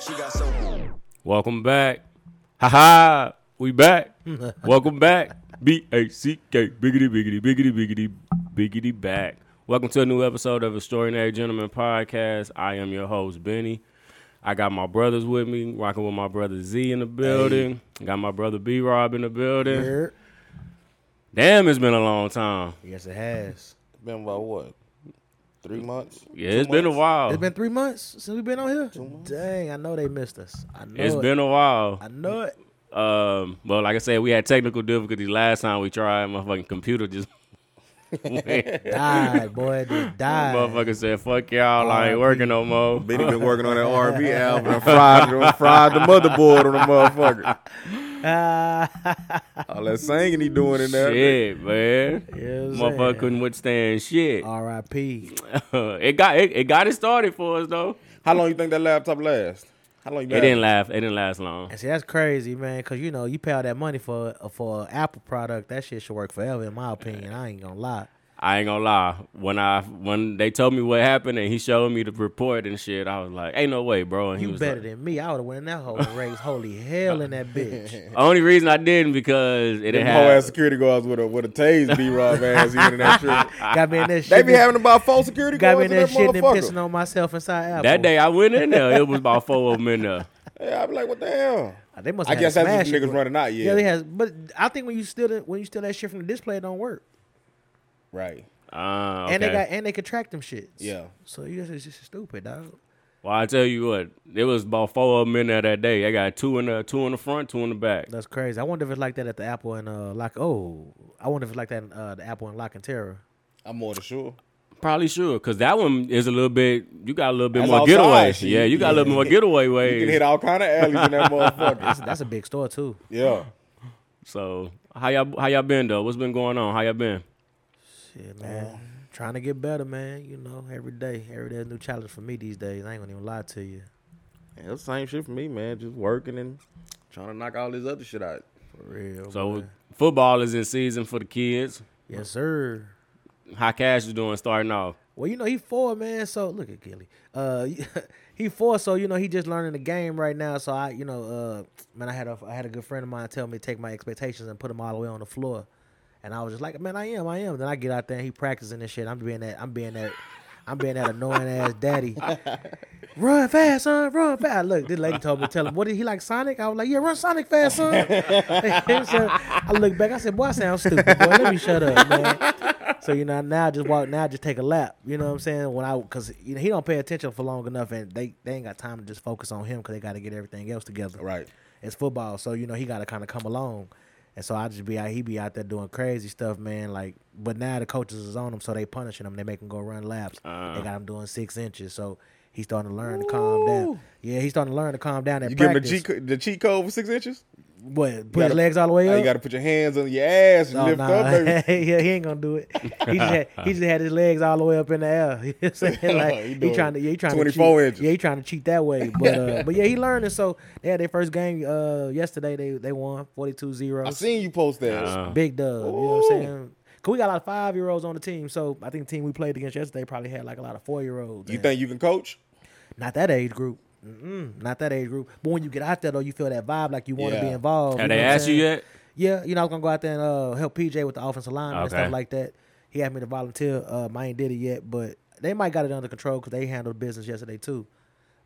She got so Welcome back. Ha ha. We back. Welcome back. B A C K. Biggity, biggity, biggity, biggity, biggity back. Welcome to a new episode of Extraordinary Gentlemen Podcast. I am your host, Benny. I got my brothers with me, rocking with my brother Z in the building. Got my brother B Rob in the building. Damn, it's been a long time. Yes, it has. Been about what? Three months? Yeah, Two it's been a months? while. It's been three months since we've been on here. months. Dang, I know they missed us. I know It's it. been a while. I know it. Um, well, like I said, we had technical difficulties last time we tried. My fucking computer just went Died, boy. it Just died. Motherfucker said, "Fuck y'all, I ain't working no more." Benny been working on that R&B album and fried, and fried the motherboard on the motherfucker. Ah, All that singing he doing in there. Shit, man. Yeah, I'm saying. Motherfucker couldn't withstand shit. R.I.P. Uh, it got it, it got it started for us though. How long you think that laptop last? How long you It didn't last. It didn't last long. And see, that's crazy, man. Cause you know you pay all that money for for an Apple product. That shit should work forever, in my opinion. I ain't gonna lie. I ain't gonna lie. When I when they told me what happened and he showed me the report and shit, I was like, "Ain't no way, bro." And he You was better like, than me. I would have won that whole race. Holy hell in that bitch. Only reason I didn't because it Them didn't whole ass have. security guards with a with a tase B Rob ass even in that shit. Got me in that shit. They be having about four security got me guards in in that that shit and then motherfucker. pissing on myself inside Apple. That day I went in there, it was about four of them in there. yeah, I be like, what the hell? Ah, They must I have guess had that's just smash it, niggas but- running out. Yeah, they has. But I think when you steal it, when you steal that shit from the display, it don't work. right. Uh, And they got and they could track them shits. Yeah. So you guys is just stupid, dog. Well, I tell you what, there was about four of them in there that day. I got two in the two in the front, two in the back. That's crazy. I wonder if it's like that at the Apple and uh Lock. Oh, I wonder if it's like that in, uh the Apple and Lock and Terror. I'm more than sure. Probably sure, cause that one is a little bit. You got a little bit That's more outside, getaway. shit. Yeah, you got a little bit more getaway ways. You can hit all kind of alleys in that motherfucker. That's a big store too. Yeah. So how y'all how y'all been though? What's been going on? How y'all been? Shit, man. Trying to get better, man. You know, every day, every day is a new challenge for me these days. I ain't gonna even lie to you. Yeah, it's the same shit for me, man. Just working and trying to knock all this other shit out. For real. So man. football is in season for the kids. yes, sir. How cash is doing starting off? Well, you know, he four, man. So look at Gilly. Uh he four, so you know, he just learning the game right now. So I, you know, uh man, I had a I had a good friend of mine tell me to take my expectations and put them all the way on the floor. And I was just like, Man, I am, I am. Then I get out there and he practicing this shit. I'm being that I'm being that I'm being that annoying ass daddy. Run fast, son. Run fast. Look, this lady told me to tell him, what did he like, Sonic? I was like, yeah, run Sonic fast, son. So I look back. I said, boy, I sound stupid, boy. Let me shut up, man. So, you know, now I just walk, now I just take a lap. You know what I'm saying? When I, because you know, he don't pay attention for long enough and they, they ain't got time to just focus on him because they got to get everything else together. Right. It's football. So, you know, he got to kind of come along. And so I just be out, he be out there doing crazy stuff, man. Like, but now the coaches is on him, so they punishing him. They make him go run laps. Uh-huh. They got him doing six inches, so he's starting to learn to calm down. Yeah, he's starting to learn to calm down at You give him a practice. G, co- the cheat code for six inches? what? Put gotta- his legs all the way Now up. you got to put your hands on your ass and Oh, lift nah. up, baby. yeah, he ain't gonna do it. He just, had, he just had his legs all the way up in the air. You know what I'm saying? Like, He he doing trying to, yeah, he trying to 24 cheat. inches. Yeah, he trying to cheat that way. But uh, but yeah, he learning. So they had their first game uh, yesterday. They they won 42-0. I seen you post that. Uh, Big dub. You know what I'm Ooh. saying? Cause we got a lot of five year olds on the team. So I think the team we played against yesterday probably had like a lot of four year olds. you think you can coach? not that age group. Mm-mm, not that age group. But when you get out there though, you feel that vibe like you want to Yeah. be involved. Have know they what I'm asked you saying? yet? Yeah, you know, I was gonna go out there and uh, help PJ with the offensive line and Okay. stuff like that. He asked me to volunteer. Um, I ain't did it yet, but they might got it under control because they handled business yesterday too.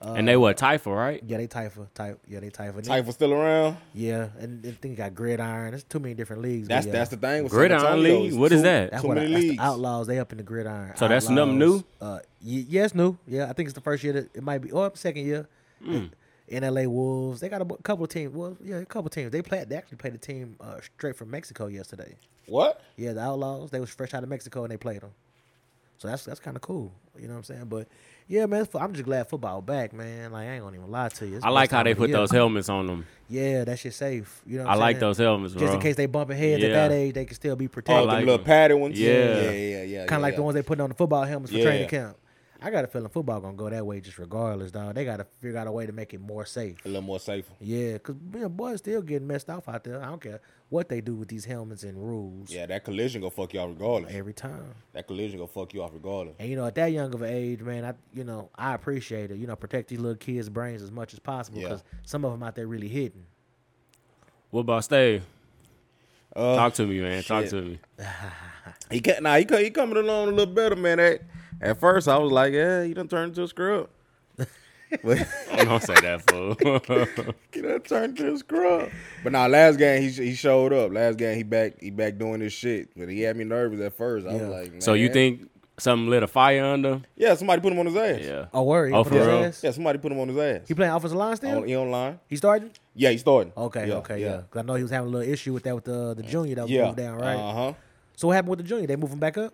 and they were typhoid, right? Uh, Yeah, they typha, type. Yeah, they typha. Type was still around. Yeah, and the thing got gridiron. There's too many different leagues. but That's yeah. that's the thing. With Gridiron San Antonio. league? It's What is too- that? That's too what I, many that's the leagues. outlaws. They up in the gridiron. So that's nothing Outlaws. new? Uh, y- yes, new. Yeah, I think it's the first year that it might be, or second year. Hmm. NLA Wolves. They got a bu- couple of teams. Well, yeah, a couple of teams. They played. They actually played a team uh, straight from Mexico yesterday. What? Yeah, the Outlaws. They was fresh out of Mexico and they played them. So that's that's kind of cool. You know what I'm saying? But yeah, man, fo- I'm just glad football back, man. Like I ain't gonna even lie to you. It's I the like best how time they of the put year. those helmets on them. Yeah, that shit safe. You know, what I I'm like saying? those helmets, bro. Just in case they bumping heads Yeah. at that age, they can still be Oh, protected. the like little them. padded ones. Yeah. yeah, yeah, yeah. kind of like the ones they put on the football helmets for Yeah. training camp. I got a feeling football gonna go that way just regardless, dog. They gotta figure out a way to make it more safe. A little more safer. Yeah, cause you know, boys still getting messed off out there. I don't care what they do with these helmets and rules. Yeah, that collision gonna fuck you off regardless. Every time. That collision gonna fuck you off regardless. And you know, at that young of an age, man, I you know I appreciate it. You know, protect these little kids' brains as much as possible Yeah. because some of them out there really hitting. What about Stave? Uh, Talk to me, man. Talk shit. to me. He can nah, he, co- he coming along a little better, man. At, at first, I was like, yeah, he done turned into a scrub. but Don't say that fool. he done turned into a scrub. But now, last game he sh- he showed up. Last game he back he back doing his shit. But he had me nervous at first. I Yeah. was like, man. so you think something lit a fire under? Yeah, somebody put him on his ass. Yeah. Oh, worry. Oh, put for his real? ass- Yeah, somebody put him on his ass. He playing offensive line on, still? he online. He starting? Yeah, he starting. Okay, Yeah, okay, yeah. Cause I know he was having a little issue with that with the the junior that was Yeah. moved down, right? Uh huh. So what happened with the junior? They moved him back up.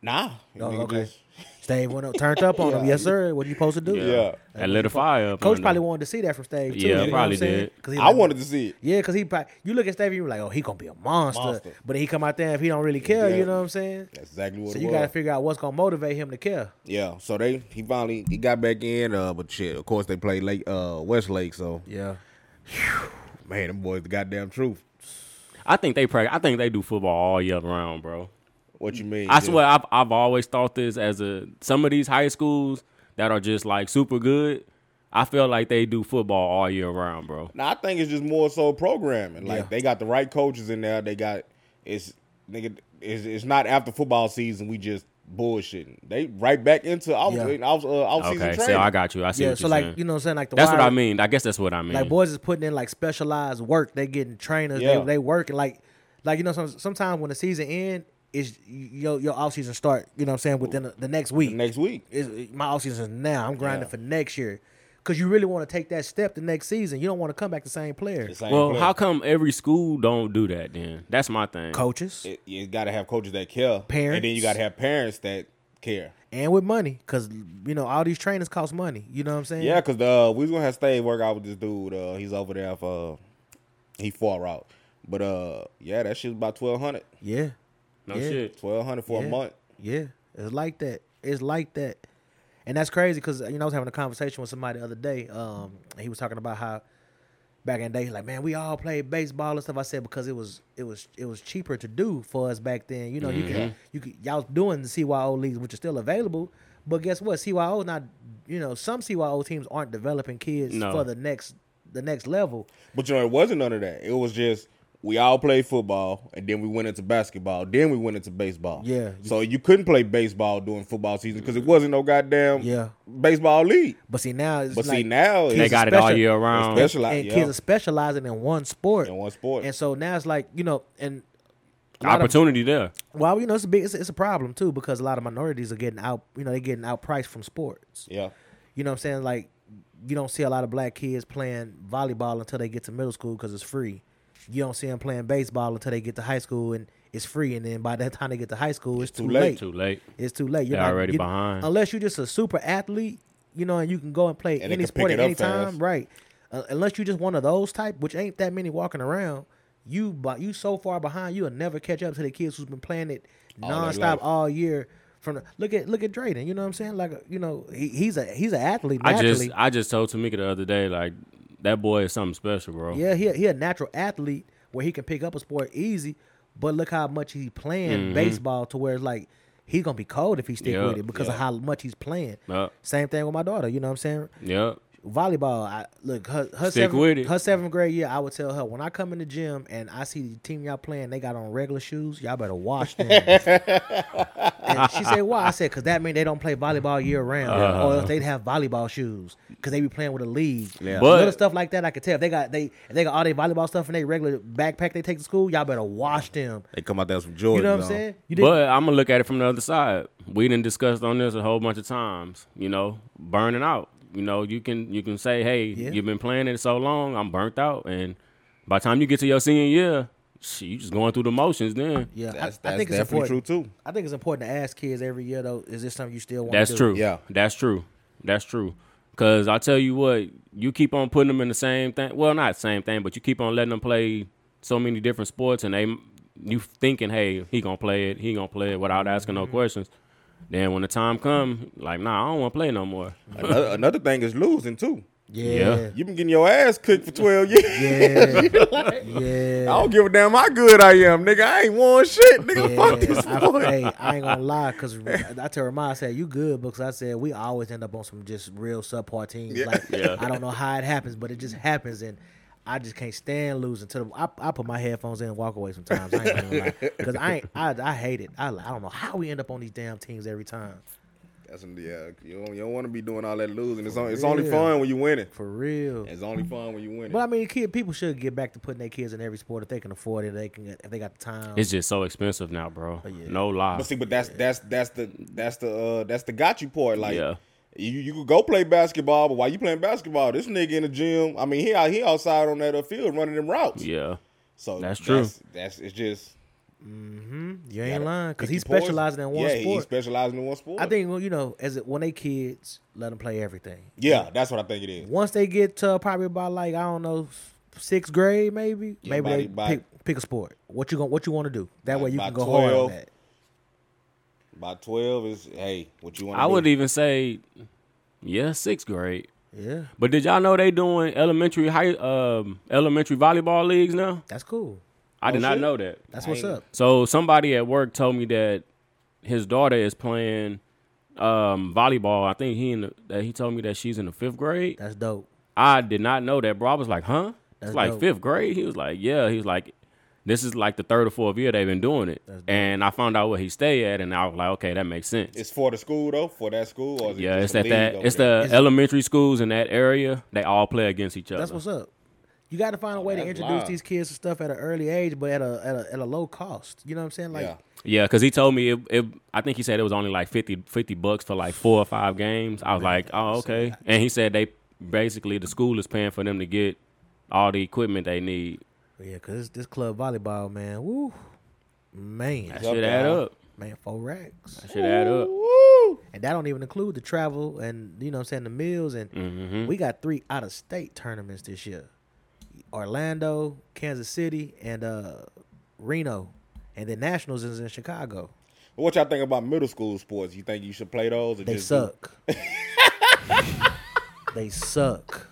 Nah. Oh, Nigga okay. just- Stave went up, turned up on him. Yeah. Yes, sir. What are you supposed to do? Yeah. That lit a fire up. Coach under. probably wanted to see that from Stave. Too, Yeah, you know what probably I'm saying? did. 'Cause he I like- wanted to see it. Yeah, cause he probably you look at Steve, you be like, oh, he gonna be a monster. Monster. But then he come out there if he don't really care, Yeah. you know what I'm saying? That's exactly what So it you was. gotta figure out what's gonna motivate him to care. Yeah, so they he finally he got back in, uh, but shit, of course they played late uh Westlake, so Yeah. man, them boys the goddamn truth. I think they practice. I think they do football all year round, bro. What you mean? I swear, I've I've always thought this as a some of these high schools that are just like super good. I feel like they do football all year round, bro. Now I think it's just more so programming. Like Yeah. they got the right coaches in there. They got it's nigga. It's, it's not after football season. We just bullshititting. They right back into off Yeah. off, uh, off season Okay, training. so I got you. I see yeah. what So you're like saying. you know what I'm saying? Like the that's what wire- I mean. I guess that's what I mean. Like boys is putting in like specialized work. They getting trainers. Yeah. They they working like like you know some, sometimes when the season end is your your off season start. You know what I'm saying within the, the next week. next week. is my off season is now. I'm grinding Yeah. for next year because you really want to take that step the next season. You don't want to come back the same player. The same well, play. how come every school don't do that? Then that's my thing. Coaches it, you got to have coaches that care, and then Parents. you got to have parents that care. and with money because you know all these trainers cost money. You know what I'm saying? Yeah, cause uh, we was gonna have stay work out with this dude. Uh, he's over there for uh, he far out, but uh, yeah, that shit's about 1200 yeah, No Yeah. shit. 1200 for Yeah. a month. yeah. It's like that. It's like that. And that's crazy because you know I was having a conversation with somebody the other day. Um, and he was talking about how back in the day, like man, we all played baseball and stuff. I said because it was it was it was cheaper to do for us back then. You know, you Mm-hmm. can you can, y'all doing the CYO leagues, which are still available. But guess what? CYO not you know some CYO teams aren't developing kids No. for the next the next level. But you know, it wasn't none of that. It was just we all played football, and then we went into basketball, then we went into baseball. Yeah. Mm-hmm. So you couldn't play baseball during football season because it wasn't no goddamn Yeah. baseball league. But see now, it's But see like- now They it's got it all special- year round. it's special- and yeah. kids are specializing in one sport. in one sport. And so now it's like you know, and a lot of- Opportunity there. well, you know, it's a big, it's a, it's a problem too because a lot of minorities are getting out, you know, they're getting outpriced from sports. yeah. You know what I'm saying? Like, you don't see a lot of black kids playing volleyball until they get to middle school because it's free. You don't see them playing baseball until they get to high school and it's free. And then by that time they get to high school, it's, too, late. late. Too late. It's too late. You're They're not- already you- behind. Unless you're just a super athlete, you know, and you can go and play And they any can sport pick at it any up fast. time, right? Uh, unless you're just one of those type, which ain't that many walking around. You, but you so far behind, you'll never catch up to the kids who's been playing it their life. nonstop all year. From the, look at look at Drayden, you know what I'm saying? Like you know, he, he's a he's an athlete I naturally. just I just told Tamika the other day like that boy is something special, bro. Yeah, he a, he a natural athlete where he can pick up a sport easy, but look how much he playing baseball to where it's like he's gonna be cold if he stick Mm-hmm. Yeah, with it because of how much he's playing. Yeah. Same thing with my daughter, you know what I'm saying? Yep. Volleyball, I look her her Stick seventh, with it. her seventh grade year, I would tell her when I come in the gym and I see the team y'all playing, they got on regular shoes, y'all better wash them. and she said, Why? I said, Cause that means they don't play volleyball year round. Uh-huh. or else they'd have volleyball shoes. Cause they be playing with a league. Yeah. But- Little stuff like that I could tell. If they got they if they got all their volleyball stuff in their regular backpack they take to school, y'all better wash them. They come out there with Jordan. You know what I'm saying? You didn't- But I'm gonna look at it from the other side. We done discussed on this a whole bunch of times. You know, burning out. You know, you can you can say, hey, you've been playing it so long, I'm burnt out, and by the time you get to your senior year, shit, you just going through the motions. Then yeah, I- That's, I, that's think it's definitely important. true too. I think it's important to ask kids every year though, is this something you still want that's to do? true. Yeah. that's true. That's true. Cause I tell you what, you keep on putting them in the same thing. Well, not same thing, but you keep on letting them play so many different sports, and they you thinking, hey, he gonna play it, he gonna play it, without asking no questions. Then when the time come, like, nah, I don't want to play no more. Another, another thing is losing too. Yeah. You've been getting your ass cooked for twelve years. Yeah. I Yeah. don't give a damn how good I am, nigga. I ain't won shit, nigga. Fuck this I, boy. hey, I ain't gonna lie, cause I tell Ramon, I said you good because I said we always end up on some just real subpar teams. Like Yeah. I don't know how it happens, but it just happens, and I just can't stand losing. To the I, I put my headphones in and walk away sometimes. I ain't gonna lie, cause I ain't, I I hate it. I I don't know how we end up on these damn teams every time. That's, yeah, you don't, you don't want to be doing all that losing. It's, on, it's real. only fun when you winning. For real. It's only fun when you winning. But I mean, kid, people should get back to putting their kids in every sport if they can afford it. They can if they got the time. It's just so expensive now, bro. yeah. No lie. But see, but that's that's that's the that's the uh that's the got you part. Like Yeah. you you could go play basketball, but while you playing basketball, this nigga in the gym. I mean, he out he outside on that uh, field running them routes. yeah. So That's true. That's, that's- it's just you ain't gotta lying because pick he your poison. specializes in one yeah, he sport. specializes in one sport. I think well, you know, as it, when they kids, let them play everything. Yeah, that's what I think it is. Once they get to probably about like I don't know sixth grade, maybe Yeah, maybe by they the- by- pick, pick a sport. What you going What you want to do? That By- way you by can go hard on 12. that. By twelve is hey, what you want? I would even say, yeah, sixth grade. Yeah, But did y'all know they doing elementary high um elementary volleyball leagues now? that's cool. I did not Oh, shit. know that. That's what's Dang. up. So somebody at work told me that his daughter is playing um volleyball. I think he in the, that he told me that she's in the fifth grade. That's dope. I did not know that, bro. I was like, huh? That's It's like dope. fifth grade. He was like, yeah. He was like, this is like the third or fourth year they've been doing it. And I found out where he stay at, and I was like, okay, that makes sense. It's for the school though, for that school. Or is it yeah, it's just a at league that. over It's there? the It's- elementary schools in that area. They all play against each other. That's what's up. You got to find a way to that's introduce live. these kids to stuff at an early age, but at a at a, at a low cost. You know what I'm saying? Like yeah. Yeah, because he told me it, it. I think he said it was only like 50, 50 bucks for like four or five games. I was like, oh okay. And he said they basically the school is paying for them to get all the equipment they need. Yeah, cause this club volleyball, man, woo, man, That Up should add there. up. man, four racks, That should add up. Woo! and that don't even include the travel and you know what I'm saying the meals, and we got three out of state tournaments this year: Orlando, Kansas City, and uh, Reno, and the Nationals is in Chicago. What y'all think about middle school sports? You think you should play those? Or They just suck. they suck.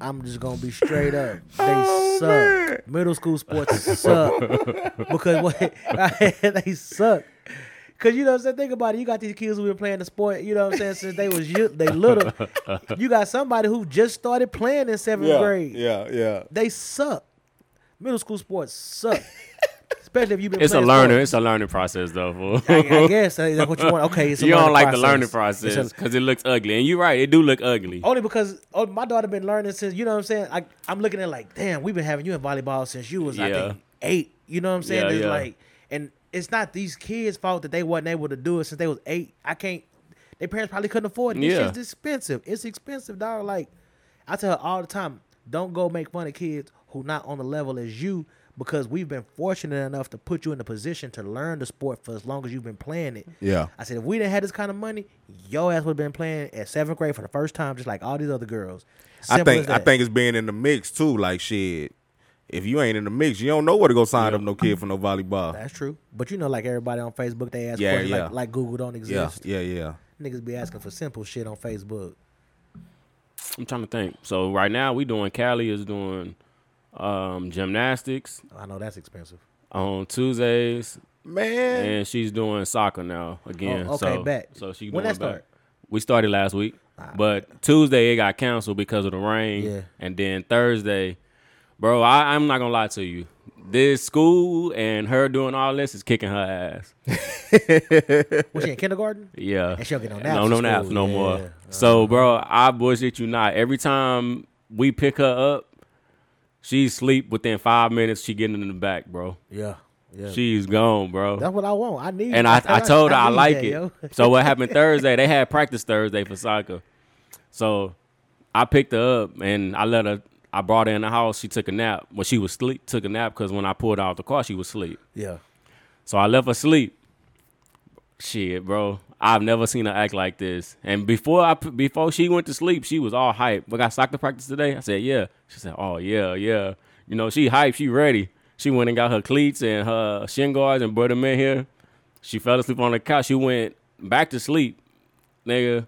I'm just gonna be straight up. They Oh, suck. Middle school sports suck because what they suck. Cause you know what I'm saying. Think about it. You got these kids who been playing the sport. You know what I'm saying since they was yo- they little. You got somebody who just started playing in seventh Yeah, grade. yeah, yeah. They suck. Middle school sports suck. Especially if you've been. It's a playing learner. sports. It's a learning process though. fool. I, I guess uh, that's what you want. Okay, it's a you don't learning like process. the learning It's a- process because it looks ugly. And you're right, it do look ugly. Only because oh, my daughter been learning since you know what I'm saying. Like I'm looking at it like, damn, we've been having you in volleyball since you was I Yeah. think eight. You know what I'm saying? Yeah, it's yeah. like, and it's not these kids' fault that they wasn't able to do it since they was eight. I can't. Their parents probably couldn't afford it. This Yeah. shit's expensive. It's expensive, dog. Like I tell her all the time, don't go make fun of kids who not on the level as you. Because we've been fortunate enough to put you in a position to learn the sport for as long as you've been playing it. Yeah. I said, if we didn't have this kind of money, your ass would have been playing at seventh grade for the first time, just like all these other girls. I Simple as think I that. think it's being in the mix too. Like shit, if you ain't in the mix, you don't know where to go sign up no kid for no volleyball. that's true. But you know, like everybody on Facebook, they ask Yeah, questions yeah. Like, like Google don't Yeah, exist. yeah, yeah. Niggas be asking for simple shit on Facebook. I'm trying to think. So right now we doing Cali is doing um, gymnastics I know that's expensive. on Tuesdays, Man, and she's doing soccer now again. Oh, okay, so, bet. So she When doing that back. start? Ah, We started last week, but Tuesday it got canceled because of the rain. Yeah. And then Thursday, bro, I, I'm not gonna lie to you. This school and her doing all this is kicking her ass. Was she in kindergarten? Yeah. And she don't get no naps No, in no school. naps no Yeah. more. So, bro, I bullshit you not. Every time we pick her up, she sleep within five minutes. She getting in the back, bro. Yeah, yeah. She's gone, bro. that's what I want. I need. And I, I told her I need like that, it. yo. So what happened Thursday? They had practice Thursday for soccer. So I picked her up and I let her. I brought her in the house. She took a nap. Well, she was sleep. Took a nap because when I pulled her out the car, she was asleep. Yeah. So I left her sleep. Shit, bro. I've never seen her act like this. And before I before she went to sleep, she was all hype. We got soccer practice today. I said, "Yeah." She said, "Oh yeah, yeah." You know, she hype. She ready. She went and got her cleats and her shin guards and brought them in here. She fell asleep on the couch. She went back to sleep, nigga.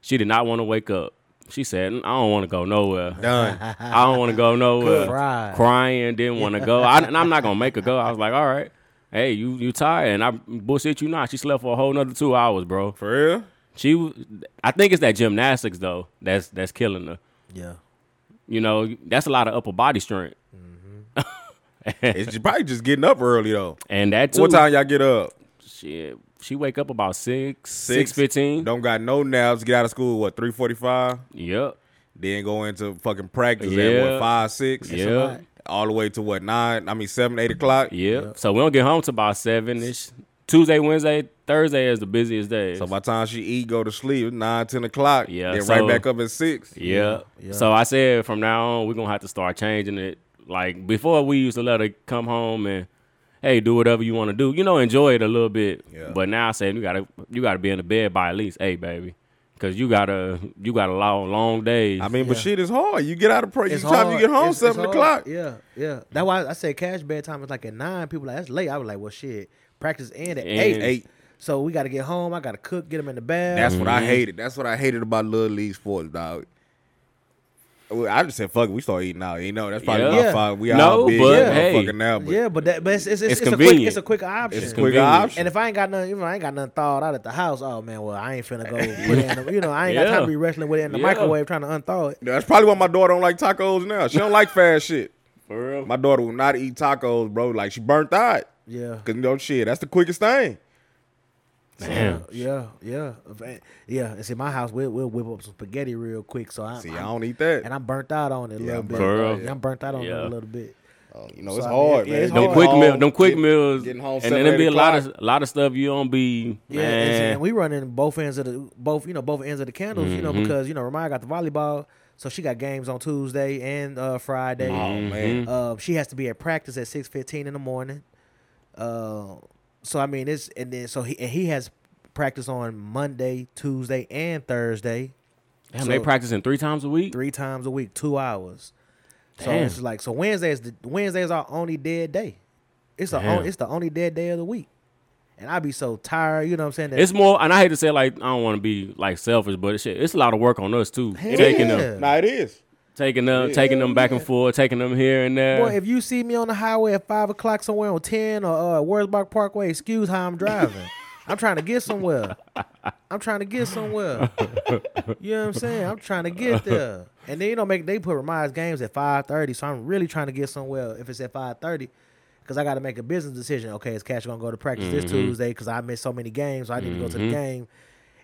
She did not want to wake up. She said, "Mm, "I don't want to go nowhere. Done. I don't want to go nowhere." Fried. Crying, didn't want to go. I, and I'm not gonna make her go. I was like, "All right, hey, you you tired?" And I bullshit you not. She slept for a whole another two hours, bro. For real? She, was- I think it's that gymnastics though. That's that's killing her. Yeah. You know, that's a lot of upper body strength, It's ju- probably just getting up early though. and that too. What time y'all get up? She she wake up about six Six. six fifteen. Don't got no naps. Get out of school what three forty five. Yep. Then go into fucking practice at Yeah. what five six. Yeah. All the way to what nine? I mean seven eight o'clock. Yeah. So we don't get home till about seven ish. Tuesday, Wednesday, Thursday is the busiest day. So by the time she eat, go to sleep nine ten o'clock. Yeah, Then so- right back up at six. yeah. Yeah. So I said from now on we're gonna have to start changing it. Like before we used to let her come home and hey, do whatever you want to do. You know, enjoy it a little bit. Yeah. But now I said you gotta you gotta be in the bed by at least eight, baby. Cause you gotta you got a long long days. I mean, but Yeah. shit is hard. You get out of practice. Time you get home It's- it's seven hard. o'clock. Yeah, yeah. That's why I said cash bedtime is like at nine. People like that's late. I was like, well, shit. Practice end at And- eight. Eight. So we got to get home. I got to cook. Get them in the bath. That's what I Mm-hmm. hated. That's what I hated about Little League sports, dog. I just said, fuck it, we start eating out. You know, that's probably Yeah. my fault. We No, all big but yeah. hey. now, but yeah, but that but it's it's, it's, It's it's a quick convenient. it's a quick option. it's a quick convenient. option. And if I ain't got nothing, if I ain't got nothing thawed out at the house, oh man, well I ain't finna go. Put it in the, you know, I ain't got time Yeah. to be wrestling with it in the Yeah. microwave trying to unthaw it. That's probably why my daughter don't like tacos now. She don't like fast shit. for real. My daughter will not eat tacos, bro. Like she burnt out. Yeah, Cause you know shit, that's the quickest thing. Damn. yeah, yeah, If I- yeah. And see, my house we'll, we'll whip up some spaghetti real quick. So I, See, I I'm- don't eat that. and I'm burnt out on it a little I'm bit. burnt out. Yeah, I'm burnt out on Yeah. it a little bit. you know, it's So, I mean, hard, yeah, man. it's Them hard. quick Getting meals, home- them quick get- meals, getting home and seven, then there eight be a lot o'clock. of lot of stuff you don't be. Yeah, and, see, and we running both ends of the both you know both ends of the candles. You know because you know Ramaya got the volleyball, so she got games on Tuesday and uh, Friday. Oh man. Uh, she has to be at practice at six fifteen in the morning. Uh, so I mean it's and then so he and he has practice on Monday, Tuesday, and Thursday, Damn, they So- practicing three times a week. three times a week, two hours. So Damn. it's like so Wednesday is the Wednesday is our only dead day. It's the Damn. on, it's the only dead day of the week, and I be so tired. You know what I'm saying? that- It's more, and I hate to say like I don't want to be like selfish, but shit, it's a lot of work on us too. Hell Taking yeah. them, Nah, it is. taking them, taking them back and forth, taking them here and there. Boy, if you see me on the highway at five o'clock somewhere on ten or uh, Wurzbach Parkway, excuse how I'm driving. I'm trying to get somewhere. I'm trying to get somewhere. you know what I'm saying? I'm trying to get there. And then you know, make they put Ramires games at five thirty, so I'm really trying to get somewhere if it's at five thirty. Cause I got to make a business decision. Okay, is Cash gonna go to practice this Tuesday? Cause I missed so many games, so I need to go to the game.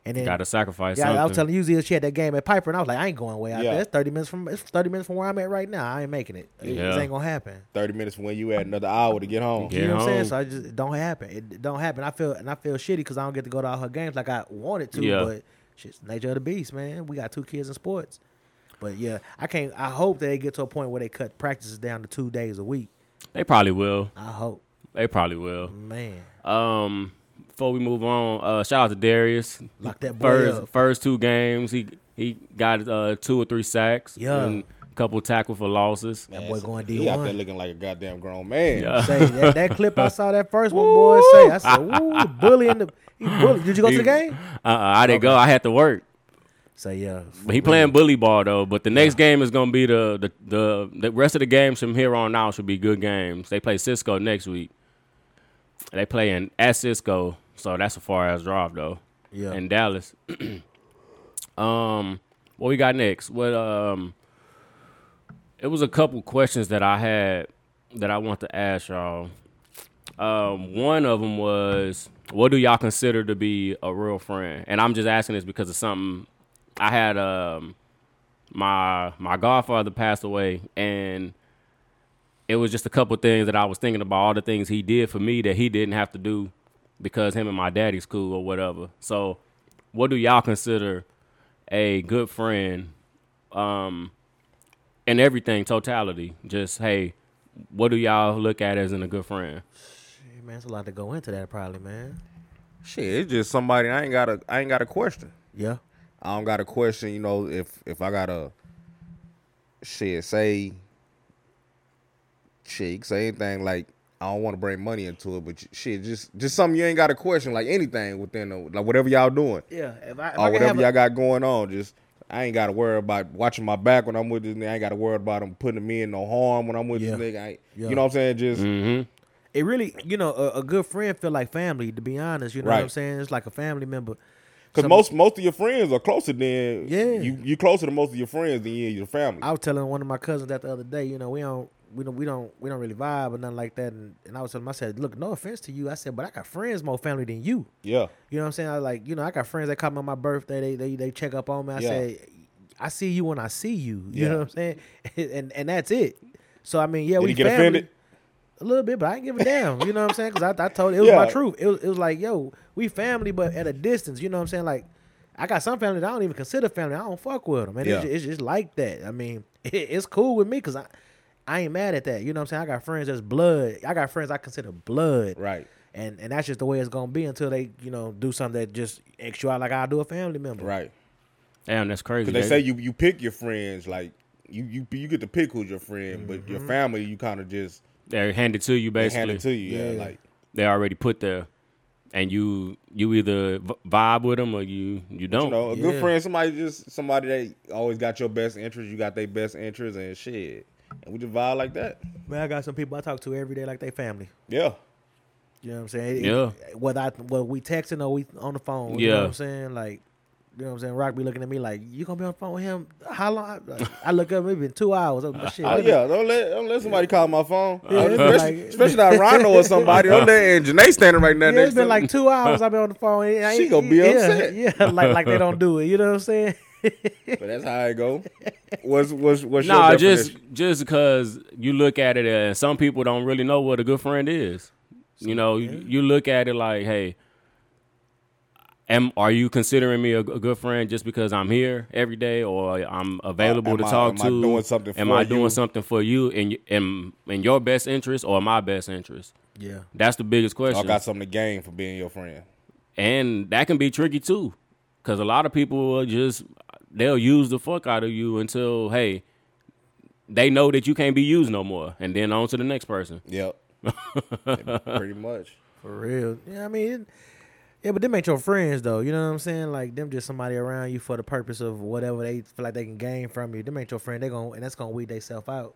And then Got to sacrifice yeah, I was something. telling you, Zia, she had that game at Piper, and I was like, I ain't going way out Yeah. there. It's thirty minutes from it's thirty minutes from where I'm at right now. I ain't making it. It- Yeah. This ain't gonna happen. Thirty minutes from when you had another hour to get home. Yeah. You know what I'm saying? home. So I just it don't happen. It don't happen. I feel and I feel shitty because I don't get to go to all her games like I wanted to. Yeah. But shit's the nature of the beast, man. We got two kids in sports. But yeah, I can't. I hope that they get to a point where they cut practices down to two days a week. they probably will. I hope, They probably will. man. Um, before we move on, uh, shout out to Darius. Lock that boy first up. first two games, he he got uh, two or three sacks. Yeah. and a couple tackle for losses. That boy going He out there D1. looking like a goddamn grown man. Yeah. Say that, that clip I saw that first one, boy. Say I said, "Ooh, bullying the." He bully. Did you go to the game? Uh, uh I didn't go. I had to work. Say yeah. But he playing bully ball though. But the next game is gonna be the the, the the rest of the games from here on out should be good games. They play Cisco next week. They playing at Cisco, so that's a far ass drive though. Yeah. In Dallas. um, what we got next? What um, it was a couple questions that I had that I want to ask y'all. Um, one of them was, what do y'all consider to be a real friend? And I'm just asking this because of something I had. Um, my my godfather passed away, and it was just a couple things that I was thinking about. All the things he did for me that he didn't have to do because him and my daddy's cool or whatever. So, what do y'all consider a good friend? Um, and everything totality. Just hey, what do y'all look at as in a good friend? Hey, man, it's a lot to go into that, probably, man. Shit, it's just somebody I ain't got a I ain't got a question. Yeah. I don't got a question, you know, if if I got a shit, say shit, you can say anything like I don't want to bring money into it, but shit, just just something you ain't got to question, like anything within the, like whatever y'all doing Yeah, if I, if I can have or whatever a- y'all got going on. Just I ain't got to worry about watching my back when I'm with this nigga. I ain't got to worry about him putting me in no harm when I'm with Yeah. this nigga. I, ain't- Yeah. You know what I'm saying? Just it really, you know, a, a good friend feel like family. To be honest, you know what I'm Right. saying? It's like a family member. because Some- most most of your friends are closer than Yeah. You you closer to most of your friends than you and your family. I was telling one of my cousins that the other day. You know, we don't, we don't, we don't, we don't really vibe or nothing like that. And, and I was telling him, I said, look, no offense to you, I said, but I got friends more family than you. yeah, You know what I'm saying? I like, you know, I got friends that call me on my birthday. They they they check up on me. I Yeah. say, I see you when I see you. You Yeah. know what I'm saying? and and that's it. So I mean, yeah, Did we he get family. offended? A little bit, but I didn't give a damn. You know what I'm saying? Because I, I told it was my Yeah. truth. It was, it was like, yo, we family, but at a distance. You know what I'm saying? Like, I got some family that I don't even consider family. I don't fuck with them, and Yeah. it's, just, it's just like that. I mean, it, it's cool with me because I, I ain't mad at that. You know what I'm saying? I got friends that's blood. I got friends I consider blood right. and and that's just the way it's gonna be until they you know do something that just X you out like I do a family member. Right. Damn, that's crazy. Because they say you you pick your friends, like you you you get to pick who's your friend, but Mm-hmm. your family you kind of just they're handed to you they basically. hand it to you. Yeah, Yeah. like they already put there, and you you either v- vibe with them or you you don't. you know, a Yeah. good friend, somebody just somebody that always got your best interest. You got their best interest and shit, and we just vibe like that. Man, I got some people I talk to every day like they family. Yeah, You know what I'm saying? It- Yeah. whether I whether we texting or we on the phone. You Yeah. know what I'm saying? Like, you know what I'm saying? Rock be looking at me like, you gonna be on the phone with him? How long? Like, I look up, it's been two hours. I'm like, shit, Oh wait a minute. yeah, don't let don't let somebody call my phone. Yeah, it's been especially, like- especially not Rondo or somebody. Don't let and Janae standing right there Yeah, next it's to been like like two hours I've been on the phone. and I She ain't- gonna be yeah, upset. Yeah, like like they don't do it. You know what I'm saying? But that's how it go. What's what's what's No, nah, your just definition? just because you look at it and some people don't really know what a good friend is. You know, you, you look at it like, hey, am are you considering me a, a good friend just because I'm here every day or I'm available am to I- talk am to? I doing something Am for I doing you? something for you in y- in in your best interest or my best interest? Yeah. That's the biggest I question, got something to gain for being your friend. and that can be tricky too, because a lot of people will just they'll use the fuck out of you until hey. They know that you can't be used no more, and then on to the next person. Yep, pretty much. For real. Yeah, I mean, it- yeah, but them ain't your friends though. You know what I'm saying? Like them just somebody around you for the purpose of whatever they feel like they can gain from you. Them ain't your friend. They gon' and that's gonna weed theyself out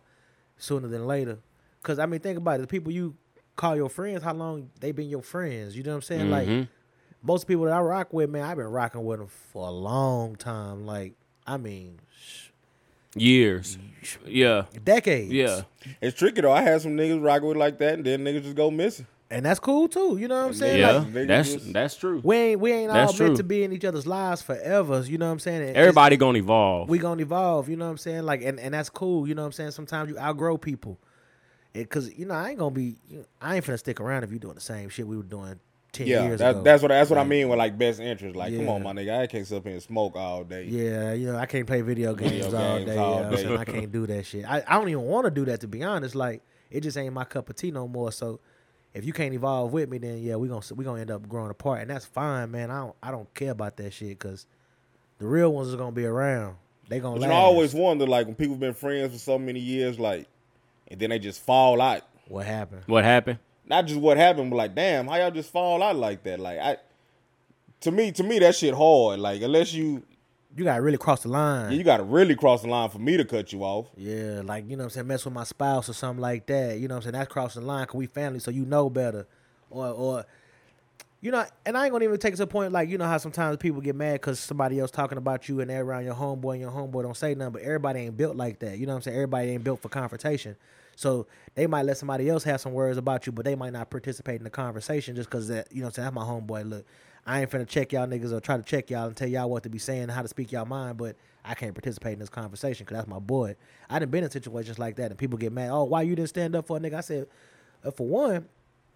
sooner than later. Cause I mean, think about it. The people you call your friends, how long they been your friends? You know what I'm saying? Mm-hmm. Like most people that I rock with, man, I've been rocking with them for a long time. Like I mean, sh- Years, yeah, decades. yeah. It's tricky though. I had some niggas rocking with like that, and then niggas just go missing. and that's cool too. You know what I'm saying? Yeah, Like, niggas that's just- that's true. we ain't we ain't all That's meant true. to be in each other's lives forever. You know what I'm saying? And it's- Everybody gonna evolve. we gonna evolve. You know what I'm saying? Like, and, and that's cool. You know what I'm saying? Sometimes you outgrow people, it, cause you know I ain't gonna be, you know, I ain't finna stick around if you doing the same shit we were doing ten Yeah, years ago. that, that's what that's what I mean with like best interest. Like, come Yeah. on, my nigga, I can't sit up here and smoke all day. Yeah, you know I can't play video games, Video all games day. you know all what I'm day. saying? I can't do that shit. I, I don't even want to do that to be honest. Like, it just ain't my cup of tea no more. So. If you can't evolve with me, then yeah, we gonna we gonna end up growing apart, and that's fine, man. I don't I don't care about that shit because the real ones is gonna be around. They gonna But last. you know, I always wonder like when people been friends for so many years, like, and then they just fall out. what happened. What happened? Not just what happened, but like, damn, how y'all just fall out like that? Like, I to me, to me, that shit hard. Like, unless you You gotta really cross the line. you got to really cross the line for me to cut you off. Yeah, like you know what I'm saying, mess with my spouse or something like that. You know what I'm saying? That's crossing the line 'cause we family, so you know better. Or or you know, and I ain't gonna even take it to a point like you know how sometimes people get mad because somebody else talking about you and they're around your homeboy and your homeboy don't say nothing, but everybody ain't built like that. You know what I'm saying? Everybody ain't built for confrontation. So they might let somebody else have some words about you, but they might not participate in the conversation just because that you know what I'm saying, that's my homeboy. Look, I ain't finna check y'all niggas or try to check y'all and tell y'all what to be saying, how to speak y'all mind, but I can't participate in this conversation because that's my boy. I done been in situations like that and people get mad. Oh, why you didn't stand up for a nigga? I said, uh, for one,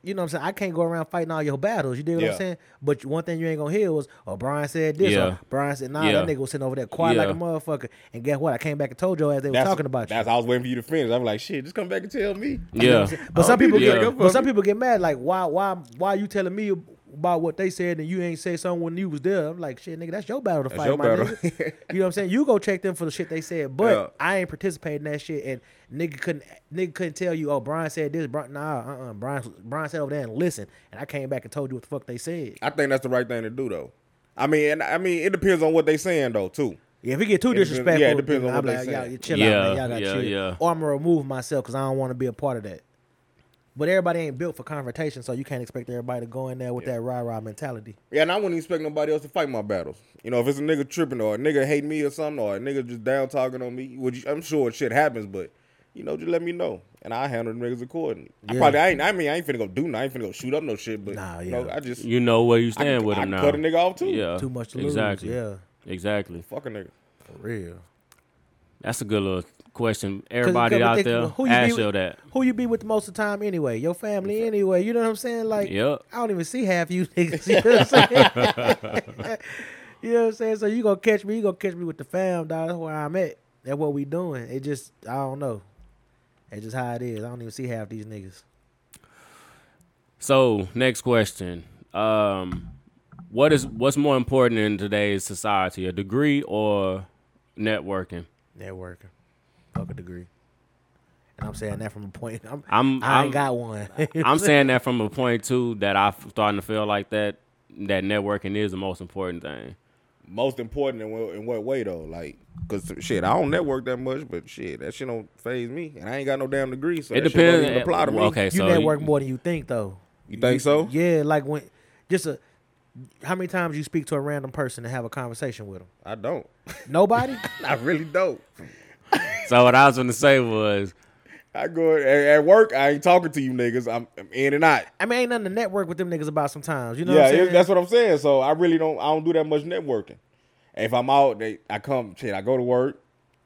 you know what I'm saying? I can't go around fighting all your battles. You dig what Yeah. I'm saying? But one thing you ain't gonna hear was, oh, Brian said this. Yeah. Or Brian said, nah, Yeah. that nigga was sitting over there quiet like Yeah. a motherfucker. And guess what? I came back and told you as they were talking about you. That's I was waiting for you to finish. I'm like, shit, just come back and tell me. Yeah, But I some people don't think you get, gotta go but for some it. people get mad. Like why, why, why you telling me about what they said and you ain't say something when you was there. I'm like, shit, nigga, that's your battle to That's fight, your my battle. nigga. you know what I'm saying? You go check them for the shit they said, but Yeah. I ain't participating in that shit. And nigga couldn't nigga couldn't tell you, oh, Brian said this. Brian, nah, uh, uh Brian, Brian sat over there and listened, and I came back and told you what the fuck they said. I think that's the right thing to do though. I mean, and I mean, it depends on what they saying though too. Yeah, if it get too depends- disrespectful, yeah, it depends then on I'm what they like, say. y'all, you chill Yeah, out, man. Y'all got yeah, chill. yeah. Or I'm gonna remove myself because I don't want to be a part of that. But everybody ain't built for confrontation, so you can't expect everybody to go in there with that rah rah mentality. Yeah, and I wouldn't expect nobody else to fight my battles. You know, if it's a nigga tripping or a nigga hate me or something or a nigga just down talking on me, which I'm sure shit happens, but you know, just let me know and I handle the niggas accordingly. I Yeah. probably I ain't. I mean, I ain't finna go do. nothing. I ain't finna go shoot up no shit. But Nah, you know, yeah. I just You know where you I stand can- with I him can now. Cut a nigga off too. Yeah, Too much to lose. Exactly. Yeah, Exactly. fuck a nigga. for real. 'Cause- That's a good little question. 'cause Everybody I out think, there, who you be ask with, you that. Who you be with most of the time anyway? Your family anyway. You know what I'm saying? Like, Yep. I don't even see half you niggas. You know what I'm saying? you know what I'm saying? So you gonna catch me? You gonna catch me with the fam, dog? That's where I'm at. That's what we doing. It just, I don't know. It's just how it is. I don't even see half these niggas. So next question: um, What is what's more important in today's society, a degree or networking? Networking, fuck a degree. And I'm saying that from a point. I'm, I'm I ain't I'm, got one. I'm saying that from a point too that I'm starting to feel like that that networking is the most important thing. Most important in what, in what way though? Like, cause shit, I don't network that much, but shit, that shit don't phase me, and I ain't got no damn degree, so it that shit don't depends. even apply to me. Okay, you so network more than you think, though. You think so? Yeah, like when just a how many times you speak to a random person and have a conversation with them? I don't. Nobody. I really don't. So what I was going to say was, I go at, at work. I ain't talking to you niggas. I'm, I'm in and out. I mean, ain't nothing to network with them niggas about sometimes. You know yeah, what I'm it- saying? that's what I'm saying. So I really don't. I don't do that much networking. If I'm out, they, I come. Shit, I go to work.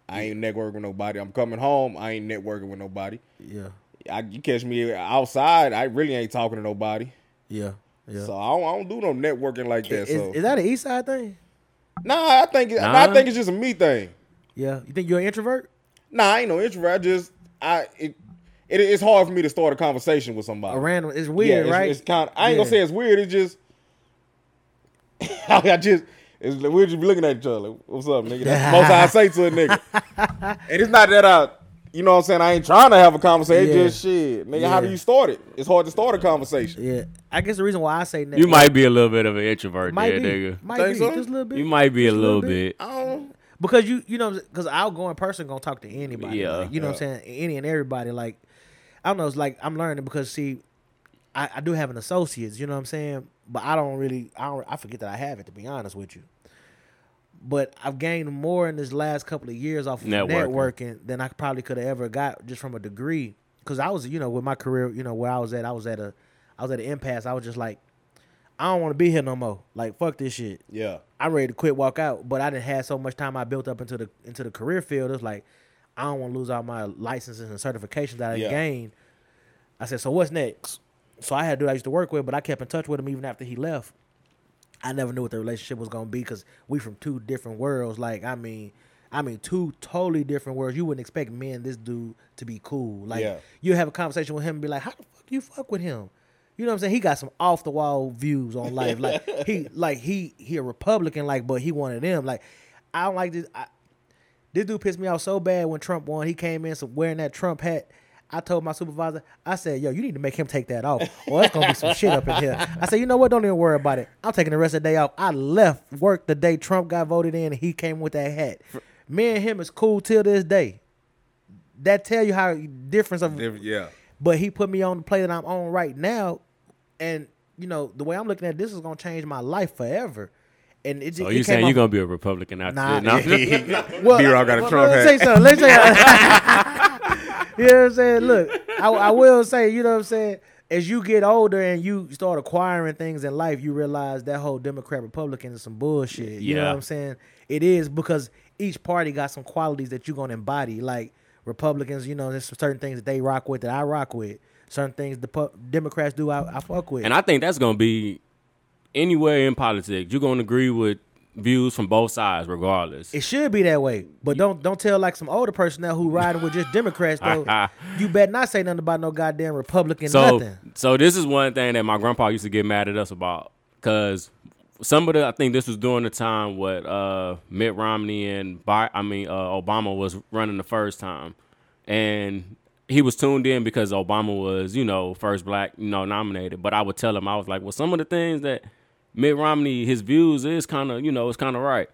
I ain't networking with nobody. I'm coming home. I ain't networking with nobody. yeah, I, you catch me outside. I really ain't talking to nobody. yeah, yeah. So I don't, I don't do no networking like is, that. so is that an East Side thing? nah, I think it, nah, Nah. I think it's just a me thing. Yeah, you think you're an introvert? Nah, I ain't no introvert. I just I it, it it's hard for me to start a conversation with somebody. A random. It's weird, it's, right? It's kind of. I ain't gonna Yeah. say it's weird. It's just. I just. It's, we're just looking at each other. like, What's up, nigga? That's the most I say to a nigga. and it's not that I. You know what I'm saying? I ain't trying to have a conversation. Yeah. Just shit, nigga. How do Yeah. you start it? It's hard to start a conversation. yeah, I guess the reason why I say network you might be a little bit of an introvert, might there, be, nigga. might Think be so? just a little bit. you might be a Just little bit. I don't. because you you know because outgoing person gonna talk to anybody. Yeah. like, you know what I'm saying. Any and everybody. Like I don't know. It's like I'm learning because see, I, I do have an associates. You know what I'm saying. But I don't really. I don't. I forget that I have it. To be honest with you. But I've gained more in this last couple of years off of Networking. networking, than I probably could have ever got just from a degree. Because I was, you know, with my career, you know, where I was at, I was at a, I was at an impasse. I was just like, I don't want to be here no more. Like, fuck this shit. Yeah. I'm ready to quit, walk out. But I didn't have so much time I built up into the into the career field. It's like I don't want to lose all my licenses and certifications that I Yeah. gained. I said, so what's next? So I had a dude I used to work with, but I kept in touch with him even after he left. I never knew what the relationship was gonna be because we from two different worlds. Like I mean, I mean two totally different worlds. You wouldn't expect me and this dude to be cool. Like Yeah. you have a conversation with him and be like, how the fuck you fuck with him? You know what I'm saying? He got some off the wall views on life. Like he like he he a Republican like, but he one of them. Like I don't like this. I, this dude pissed me off so bad when Trump won. He came in so wearing that Trump hat. I told my supervisor, I said, yo, you need to make him take that off. Or it's gonna be some shit up in here. I said, you know what? Don't even worry about it. I'm taking the rest of the day off. I left work the day Trump got voted in and he came with that hat. Me and him is cool till this day. That tell you how difference of Diff- Yeah. but he put me on the play that I'm on right now, and you know the way I'm looking at this is gonna change my life forever. And it, So it Oh, you came saying you're off- gonna be a Republican after Nah. this? No, I'm just- well, B-Rock got a well, Trump let's hat. Say so. Let's say you know what I'm saying. Look, I, I will say, you know what I'm saying. As you get older and you start acquiring things in life, you realize that whole Democrat Republican is some bullshit. You know Yeah. what I'm saying? It is because each party got some qualities that you're gonna embody. Like Republicans, you know, there's some certain things that they rock with that I rock with. Certain things the pu- Democrats do, I, I fuck with. And I think that's going to be anywhere in politics. You're going to agree with views from both sides, regardless. It should be that way, but don't don't tell like some older person now who riding with just Democrats though. you better not say nothing about no goddamn Republican So, nothing. so this is one thing that my grandpa used to get mad at us about. Cause some of the I think this was during the time what uh, Mitt Romney and Bi- I mean uh, Obama was running the first time, and he was tuned in because Obama was you know first black you know nominated. But I would tell him I was like, well, some of the things that Mitt Romney his views is kind of you know it's kind of right.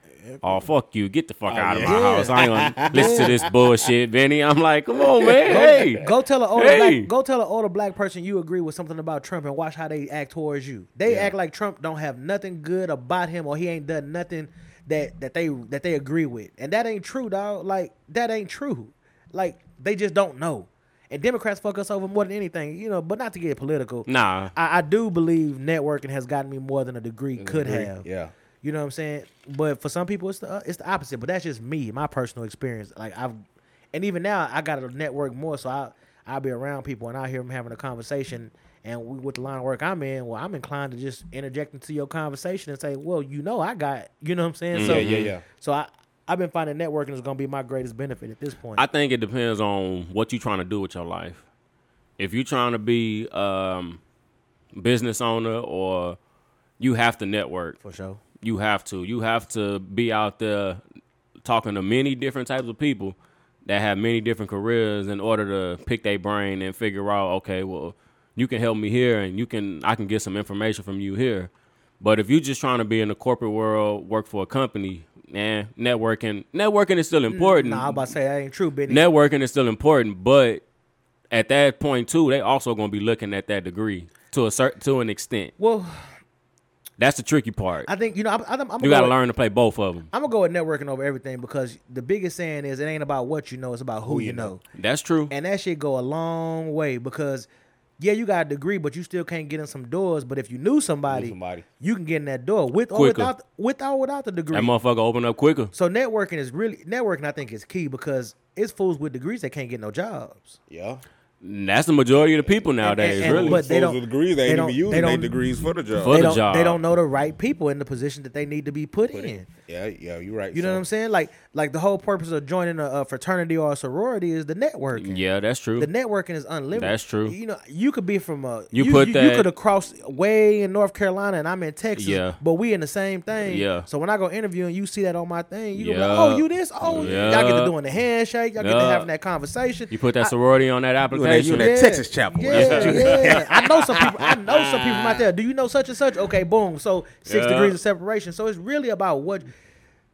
Oh fuck you! Get the fuck out of my yeah. house! I ain't gonna listen to this bullshit, Vinny. I'm like, come on, man. Hey, Go tell an older Hey. black, go tell an older black person you agree with something about Trump and watch how they act towards you. They act like Trump don't have nothing good about him or he ain't done nothing that that they that they agree with. And that ain't true, dog. Like that ain't true. Like they just don't know. And Democrats fuck us over more than anything, you know. But not to get political. Nah. I, I do believe networking has gotten me more than a degree could degree, have. yeah. You know what I'm saying? But for some people, it's the uh, it's the opposite. But that's just me, my personal experience. Like I've, and even now, I got to network more. So I I'll be around people and I hear them having a conversation. And we, with the line of work I'm in, well, I'm inclined to just interject into your conversation and say, well, you know, I got, you know what I'm saying? so Mm, yeah, yeah. So I I've been finding networking is gonna be my greatest benefit at this point. I think it depends on what you're trying to do with your life. If you're trying to be um, business owner, or you have to network, for sure. you have to, you have to be out there talking to many different types of people that have many different careers in order to pick their brain and figure out, okay, well, you can help me here, and you can, I can get some information from you here. But if you're just trying to be in the corporate world, work for a company, eh, networking, networking is still important. Nah, I'm about to say that ain't true, Benny. Networking is still important, but at that point too, they also going to be looking at that degree to a certain to an extent. well, That's the tricky part. I think you know. I, I, I'm, I'm you got gonna go to with- learn to play both of them. I'm gonna go with networking over everything because the biggest saying is it ain't about what you know, it's about who, you know. That's true. And that shit go a long way because yeah, you got a degree, but you still can't get in some doors. But if you knew somebody, Knew somebody. you can get in that door with or Quicker. without with or without the degree. that motherfucker open up quicker. so networking is really networking. I think is key because it's fools with degrees that can't get no jobs. Yeah. That's the majority of the people nowadays, and- really. but- they Those don't- with degrees, they, they ain't don't- even they using their don't- degrees for the job. For they the don't job. they don't know the right people in the position that they need to be put in. yeah, yeah, you're right. You know what I'm saying? Like like the whole purpose of joining a, a fraternity or a sorority is the networking. yeah, that's true. The networking is unlimited. That's true. You know, you could be from a You put you, that- could have crossed way in North Carolina and I'm in Texas. Yeah. But we in the same thing. Yeah. So when I go interview and you see that on my thing, you gonna be Yeah. like, oh, you this? Oh, Yeah. y'all get to doing the handshake. Y'all get to Yeah. having that conversation. you put that sorority on that application. that Texas chapel. That's Yeah, what you- yeah. I know some people. I know some people out there. Do you know such and such? Okay, boom. So six Yeah. degrees of separation. So it's really about what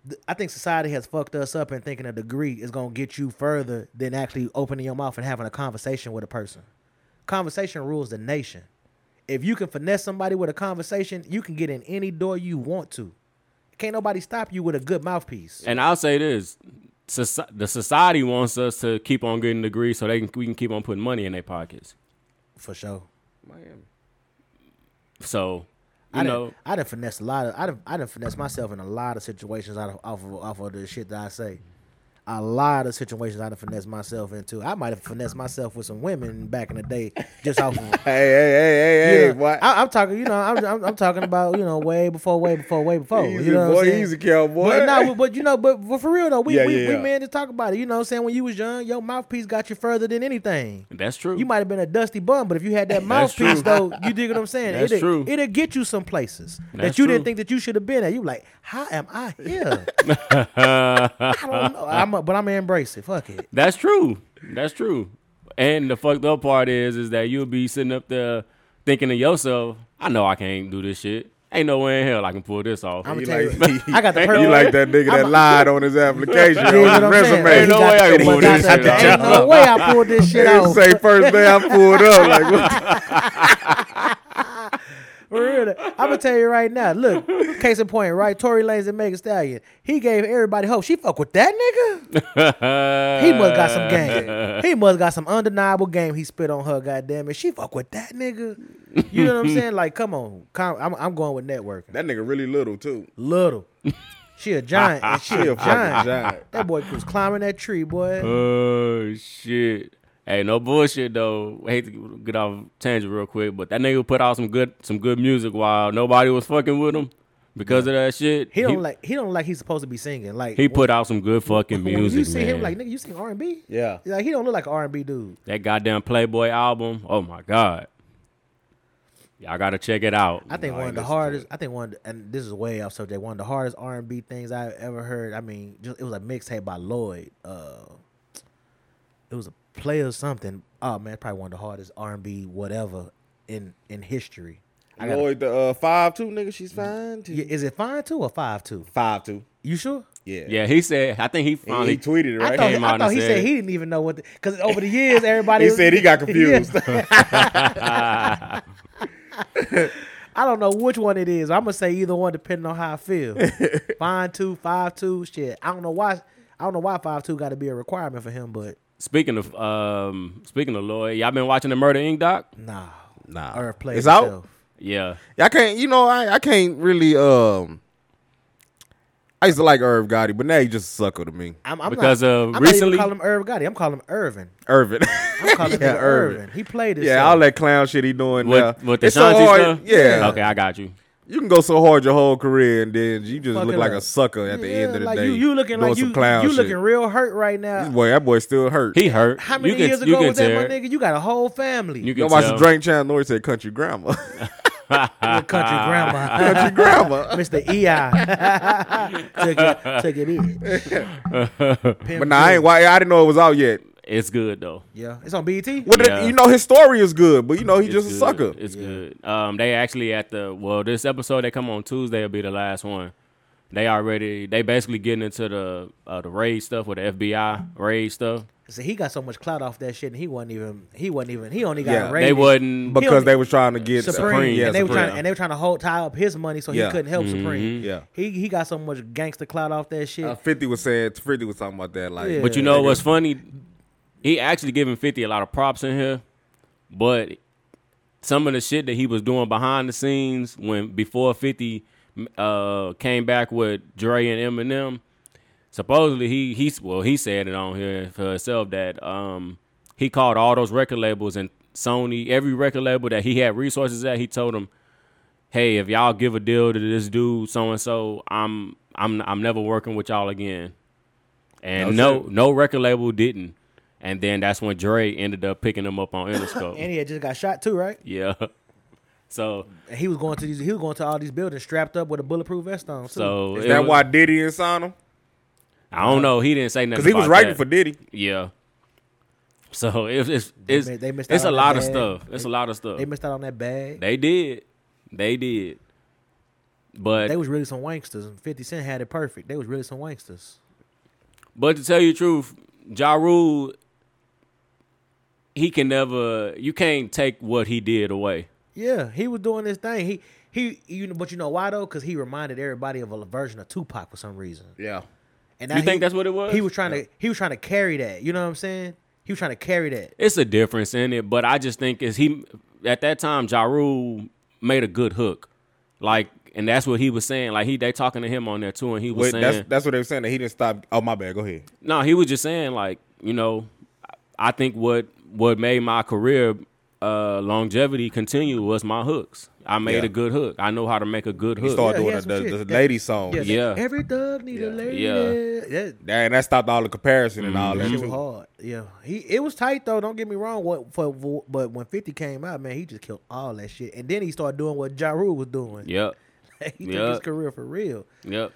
th- I think society has fucked us up in thinking a degree is gonna get you further than actually opening your mouth and having a conversation with a person. Conversation rules the nation. If you can finesse somebody with a conversation, you can get in any door you want to. Can't nobody stop you with a good mouthpiece. and I'll say this. soci- the society wants us to keep on getting degrees so they can, we can keep on putting money in their pockets. For sure. Miami. So, you I know, done, I done finesse a lot of I done, I done finesse myself in a lot of situations out of off of off of the shit that I say. A lot of situations I done finesse myself into. I might have finessed myself with some women back in the day just off of Hey, hey, hey, hey, hey, Yeah. boy. I, I'm talking, you know, I'm, I'm, I'm talking about, you know, way before, way before, way before. Easy, you know what boy, I'm saying? easy, cowboy. But, nah, but, but, you know, but, but for real though, we Yeah, we, yeah, yeah. we man to talk about it. You know what I'm saying? When you was young, your mouthpiece got you further than anything. that's true. You might have been a dusty bum, but if you had that mouthpiece, true. though, you dig what I'm saying? That's it'll, true. It'll get you some places that That's you true. didn't think that you should have been at. You like, how am I here? I don't know. I'm a, but I'm gonna embrace it. Fuck it. That's true. That's true. And the fucked up part is, is that you'll be sitting up there thinking to yourself, "I know I can't do this shit. Ain't no way in hell I can pull this off." I'm You gonna tell like- you, I got the You perfect. like that nigga that I'm a- lied on his application, on You know what his I'm saying? resume. Ain't no Got way I the- can pull got this the- shit Ain't off. no way I pulled this shit They out. say first day I pulled up. Like, what the- For real. I'm gonna tell you right now. Look, case in point, right? Tory Lanez and Megan Stallion. He gave everybody hope. She fuck with that nigga. He must got Uh, some game. He must got some undeniable game. He spit on her. Goddamn it. She fuck with that nigga. You know what I'm saying? Like, come on. Con- I'm, I'm going with networking. that nigga really little too. Little. She a giant. And she, He a a fucking giant. giant. That boy was climbing that tree, boy. Oh shit. Hey, no bullshit though. I hate to get off tangent real quick, but that nigga put out some good, some good music while nobody was fucking with him because of that shit. He don't like. He don't like. He's supposed to be singing. Like He put out some good fucking when music, you see man. him, like nigga, you sing R and B. Yeah. Like he don't look like an R and B dude. That goddamn Playboy album. Oh my god. Y'all gotta check it out. I think No, I one ain't of the listen to hardest. I think one, of the- and this is way off subject. One of the hardest R and B things I ever heard. I mean, just, it was a mixtape by Lloyd. Uh, it was a play or something. Oh man, probably one of the hardest R and B whatever in in history. I gotta, Lloyd, the uh, five two nigga, she's fine too. Yeah, is it five two or five two? Mm. Five two. You sure? Yeah. Yeah, he said. I think he He, he finally. tweeted it right. I thought, Came I out thought and he said, said- he didn't even know what because over the years everybody he said he got Yeah. confused. I don't know which one it is. I'm gonna say either one depending on how I feel. Fine two, five two, shit. I don't know why. I don't know why five two got to be a requirement for him, but Speaking of um, speaking of Lloyd, y'all been watching the Murder Inc. doc? nah, nah. Earth play it's out. itself. Yeah, I can't. You know, I I can't really. Um, I used to like Irv Gotti, but now he just a sucker to me. I'm, I'm Because, not, uh, I'm recently- not even calling him Irv Gotti. I'm calling him Irvin. Irvin. I'm calling Yeah, him Irvin. Irvin. He played it. yeah, all that clown shit he doing with now. with the It's so Shanti hard- stuff. Yeah. Okay, I got you. You can go so hard your whole career and then you just Fuck look it like up. a sucker at the end of the like day. you, you looking doing like you, some clown you shit. looking real hurt right now. Boy, that boy still hurt. He hurt. How many you can, years you ago can was tell. that, my nigga? You got a whole family. You Go can watch tell. the Drink Channel. He said Country Grandma. Your country grandma, country Grandma. Mr. EI, took it, took it in. But nah, I, ain't, why, I didn't know it was out yet. It's good though. Yeah, it's on E BET. What the- Yeah. you know, his story is good, but you know, he's It's just a good. sucker. It's good. Um, they actually at the well, this episode that come on Tuesday will be the last one. They already they basically getting into the uh, the raid stuff with the FBI raid stuff. See, he got so much clout off that shit, and he wasn't even. He wasn't even. He only got Yeah, they rated They wasn't. But- because they was trying to get Supreme, Supreme, yeah, and they were trying, Supreme. Mm-hmm. and they were trying to hold tie up his money, so Yeah. he couldn't help Supreme. Yeah. he he got so much gangster clout off that shit. Uh, 50 was saying, 50 was talking about that. Like, Yeah. but you know what's funny? He actually giving Fifty a lot of props in here, but some of the shit that he was doing behind the scenes when before Fifty uh, came back with Dre and Eminem, supposedly he he well he said it on here for himself that um he called all those record labels and Sony every record label that he had resources at he told them hey if y'all give a deal to this dude so and so I'm I'm I'm never working with y'all again and No no no, record label didn't and then that's when Dre ended up picking him up on and Interscope he had just got shot too, right? yeah so And he was going to these, he was going to all these buildings strapped up with a bulletproof vest on. Too. so Is it that was- why Diddy and sign him? I don't know he didn't say nothing Because he was about writing that. for Diddy. yeah so it's it's it's, mi- they missed it's out a on the lot of bag. stuff it's a lot of stuff they missed out on that bag. They did. They did. But They was really some wanksters, and Fifty Cent had it perfect. They was really some wanksters. but to tell you the truth, Ja Rule, he can never you can't take what he did away. Yeah, he was doing this thing. He he, you know, but you know why though? Because he reminded everybody of a version of Tupac for some reason. Yeah. And You now think he- that's what it was? He was trying to he was trying to carry that. You know what I'm saying? He was trying to carry that. It's a difference in it, but I just think is he at that time Ja Rule made a good hook. Like and that's what he was saying. Like he they talking to him on there too, and he was Wait, saying that's, that's what they were saying, that he didn't stop. Oh, my bad. Go ahead. No, he was just saying like you know, I think what what made my career uh, longevity continue was my hooks. I made Yeah. a good hook. I know how to make a good hook. Yeah, he Started doing had the, some the, shit. the lady song. Yeah. Yeah. Every thug need a lady. Yeah. That, That, and that stopped all the comparison and all that. shit Mm-hmm. was Too. hard. Yeah. He it was tight though, don't get me wrong. What for, for but when 50 came out, man, he just killed all that shit. And then he started doing what Ja Rule was doing. Yep, he Yeah. took his career for real. yep.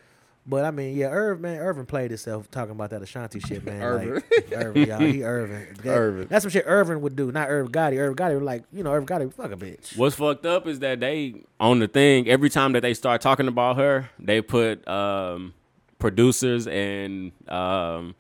But I mean, yeah, Irv, man, Irvin played himself talking about that Ashanti shit, man. Irvin. Like, Irvin, y'all, he Irvin. That- Irvin. That's some shit Irvin would do, not Irv Gotti. Irv Gotti was like, you know, Irv Gotti, fuck a bitch. What's fucked up is that they on the thing every time that they start talking about her, they put um, producers and um,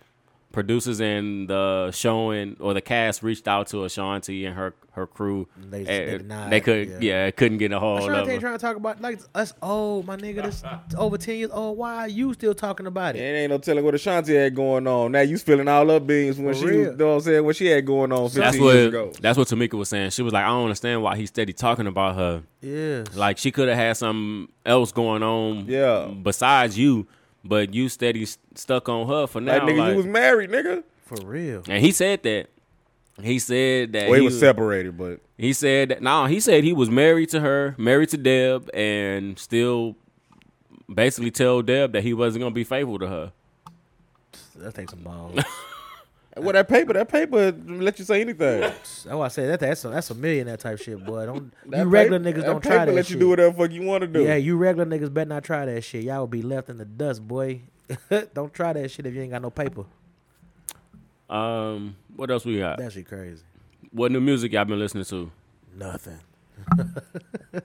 producers and the showing or the cast reached out to Ashanti and her her crew. They- they And denied, they could yeah. yeah. couldn't get a hold of Ashanti her. ain't trying to talk about like us old, my nigga. This over ten years old. Why are you still talking about It it? ain't no telling what Ashanti had going on. Now you spilling all up beans when For she, real. you know what I'm saying, what she had going on 15 That's years what ago. that's what Tamika was saying. She was like, I don't understand why he's steady talking about her. Yes. Like she could have had something else going on, Yeah. besides you. But you steady s- stuck on her for now. Like, nigga, like- you was married, nigga. for real. and he said that. He said that Well, he he was separated, but He said that. No, he said he was married to her, married to Deb, and still basically tell Deb that he wasn't gonna be faithful to her. That takes some balls. Well, that paper, that paper let you say anything. Oh, I said that. That's a, that's a millionaire type shit, boy. Don't That you regular paper- niggas that don't try paper that let shit. you do whatever the fuck you want to do. Yeah, you regular niggas better not try that shit. Y'all will be left in the dust, boy. don't try that shit if you ain't got no paper. Um, what else we got? That shit crazy. What new music y'all been listening to? Nothing.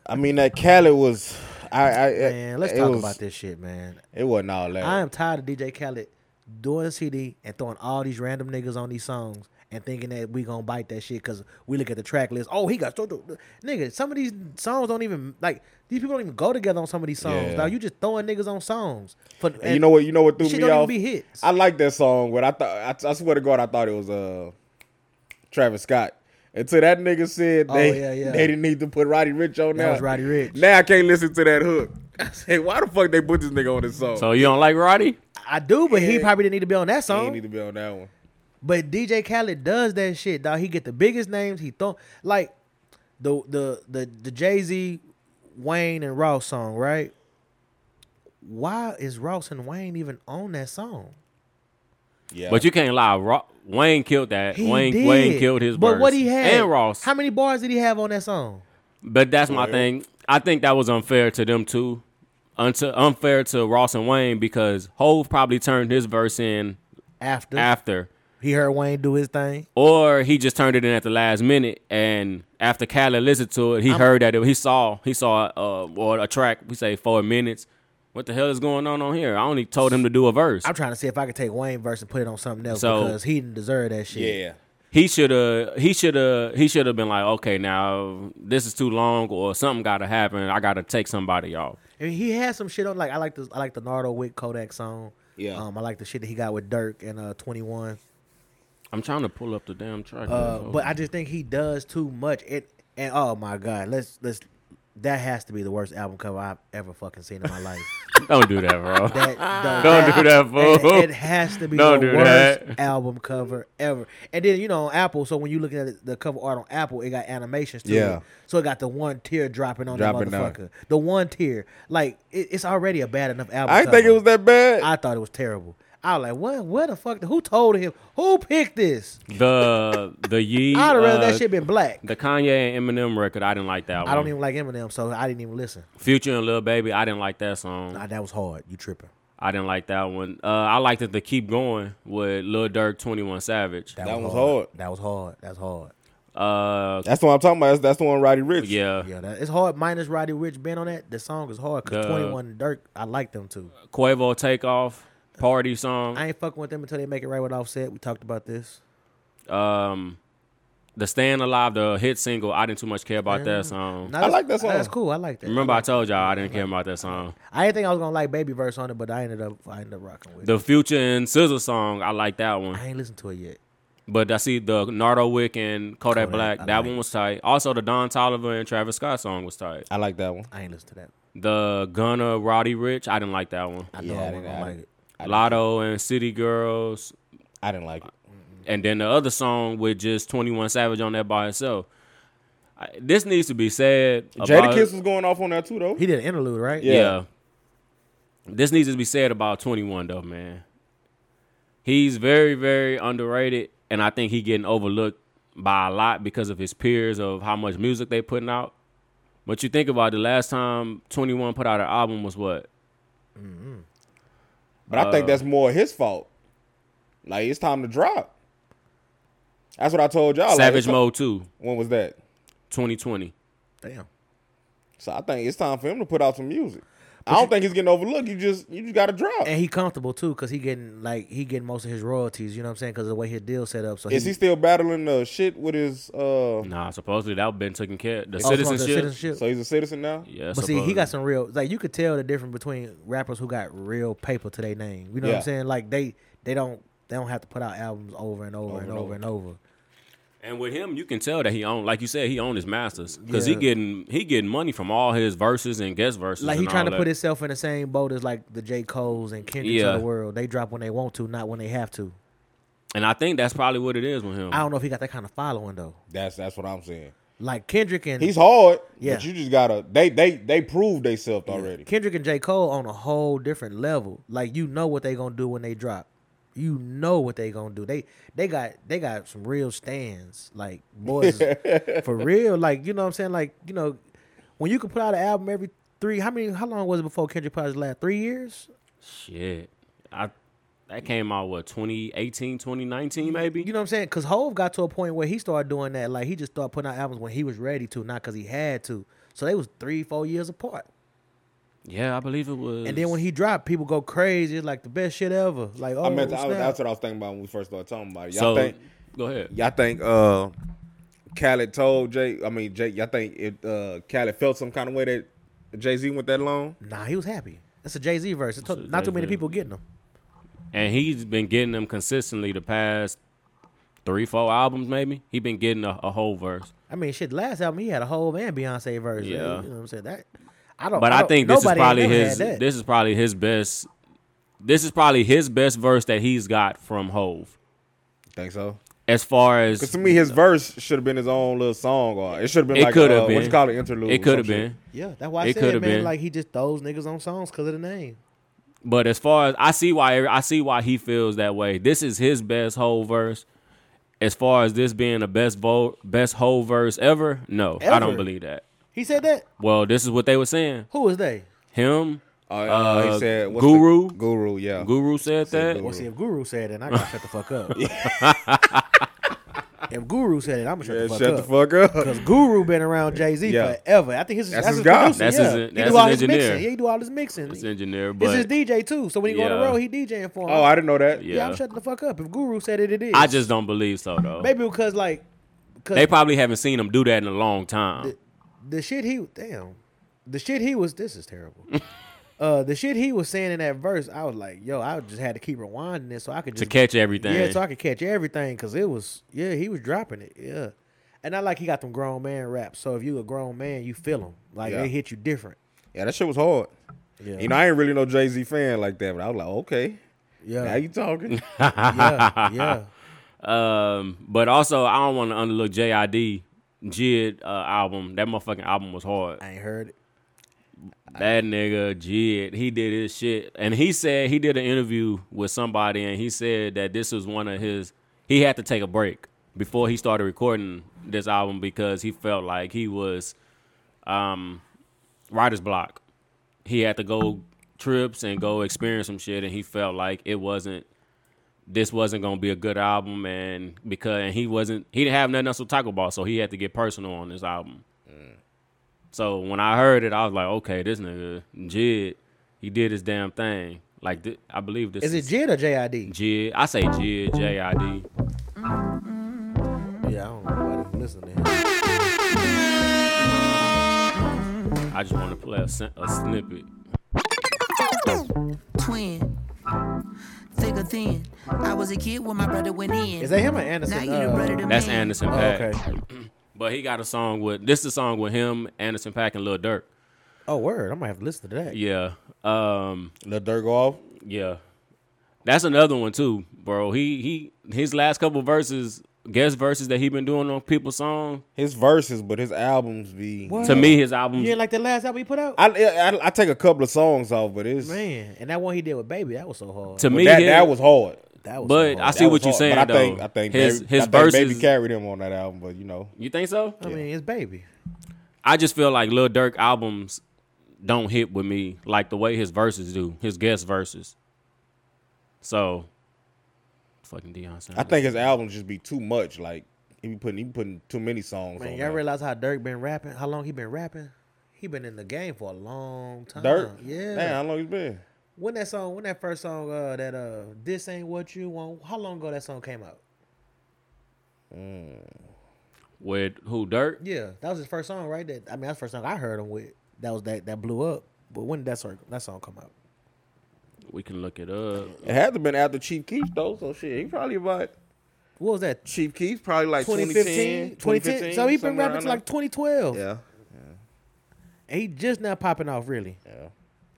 I mean, that Cali was. I, I Man, let's it talk was- about this shit, man. It wasn't all that. I am tired of DJ Khaled doing CD and throwing all these random niggas on these songs and thinking that we gonna bite that shit because we look at the track list. Oh, he got so nigga. Some of these songs don't even like these people don't even go together on some of these songs. Yeah. Now you just throwing niggas on songs. For And you know what? You know what threw shit don't me even off. be hits. I like that song, but I thought I, I swear to God, I thought it was uh Travis Scott. Until that nigga said Oh, they yeah, yeah. they didn't need to put Roddy Rich on That now. was Roddy Rich. Now I can't listen to that hook. I say, why the fuck they put this nigga on this song? So you don't like Roddy? I do, but he Yeah. probably didn't need to be on that he ain't song. need to be on that one. But DJ Khaled does that shit, dog. He get the biggest names. He throw like the the the the Jay Z, Wayne and Ross song, right? Why is Ross and Wayne even on that song? Yeah, But you can't lie. Ro- Wayne killed that. He Wayne did. Wayne killed his. But verse. what he had and Ross. How many bars did he have on that song? But that's my Well- thing. I think that was unfair to them too. Unto, unfair to Ross and Wayne because Hove probably turned his verse in After, after, he heard Wayne do his thing, or he just turned it in at the last minute. And after Khaled listened to it, he heard that it, he saw he saw uh or a track. We say four minutes. What the hell is going on on here? I only told him to do a verse. I'm trying to see if I could take Wayne verse and put it on something else So- because he didn't deserve that shit. yeah. he should have he should have he should have been like, okay, now this is too long or something got to happen. I got to take somebody off. I mean, he had some shit on like I like the I like the Nardo Wick Kodak song. Yeah. Um, I like the shit that he got with Dirk and uh Twenty One. I'm trying to pull up the damn track. Uh, but I just think he does too much. It and oh my god, let's let's that has to be the worst album cover I've ever fucking seen in my life. Don't do that, bro. That, Don't do that, fool. It, it has to be Don't the do worst that. album cover ever. And then you know on Apple, so when you looking at it- the cover art on Apple, it got animations to Yeah. it. So it got the one tear dropping on Dropping the down. motherfucker. The one tear, like it, it's already a bad enough album. I didn't think it cover. was that bad. I thought it was terrible. I was like, what? What the fuck? Who told him? Who picked this? the the Yee, I'd have rather that uh, shit been black. the Kanye and Eminem record. I didn't like that one. I don't even like Eminem, so I didn't even listen. Future and Lil Baby. I didn't like that song. Nah, that was hard. You tripping? I didn't like that one. Uh, I liked it to keep going with Lil Durk, Twenty One Savage. That was hard. That was hard. That's hard. Uh, That's what I'm talking about. That's, that's the one Roddy Rich. yeah. Yeah, that, it's hard. Minus Roddy Rich been on that. The song is hard because The- Twenty One and Dirk, I like them too. Quavo Takeoff party song. I ain't fucking with them until they make it right with Offset. We talked about this. Um, the Stand Alive, the hit single. I didn't too much care about that song. Now, I that's- like that song. That's cool. I like Mm. that. Remember, I told y'all I didn't care about that song. I didn't think I was gonna like Baby Verse on it, but I ended up I ended up rocking with. it. The Future and Scissor song. I like that one. I ain't listened to it yet. But I see the Nardo Wick and Kodak, Kodak, Black. I that like. one was tight. Also, the Don Tolliver and Travis Scott song was tight. I like that one. I ain't listened to that. The Gunna Roddy Rich. I didn't like that one. I Yeah, know I I wasn't didn't- gonna I like didn't- it. Lotto and City Girls. I didn't like it. And then the other song with just 21 Savage on there by itself. I, this needs to be said. Jada about- Kiss was going off on that too, though. He did an interlude, right? Yeah. Yeah. This needs to be said about 21 though, man. He's very, very underrated, and I think he getting overlooked by a lot because of his peers of how much music they putting out. But you think about it, the last time 21 put out an album was what? But I think that's Uh, more his fault. Like it's time to drop. That's what I told y'all. like, Savage it's- Mode 2, When was that? 2020. Damn. So I think it's time for him to put out some music. I don't think he's getting overlooked. You just you just got to drop. And he comfortable too, cause he getting like he getting most of his royalties. You know what I'm saying? Cause of the way his deal set up. So Is he still battling the shit with his? uh Nah, supposedly that been taken care of. The Oh, it's on the citizenship. citizenship. So he's a citizen now. Yeah, But see, he supposedly. got some real like you could tell the difference between rappers who got real paper to their name. You know what Yeah. I'm saying? Like they they don't they don't have to put out albums over and over, and over and over. And with him, you can tell that he own, like you said, he owned his masters because Yeah. he getting he getting money from all his verses and guest verses. Like he and trying all to that. put himself in the same boat as like the J. Cole's and Kendrick's Yeah. of the world. They drop when they want to, not when they have to. And I think that's probably what it is with him. I don't know if he got that kind of following though. That's that's what I'm saying. Like Kendrick and He's hard. Yeah. But you just gotta. They they they proved themselves already. Kendrick and J. Cole on a whole different level. Like you know what they gonna do when they drop. You know what they gonna do. They they got they got some real stands. Like boys for real. Like, you know what I'm saying? Like, you know, when you could put out an album every three how many how long was it before Kendrick put out his last three years? Shit. I that came out what 2018, 2019 maybe? You know what I'm saying? Because Hove got to a point where he started doing that. Like he just started putting out albums when he was ready to, not because he had to. So they was three, four years apart. yeah, I believe it was. And then when he dropped, people go crazy. It's like the best shit ever. Like oh, I meant to, I was, snap. that's what I was thinking about when we first started talking about it. Y'all so think go ahead. y'all think uh Khaled told Jay I mean Jay y'all think it uh Khaled felt some kind of way that Jay Z went that long? nah, he was happy. That's a Jay Z verse. It's to- a not too many Jay-Z. people getting them. And he's been getting them consistently the past 3 4 albums maybe. He been getting a, a whole verse. I mean, shit. Last album he had a whole and Beyonce verse. Yeah, you know Yeah. what I'm saying? That I don't. But I don't- think this is nobody ain't probably never his had that. this is probably his best this is probably his best verse that he's got from Hove. Think so? As far as Because to me, his verse should have been his own little song, or it should have been It like coulda uh, what's been. called an interlude. it or could have some shit. been. yeah, that's why I It said, man, could've been. like he just throws niggas on songs because of the name. But as far as I see why every- I see why he feels that way. This is his best whole verse. As far as this being the best vo- best whole verse ever, no, I Ever. don't believe that. He said that. Well, this is what they were saying. Who is they? Him, Uh, Uh, he said what's Guru? the- Guru, yeah. Guru said that. Guru. Well, see, if Guru said it, I gotta shut the fuck up. if Guru said it, I'm gonna shut Yeah, the fuck shut up. the fuck up. Cause Guru been around Jay Z Yeah. forever. I think his That's that's, his his, guy. producer, That's yeah. his- he that's do all his his mixing. engineer. Yeah, he do all his mixing. This engineer, He's his but DJ too. So when he go on the Yeah. road, he DJing for him. Oh, I didn't know that. yeah. Yeah. I'm shutting the fuck up. If Guru said it, it is. I just don't believe so though. maybe because like because They probably haven't seen him do that in a long time. the shit he damn the shit he was this is terrible. uh, the shit he was saying in that verse, I was like, yo, I just had to keep rewinding it so I could To just catch everything. Yeah, so I could catch everything because it was yeah he was dropping it yeah, and I like he got them grown man raps. So if you a grown man, you feel them like Yeah. they hit you different. Yeah, that shit was hard. Yeah, You know, I ain't really no Jay Z fan like that, but I was like, okay, now yeah, you talking. yeah, yeah. Um, but also I don't want to underlook JID Jid uh, album. That motherfucking album was hard. I ain't heard it. That nigga Jid, he did his shit, and he said he did an interview with somebody, and he said that this was one of his. He had to take a break before he started recording this album because he felt like he was, um, writer's block. He had to go trips and go experience some shit, and he felt like it wasn't. This wasn't gonna be a good album, and because and he wasn't, he didn't have nothing else to talk about, so he had to get personal on this album. Mm. So when I heard it, I was like, okay, this nigga Jid, he did his damn thing. Like thi- I believe this Is is, it Jid or JID? Jid. I say Jid, J I D. Yeah, I don't know why they listen to him. I just want to play a, sen- a snippet. twin, thick or thin. I was a kid when my brother went in. Is that him or now Anderson? you the brother Uh, to That's me. Anderson oh, Paak. okay. But he got a song with this is a song with him, Anderson Paak, and Lil Durk. Oh word, I might have to listen to that. Yeah. Um, Let Dirk go off. yeah. That's another one too, bro. He he his last couple verses, guest verses that he been doing on people's song. His verses, but his albums be. What? To me, his albums You didn't like the last album he put out? I, I I take a couple of songs off, but it's Man, and that one he did with Baby, that was so hard. to but me that his- that was hard. that was but so I hard. see That what was you're hard, saying but I though. think I think his Baby, his I think verses. Baby carried him on that album, but you know you think so? I mean, it's Baby. I just feel like Lil Durk albums don't hit with me like the way his verses do, his guest verses. So, fucking Deion Sanders. I think his albums just be too much. Like he be putting he be putting too many songs Man, on. y'all there. realize how Dirk been rapping? How long he been rapping? He been in the game for a long time. Dirk, yeah. Damn, how long he been? When that song, when that first song, uh, that uh, this ain't what you want. How long ago that song came out? with who Durk? Yeah, that was his first song, right? That I mean, that's the first song I heard him with. That was that that blew up. But when did that song that song come out? We can look it up. It had to been after Chief Keef though, so shit. He probably about What was that? Chief Keef probably like 2015, 2010, 2010. So he been somewhere rapping around to like there. 2012. yeah, And he just now popping off. Really yeah.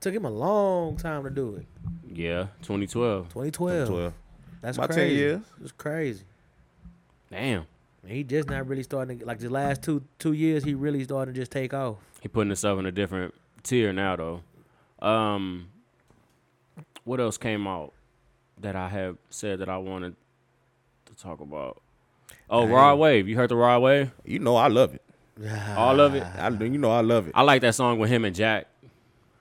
took him a long time to do it. Yeah, 2012. 2012. 12. That's About 10 crazy. years. It's crazy. Damn, And he just not really starting to, like the last two two years. He really starting to just take off. he putting himself in a different tier now though. Um, what else came out? that I have said that I wanted to talk about. Oh, Rod Wave. You heard the Rod Wave? You know I love it. All of it. Uh, I, you know I love it. I like that song with him and Jack.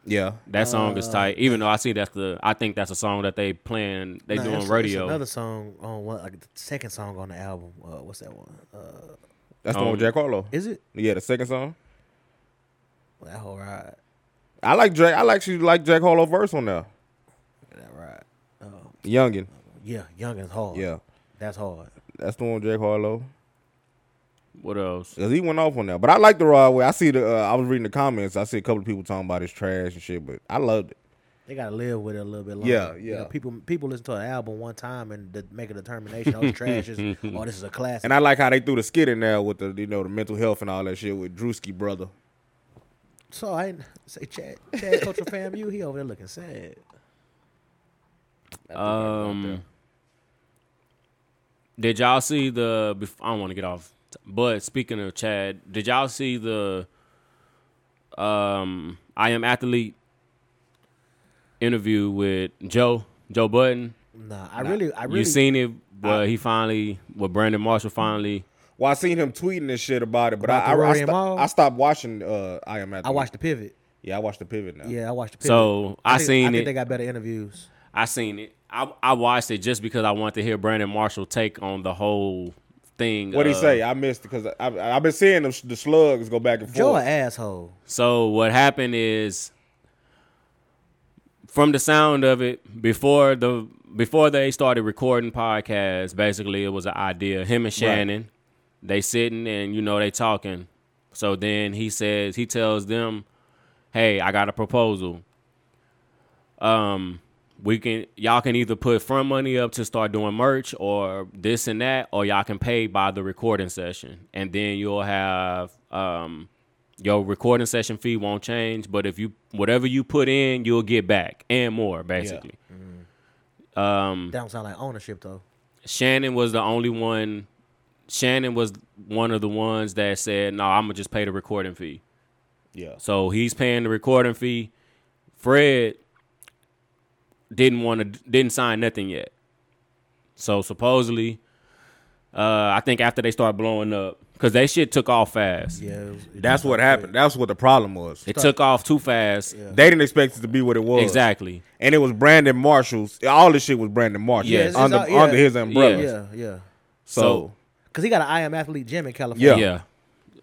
Yeah. That song uh, is tight. Even though I see that's the, I think that's a song that they playing. They Nah, doing it's- it's radio. another song on one, like the second song on the album. Uh, what's that one? Uh, That's the one with Um, Jack Harlow. is it Yeah, the second song. Well, that whole ride? I like Jack. I actually like Jack Harlow verse on there. That ride. Um, Youngin. yeah, young is hard. Yeah. that's hard. That's the one with Jack Harlow. what else? Cause he went off on that, but I like the Rod way. I see the. Uh, I was reading the comments. I see a couple of people talking about his trash and shit, but I loved it. They gotta live with it a little bit longer. Yeah, You know, yeah. people people listen to an album one time and de- make a determination. Oh, it's trash. Is, oh, this is a classic. And I like how they threw the skit in there with the you know the mental health and all that shit with Drewski brother. so I ain't say Chad Chad cultural fam. You he over there looking sad. Um, did y'all see the? bef- I don't want to get off, but speaking of Chad, did y'all see the? Um, I am athlete interview with Joe Joe Button. Nah, I really, I really. you seen it? Where he finally, where Brandon Marshall finally. Well, I seen him tweeting and shit about it, but About I the I, I, Rory and sto- Maul? I stopped watching. Uh, I am at. I watched the pivot. Yeah, I watched the pivot now. Yeah, I watched the pivot. So I, think- seen I it. think they got better interviews. I seen it. I I watched it just because I wanted to hear Brandon Marshall take on the whole thing. What would he of- say? I missed because I, I I've been seeing them, the slugs go back and forth. Joe, an asshole. So what happened is, from the sound of it, before the before they started recording podcasts, basically it was an idea. Him and Shannon, they sitting and you know they talking. So then he says he tells them, "Hey, I got a proposal. Um, we can y'all can either put front money up to start doing merch or this and that, or y'all can pay by the recording session, and then you'll have um." your recording session fee won't change, but if you whatever you put in, you'll get back and more basically. That don't sound like ownership though. Shannon was the only one Shannon was one of the ones that said, "No, I'm going to just pay the recording fee." Yeah. So he's paying the recording fee. Fred didn't want to didn't sign nothing yet. So supposedly uh I think after they start blowing up cuz they shit took off fast. Yeah, it was- it That's what happened. That's what the problem was. It took off too fast. They didn't expect it to be what it was. Exactly. And it was Brandon Marshall's. All this shit was Brandon Marshall. Yes. Under, It's all- yeah. under his umbrella. Yes. Yeah, yeah. So, Cause he got an I am athlete gym in California. Yeah. Yeah.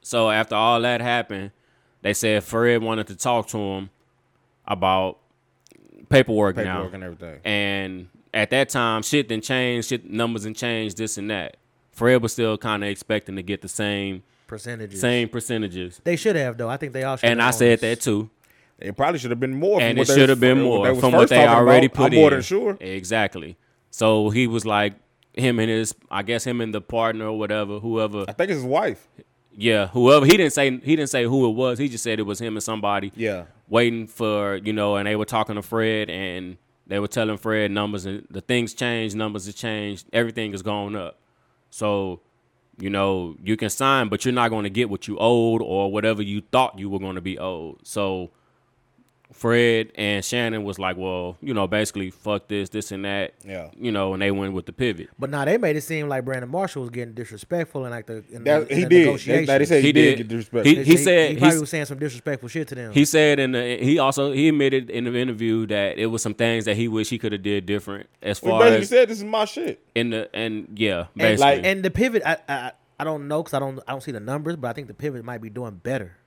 So after all that happened, they said Fred wanted to talk to him about paperwork, paperwork now. and everything. And at that time, shit then changed, shit numbers and changed, this and that. Fred was still kind of expecting to get the same Percentages. same percentages. They should have though. I think they all should. And I have said owners. that too. It probably should have been more. from And it what they- should have been from more was from what first they talking about. already put I'm in. more than sure. Exactly. So he was like, him and his, I guess him and the partner or whatever, whoever. I think it's his wife. Yeah, whoever. He didn't say he didn't say who it was. He just said it was him and somebody. Yeah. waiting for you know, and they were talking to Fred, and they were telling Fred numbers, and the things changed, numbers have changed, everything has gone up. So, you know, you can sign, but you're not going to get what you owed or whatever you thought you were going to be owed. So, Fred and Shannon was like, well, you know, basically, fuck this, this and that. Yeah. You know, and they went with the pivot. But now they made it seem like Brandon Marshall was getting disrespectful and like the in That, the, he in the did. They, negotiations. they said he, He did. did. get disrespect. He- said- he he probably s- was saying some disrespectful shit to them. He said, and he also he admitted in the interview that it was some things that he wished he could have did different as we far basically as said this is my shit. in the and yeah, and, basically. and the pivot. I, I I don't know because I don't I don't see the numbers, but I think the pivot might be doing better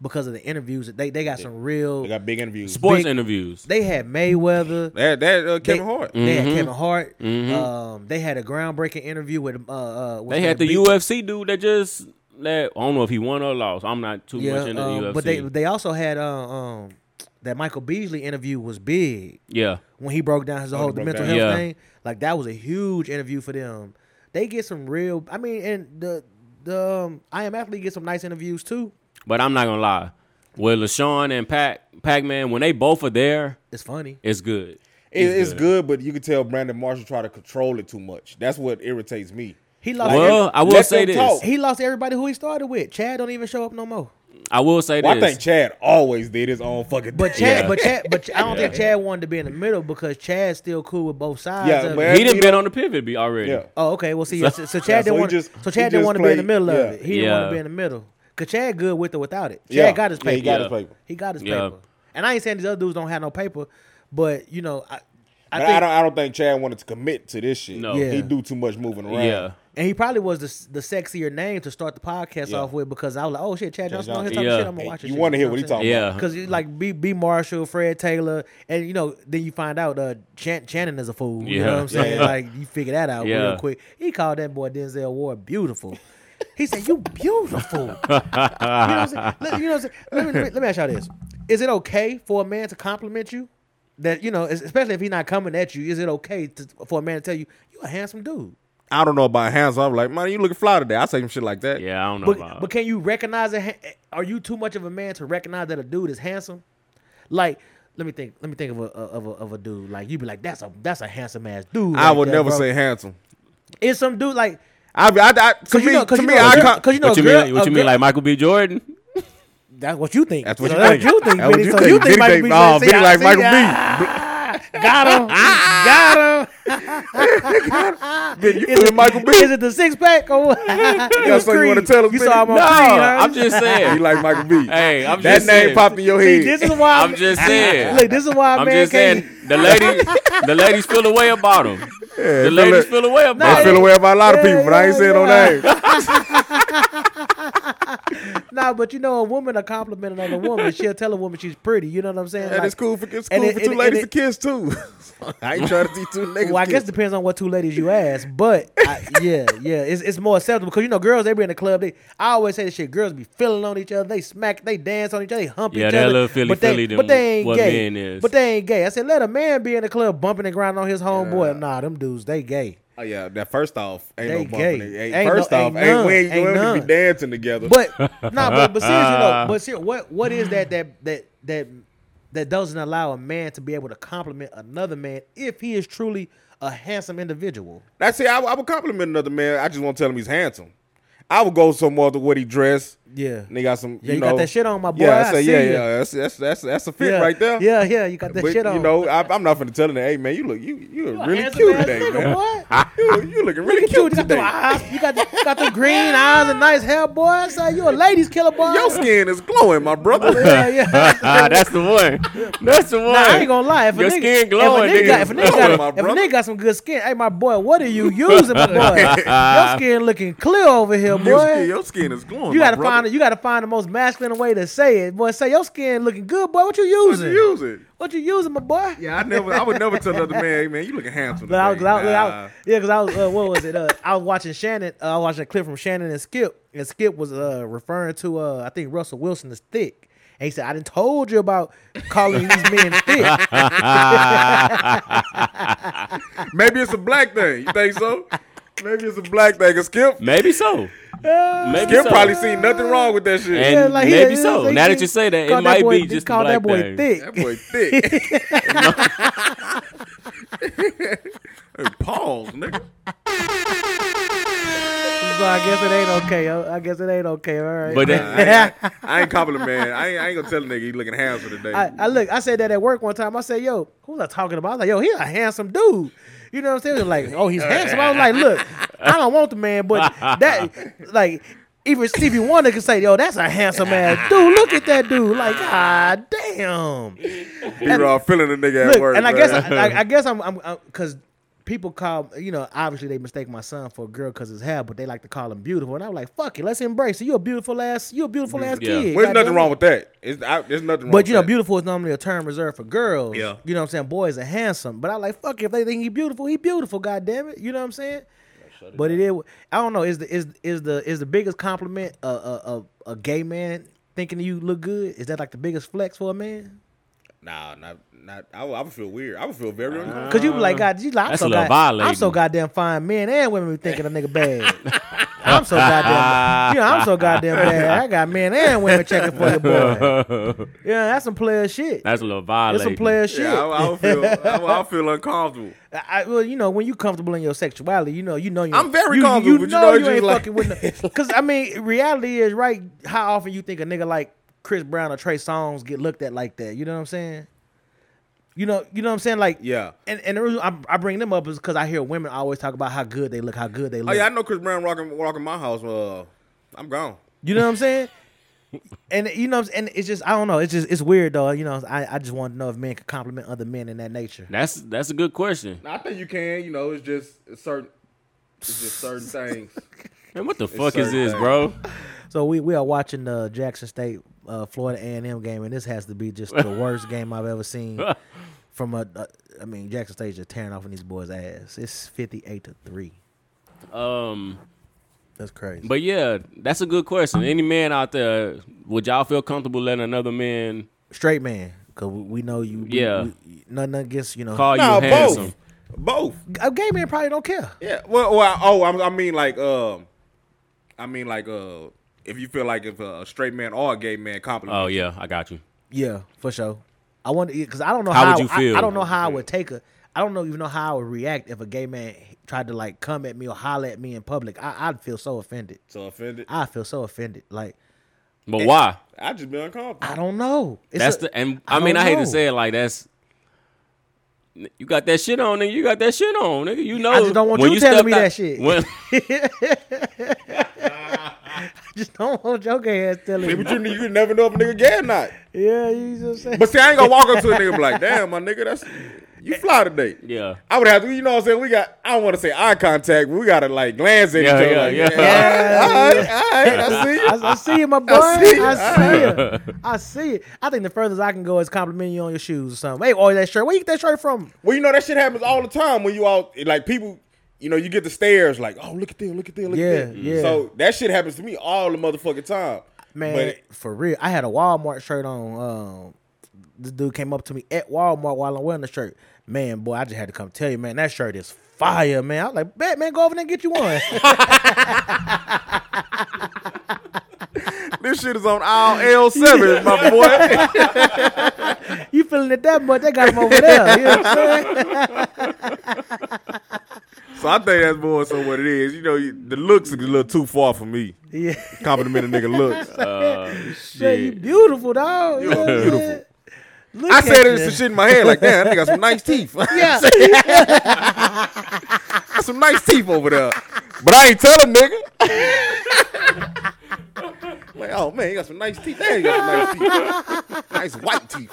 because of the interviews. They they got some real. They got big interviews. sports big- interviews. they had Mayweather. That that uh, Kevin they, Mm, Hart. They Mm-hmm. had Kevin Hart. Um, they had a groundbreaking interview with. Uh, uh, what's They his had the name? Big- UFC dude that just that I don't know if he won or lost. I'm not too Yeah, much into um, the UFC. but they they also had uh, um that Michael Beasley interview was big yeah, when he broke down his whole the Oh, broke mental down. health Yeah. thing. Like that was a huge interview for them. They get some real. I mean, and the the um, I am athlete get some nice interviews too. but I'm not gonna lie. With LaShawn and Pac Pac Man, when they both are there, It's funny. it's good. It, it's good, but you can tell Brandon Marshall try to control it too much. That's what irritates me. He lost. Well, I will let say this. them talk. he lost everybody who he started with. Chad don't even show up no more. I will say Well, I this. think Chad always did his own fucking. But thing. Chad, Yeah. but Chad, but I don't think Chad wanted to be in the middle because Chad's still cool with both sides. Yeah, of but- it. he done you been know- on the pivot be already. yeah, Oh, okay. Well, see, so, So- so Chad Yeah, so didn't he want. just- so he Chad didn't just want to be in the played- middle yeah. of it. He didn't want Yeah. to be in the middle. Cause Chad good with or without it. Chad yeah. got his Yeah, paper. he got Yeah. his paper. He got his Yeah. paper. And I ain't saying these other dudes don't have no paper, but you know, I, I But think, I don't. I don't think Chad wanted to commit to this shit. No. Yeah. he do too much moving around. Yeah. and he probably was the, the sexier name to start the podcast Yeah. off with because I was like, oh shit, Chad Johnson on his type Johnson. Yeah. of shit. I'm gonna Hey, watch this you shit, wanna hear know what he I'm saying? talking Yeah. Cause you like B B Marshall, Fred Taylor, and you know, then you find out uh Chan- Channing is a fool. You know Yeah. what I'm saying? Yeah. Like you figure that out Yeah. real quick. He called that boy Denzel Ward beautiful. He said, "You beautiful." you know what I'm saying? Let, you know what I'm saying? Let, me, let me- let me ask y'all this: Is it okay for a man to compliment you? That you know, es- especially if he's not coming at you, is it okay to, for a man to tell you you a handsome dude? I don't know about hands. I'm like, man, you looking fly today? I say some shit like that. Yeah, I don't know But, about but can you recognize it? Are you too much of a man to recognize that a dude is handsome? Like, let me think. Let me think of a of a, of a dude. Like you'd be like, that's a that's a handsome ass dude. I right would there, never bro." say handsome. It's some dude like I, I, I to because me, you know to because you me, know I a girl- con- 'cause you know what a you girl- mean? What a you girl- mean, like Michael B. Jordan? that's what you think. That's what So you that's think. what you think. That's what Benny. you So think. you think Michael Benny think, B. nah, See, Benny I like see, Michael B. ah, Got him. Got him. Bitch, Is you feeling it Michael B? Is it the six pack or what? It was something you wanna Creed. tell us, You Benny? saw him on No, Creed, huh? I'm just You saying. like Michael B? hey, I'm that just saying. name popped in your See, head. this is why I'm just saying. Look, this is why a I'm man just can't. saying the lady, the ladies feel away about him. the ladies feel away I about feel him. away about a lot of Yeah, people, but I ain't yeah, saying no name. Nah, but you know, a woman a compliment another woman. She'll tell a woman she's pretty. You know what I'm saying? And Like, it's cool for it's and cool it- for and two it- ladies to and kiss too. I ain't trying to see two niggas. Well, I guess kiss. it depends on what two ladies you ask, but I, yeah, yeah, it's, it's more acceptable because you know girls they be in the club. They I always say this shit. Girls be feeling on each other. They smack. They dance on each other. They hump Yeah, each that other. little Philly but they, Philly than but they ain't what gay. men is. But they ain't gay. I said let a man be in the club bumping and grinding on his homeboy. Nah, them dudes they gay. Oh yeah, that first off ain't They no bumping. gay. it. Ain't, Ain't first no- off, ain't ain't, none. we ain't, Ain't we don't be none. dancing together. But nah, but, but seriously Uh. though, but ser- what what is that that that that that doesn't allow a man to be able to compliment another man if he is truly a handsome individual? that's it. I, I would compliment another man. I just want to tell him he's handsome. I would go somewhere to what he dressed. Yeah. and they got some. Yeah, you, you know, got that shit on, my boy. Yeah, I I say see yeah, you. yeah. That's that's that's that's a fit yeah, right there. Yeah, yeah, you got that but shit on. you know, I, I'm not finna tell him that. Hey man, you look you you, look a really handsome cute ass today, nigga, man. boy. You, you looking really Look at you, you cute got the today. eyes, you got the, got the green eyes and nice hair, boy. So you a ladies killer, boy. Your skin is glowing, my brother. yeah, yeah. Ah, that's the one. That's the one. Nah, I ain't gonna lie. If Your a nigga, skin glowing, if a nigga, nigga. Got, if, a nigga Glowing, got, my if a brother. nigga got some good skin, hey, my boy, what are you using, my boy? Your skin looking clear over here, Your skin, boy. your skin is glowing. You my gotta brother. find you gotta find the most masculine way to say it, boy. Say your skin looking good, boy. What you What using? you using? What you using, my boy? Yeah, I never, I would never tell another man, hey man, you looking handsome. But I was, today. I was- I was- Nah. yeah, because I was, uh, what was it? Uh, I was watching Shannon. Uh, I was watching a clip from Shannon and Skip, and Skip was uh, referring to, uh, I think Russell Wilson is thick, and he said, "I didn't told you about calling these men thick." Maybe it's a black thing. You think so? Maybe it's a black thing. 'Cause Skip, Maybe so. Maybe Skip so. probably seen nothing wrong with that shit. And- he- maybe he- so. he- Now that he you say that, it called might boy- be he just called the that boy black thing. that thick. boy thick. hey, pause, nigga. So I guess it ain't okay. yo. I guess it ain't okay. All right. But I, that, ain't- I ain't compliment man. I ain't, I ain't gonna tell a nigga you looking handsome today. I, I look. I said that at work one time. I said, "Yo, who was I talking about?" I was like, "Yo, he's a handsome dude." You know what I'm saying? They was Like, oh, he's handsome. I was like, look, I don't want the man, but that, like, even Stevie Wonder can say, "Yo, that's a handsome ass dude. Look at that dude. Like, ah, damn." People all feeling the nigga at Look, work. and I guess man. I, I, I guess I'm I'm because people call you know obviously they mistake my son for a girl because his hair, but they like to call him beautiful, and I'm like, fuck it, let's embrace it. You a beautiful ass, you a beautiful ass Yeah. kid. well, there's nothing Goddamn wrong it. with that. It's, I, there's nothing wrong. But you know, with that. beautiful is normally a term reserved for girls. Yeah. You know what I'm saying? Boys are handsome. But I like fuck it, if they think he beautiful, he beautiful, god damn it. You know what I'm saying? But it is I don't know, is the is is the is the biggest compliment a a, a, a gay man thinking you look good? Is that like the biggest flex for a man? Nah, not not. I would, I would feel weird. I would feel very Uh-huh. uncomfortable. Cause you be like, God, you like, I'm Uh, That's so a little god- I'm violating. so goddamn fine men and women be thinking a nigga bad. I'm so goddamn. yeah, I'm so goddamn bad. I got men and women checking for your boy. Yeah, that's some player shit. That's a little That's violation. some player shit. Yeah, I, I would feel I, would- I would feel uncomfortable. I, well, you know, when you comfortable in your sexuality, you know, you know, you. I'm very you, comfortable, but you know, it's just ain't like- fucking with. Because I mean, reality is right. How often you think a nigga like Chris Brown or Trey Songz get looked at like that? You know what I'm saying? You know, you know what I'm saying? Like, Yeah. And and the reason I, I bring them up is because I hear women always talk about how good they look, how good they Oh look. yeah, I know Chris Brown rocking rocking my house. Uh, I'm gone. You know what I'm saying? And you know, what I'm, and it's just I don't know. It's just it's weird though. You know, I, I just want to know if men can compliment other men in that nature. That's that's a good question. I think you can. You know, it's just it's certain. It's just certain things. Man, what the fuck is certain this, things. bro? So we, we are watching the Jackson State uh, Florida A and M game, and this has to be just the worst game I've ever seen. From a, a, I mean Jackson State's just tearing off in these boys' ass. It's fifty eight to three. Um, That's crazy. but yeah, that's a good question. Any man out there, would y'all feel comfortable letting another man Straight man, cause we, we know you. we- Yeah. we- nothing against you know. call No, you handsome? both, both. a gay man probably don't care. Yeah. Well, well oh, I, I mean like um, I mean like uh, if you feel like if a straight man or a gay man Oh compliment, yeah, I got you. Yeah, for sure. I wonder because I don't know How how, would you I- feel? I, don't know how I would take a. I don't know even know how I would react if a gay man tried to like come at me or holler at me in public. I, I'd feel so offended. so offended, I feel so offended. Like But why? I just be uncomfortable. I don't know. It's That's a- the and I I, mean don't I hate to know. say it like that's you got that shit on, nigga. You got that shit on, nigga. You know, just don't want when you telling stepped me out- that shit. When, just don't hold your gay ass telling See, me. but you, you never know if a nigga gay or not. Yeah, you just saying. But see, I ain't gonna walk up to a nigga and be like, damn, my nigga, that's you fly today. yeah, I would have to, you know what I'm saying? We got, I don't want to say eye contact, but we got to like glance at Yeah, each other. yeah, like, yeah. All right, all right, I see you. I, I see you, my boy. I see, see you. it. I see it. I think the furthest I can go is complimenting you on your shoes or something. Hey, or that shirt. Where you get that shirt from? Well, you know, that shit happens all the time when you out, like people, you know, you get the stares like, oh, look at this, look at this, look Yeah, at this. yeah. So that shit happens to me all the motherfucking time. Man, But for real, I had a Walmart shirt on. Um, this dude came up to me at Walmart while I'm wearing the shirt. Man, boy, I just had to come tell you, man, that shirt is fire, man. I was like, bet, man, go over there and get you one. this shit is on aisle L7, my boy. you feeling it that much? They got him over there. You know what I'm saying? so I think that's more so what it is. You know, you, the looks is a little too far for me. Yeah. Complimenting nigga looks. uh, Yeah, you shit. beautiful, dog. You know what I'm beautiful. saying? Look I said at it you. some shit in my head like, damn, they got some nice teeth. Yeah. got some nice teeth over there. But I ain't telling nigga. like, oh man, you got some nice teeth. Damn, you got some nice teeth. Nice white teeth.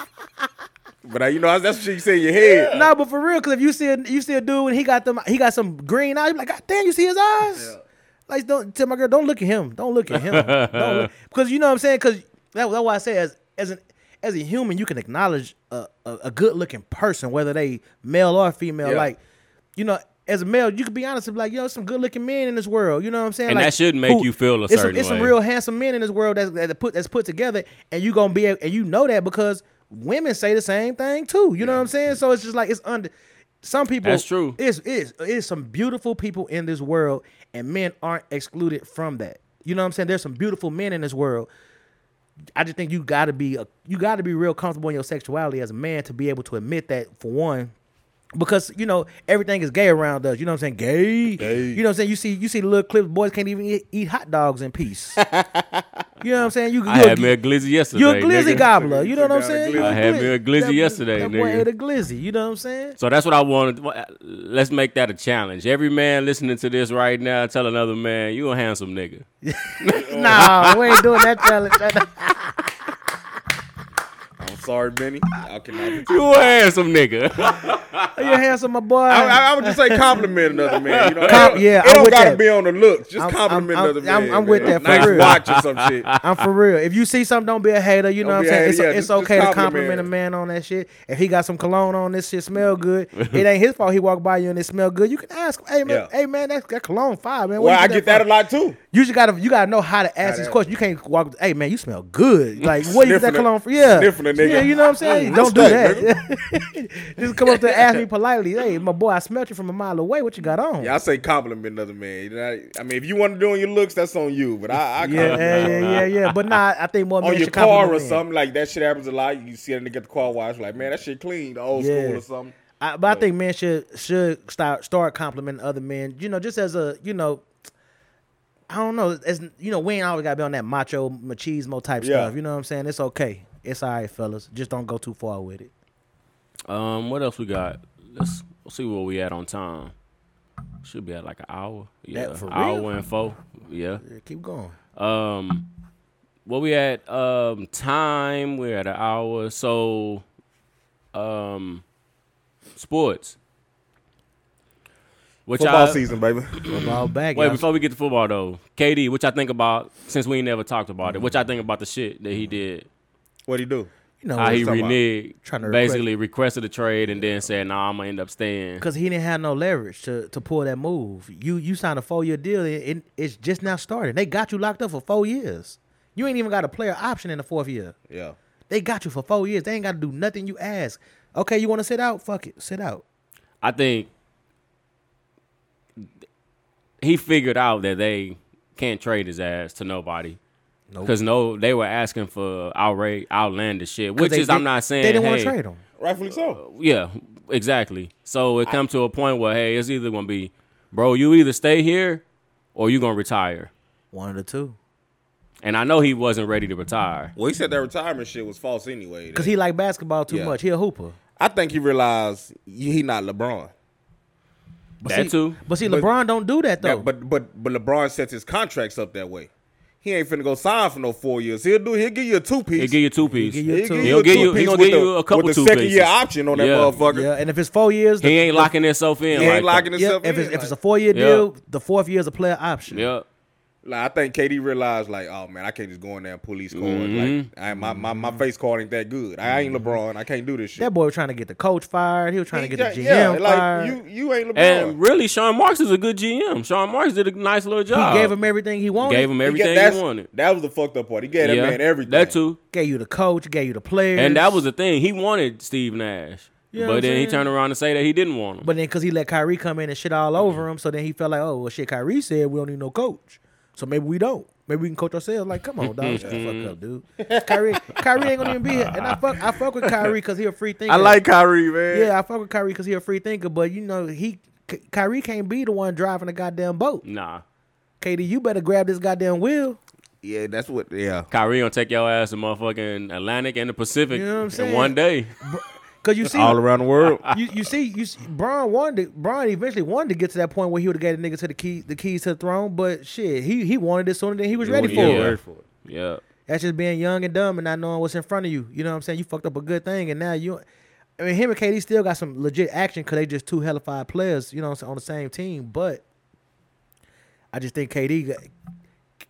But I, you know, that's- that's the shit you say in your head. No, but for real, because if you see a, you see a dude and he got them, he got some green eyes. You be like, God damn, you see his eyes? Like, don't tell my girl, don't look at him. Don't look at him. Don't look- because you know what I'm saying. Because that, that's why I say as as an as a human, you can acknowledge a, a, a good looking person, whether they male or female. Yeah. Like, you know. As a male, you could be honest and be like, yo, some good looking men in this world. You know what I'm saying? And like, that should make you feel a it's some- certain it's some way. real handsome men in this world that's that put that's put together, and you gonna be a- and you know that because women say the same thing too. You know what I'm saying? So it's just like it's under some people. That's true. It's it's it's some beautiful people in this world, and men aren't excluded from that. You know what I'm saying? There's some beautiful men in this world. I just think you gotta be a, you gotta be real comfortable in your sexuality as a man to be able to admit that for one. Because you know everything is gay around us. You know what I'm saying? Gay. You know what I'm saying? You see, you see little clips. Boys can't even eat, eat hot dogs in peace. you know what I'm saying? You, I you a- had me a glizzy yesterday. you're a glizzy nigga. gobbler. You know what I'm Took down a saying? glizzy. You I had gli- me a glizzy that boy- yesterday, That boy nigga. ate a glizzy. You know what I'm saying? So that's what I wanted. Let's make that a challenge. Every man listening to this right now, tell another man, "You a handsome nigga." nah, we ain't doing that challenge. I'm sorry, Benny. I cannot. You a handsome nigga. you handsome, my boy. I, I, I would just say compliment another man. You know, Com- it don't- yeah, it I'm don't with gotta that. be on the looks. Just I'm- compliment I'm- another I'm- man. I'm with man. that for nice real. watch or some shit. I'm for real. If you see something, don't be a hater. You know what I'm Don't be a saying? hater, It's, yeah, it's just- just okay to compliment compliment a it. man on that shit. If he got some cologne on, this shit smell good. it ain't his fault he walked by you and it smell good. You can ask, hey man, Yeah. hey man, that, that cologne fire, man. Where Well, you I get that a lot too. from?" You just gotta you gotta know how to ask How this to- question. You can't walk. Hey man, you smell good. Like what is that Sniffing a- cologne for? Yeah, sniffing a nigga Mm, yeah, you know what I'm saying? Don't do respect, that. Just come up there and ask me politely. Hey, my boy, I smelt you from a mile away. What you got on? Yeah, I say compliment another man. You know, I, I mean, if you want to do on your looks, that's on you. But I, I yeah, compliment yeah, yeah, yeah, yeah. But nah, I think more men on your should compliment car or men. something like that. Shit happens a lot. You see that nigga at the car wash, like man, that shit clean, the old Yeah. school or something. I, but I think men should should start start complimenting other men. You know, just as a you know, I don't know. As you know, we ain't always gotta be on that macho machismo type Yeah. stuff. You know what I'm saying? It's okay. It's all right, fellas. Just don't go too far with it. Um, what else we got? Let's see where we at on time. Should be at like an hour. Yeah, That for hour real? and four. Yeah. Yeah, keep going. Um, well, we at um time. We're at an hour. So, um, sports. Which Football I, season, baby. Football back. Wait, y'all. before we get to football though, KD, which I think about since we ain't never talked about it, which I think about the shit that he did, What'd he do? you know, how he talking about? reneged, Trying to basically requested a trade and then said, "Nah, I'm gonna end up staying." because he didn't have no leverage to, to pull that move. You you signed a four year deal and it, it's just now starting. They got you locked up for four years. You ain't even got a player option in the fourth year. Yeah. They got you for four years. They ain't got to do nothing you ask. Okay, you want to sit out? Fuck it, sit out. I think he figured out that they can't trade his ass to nobody. Nope. Cause no, they were asking for outright outlandish shit, which they is did- I'm not saying they didn't hey, want to trade him. Rightfully so. Yeah, exactly. So it come to a point where hey, it's either gonna be, bro, you either stay here or you gonna retire. One of the two. And I know he wasn't ready to retire. Well, he said that retirement shit was false anyway. Cause he like basketball too Yeah. much. He a hooper. I think he realized he not LeBron. But that see, too. But see, But- LeBron don't do that though. That- but but but LeBron sets his contracts up that way. He ain't finna go sign for no four years. He'll do. He'll give you a two He'll piece. give you two piece. give you a two- He'll give you. two-piece He gonna with give the- you a couple with the two second year pieces. option on that Yeah. motherfucker. yeah, and if it's four years, He the, ain't locking himself in. He ain't like locking that. yeah, himself if in. it's, if it's a like- four year Yeah. deal, the fourth year is a player option. Yeah. Like I think KD realized, like, oh man, I can't just go in there and pull these cards. Mm-hmm. Like, I, my, my my face card ain't that good. I ain't LeBron. I can't do this shit. That boy was trying to get the coach fired. He was trying to get the GM yeah, fired. like you you ain't LeBron. And really, Sean Marks is a good GM. Sean Marks did a nice little job. he gave him everything he wanted. Uh, Gave him He get- everything that's- he wanted. That was the fucked up part. He gave that man everything. That too. Gave you the coach. Gave you the players. And that was the thing. He wanted Steve Nash. You know what I'm but then he saying? turned around and say that he didn't want him. But then because he let Kyrie come in and shit all over him, so then he felt like, oh well, shit. Kyrie said we don't need no coach, so maybe we don't. Maybe we can coach ourselves. Like, come on, dog, shut the fuck up, dude. Kyrie, Kyrie ain't gonna even be here. And I fuck, I fuck with Kyrie because he a free thinker. Kyrie, man. Yeah, I fuck with Kyrie because he a free thinker, but you know he Ky- Kyrie can't be the one driving the goddamn boat. nah. KD, you better grab this goddamn wheel. yeah, that's what. Yeah, Kyrie gonna take your ass to motherfucking Atlantic and the Pacific You know what I'm in saying? one day. Cause you see, all around the world. you, you see, you see, Braun wanted to, Braun eventually wanted to get to that point where he would have gave the nigga to the key, the keys to the throne. But shit, he he wanted it sooner than he was ready for. Yeah. it. Yeah. That's just being young and dumb and not knowing what's in front of you. You know what I'm saying? You fucked up a good thing, and now you. I mean, him and KD still got some legit action because they just two hellified players. You know, what I'm saying, on the same team. But I just think KD, got-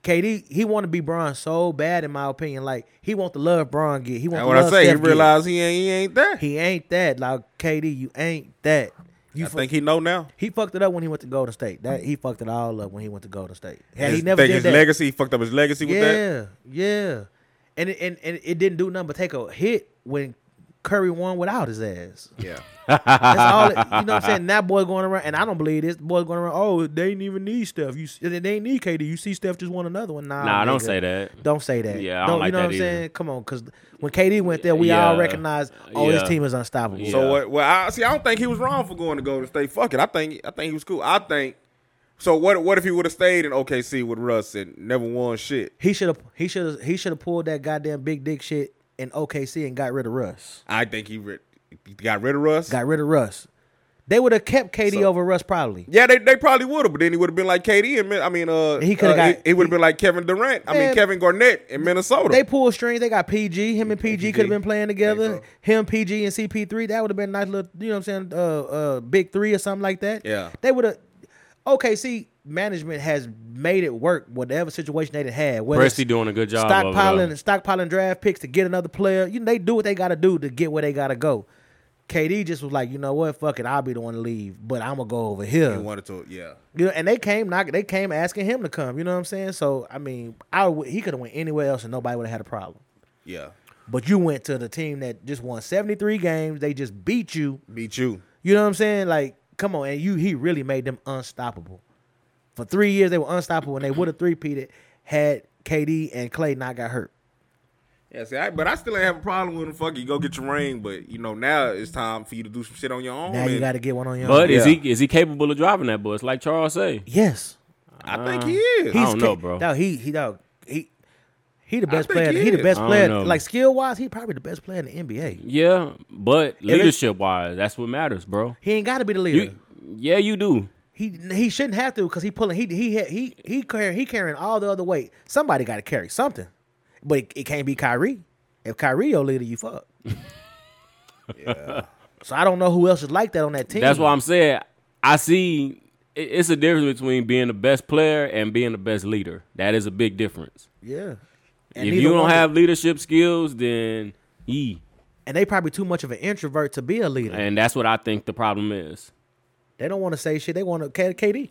KD, he want to be Braun so bad, in my opinion. Like he want the love Braun get. He want And the when I love say he Steph get. realized he ain't he ain't that. he ain't that. Like KD, you ain't that. You I fuck- think he know now. he fucked it up when he went to Golden State. That he fucked it all up when he went to Golden State. Had he His- never think did his that. legacy. He fucked up his legacy with yeah, that. yeah. And it, and and it didn't do nothing but take a hit when Curry won without his ass. Yeah, That's all. It, you know what I'm saying? That boy going around, and I don't believe this boy going around. Oh, they didn't even need Steph. You see- they didn't need KD. You see, Steph just won another one. Oh, Nah, Nah, don't nigga. say that. Don't say that. Yeah, I don't don't, like you know that what I'm either. saying? Come on, because when KD went there, we all Yeah. recognized, oh, Yeah. this team is unstoppable. Yeah. So what? Well, I see. I don't think he was wrong for going to Golden State. Fuck it. I think I think he was cool. I think. So what? What if he would have stayed in OKC with Russ and never won shit? He should have. He should have. He should have pulled that goddamn big dick shit in OKC and got rid of Russ. I think he rid- he got rid of Russ. Got rid of Russ. They would have kept KD over Russ probably. yeah, they, they probably would have, but then he would have been like KD and Min- I mean, uh, He coulda uh, got- he, would have been like Kevin Durant. I mean, Man. Kevin Garnett in Minnesota. They pulled strings. They got PG. Him and PG could have been playing together. Thanks, Him, PG, and CP3. That would have been a nice little, you know what I'm saying, uh, uh, big three or something like that. Yeah. They would have. OKC management has made it work, whatever situation they done had. Whether Presty it's doing a good job. Of stockpiling, it, stockpiling draft picks to get another player. You know, they do what they got to do to get where they got to go. KD just was like, you know what, fuck it, I'll be the one to leave, but I'm gonna go over here. They wanted to, yeah. You know, and they came knock, they came asking him to come. You know what I'm saying? So I mean, I would- he could have went anywhere else and nobody would have had a problem. Yeah. But you went to the team that just won 73 games. They just beat you. Beat you. You know what I'm saying? Like, come on, and you he really made them unstoppable. For three years they were unstoppable, and they would have three peated had KD and Clay not got hurt. Yeah, see, I, but I still ain't have a problem with him. Fuck you, go get your ring. But you know, now it's time for you to do some shit on your own. Now you and got to get one on your But own. is Yeah. he is he capable of driving that bus? Like Charles say, Yes, I think he is. I He's don't know, ca- bro. Dog, he he dog he he the best think player. he He, the is. best I don't player. know. Like skill wise, he probably the best player in the NBA. yeah, but it's- leadership wise, that's what matters, bro. He ain't got to be the leader. You, yeah, you do. he he shouldn't have to because he pulling he he he he carrying he carrying all the other weight. Somebody got to carry something, but it, it can't be Kyrie. If Kyrie your leader, you fuck. So I don't know who else is like that on that team. That's why I'm saying I see it, it's a difference between being the best player and being the best leader. That is a big difference. yeah. if neither you don't one- have leadership skills, then e and they probably too much of an introvert to be a leader. and that's what I think the problem is. They don't want to say shit. They want to K- KD,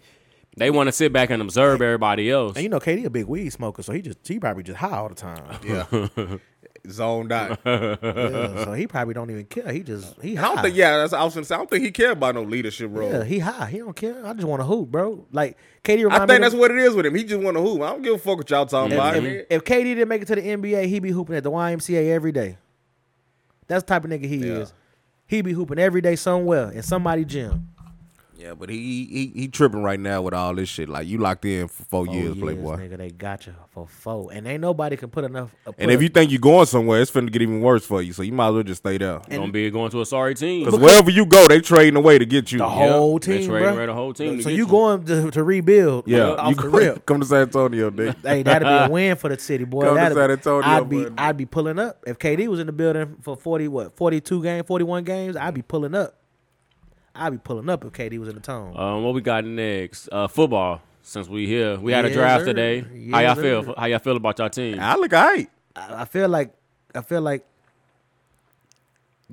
They want to sit back and observe everybody else. and you know KD a big weed smoker, so he just he probably just high all the time. yeah. Zoned out. Yeah, so he probably don't even care. He just he I high. don't think. Yeah, that's what I was gonna say. I don't think he care about no leadership role. yeah, he high. He don't care. I just want to hoop, bro. Like KD, I remind me think of- that's what it is with him. He just want to hoop. I don't give a fuck what y'all talking about. If, man. if, if KD didn't make it to the NBA, he be hooping at the YMCA every day. That's the type of nigga he Yeah. is. He be hooping every day somewhere in somebody gym. Yeah, but he, he he tripping right now with all this shit. Like you locked in for four, Four years, Playboy. Oh, nigga, they got you for four, and ain't nobody can put enough. uh, put And if you think you're going somewhere, it's finna get even worse for you. So you might as well just stay there. You're gonna be going to a sorry team. Because wherever you go, they trading away to get you. the whole they team, trading bro. away the whole team to So get you you. going to, to rebuild? Yeah, off you the come- rip. Come to San Antonio, nigga. Hey, that'd be a win for the city, boy. Come to That'd San be- Antonio, I'd be boy. I'd be pulling up if KD was in the building for forty what forty two games, forty one games. I'd be pulling up. I'd be pulling up if KD was in the town. Um, what we got next? Uh, football. Since we here, we had a Yes, draft sir. today. How y'all Yes, feel? sir. How y'all feel about y'all team? I look alright. I I feel like I feel like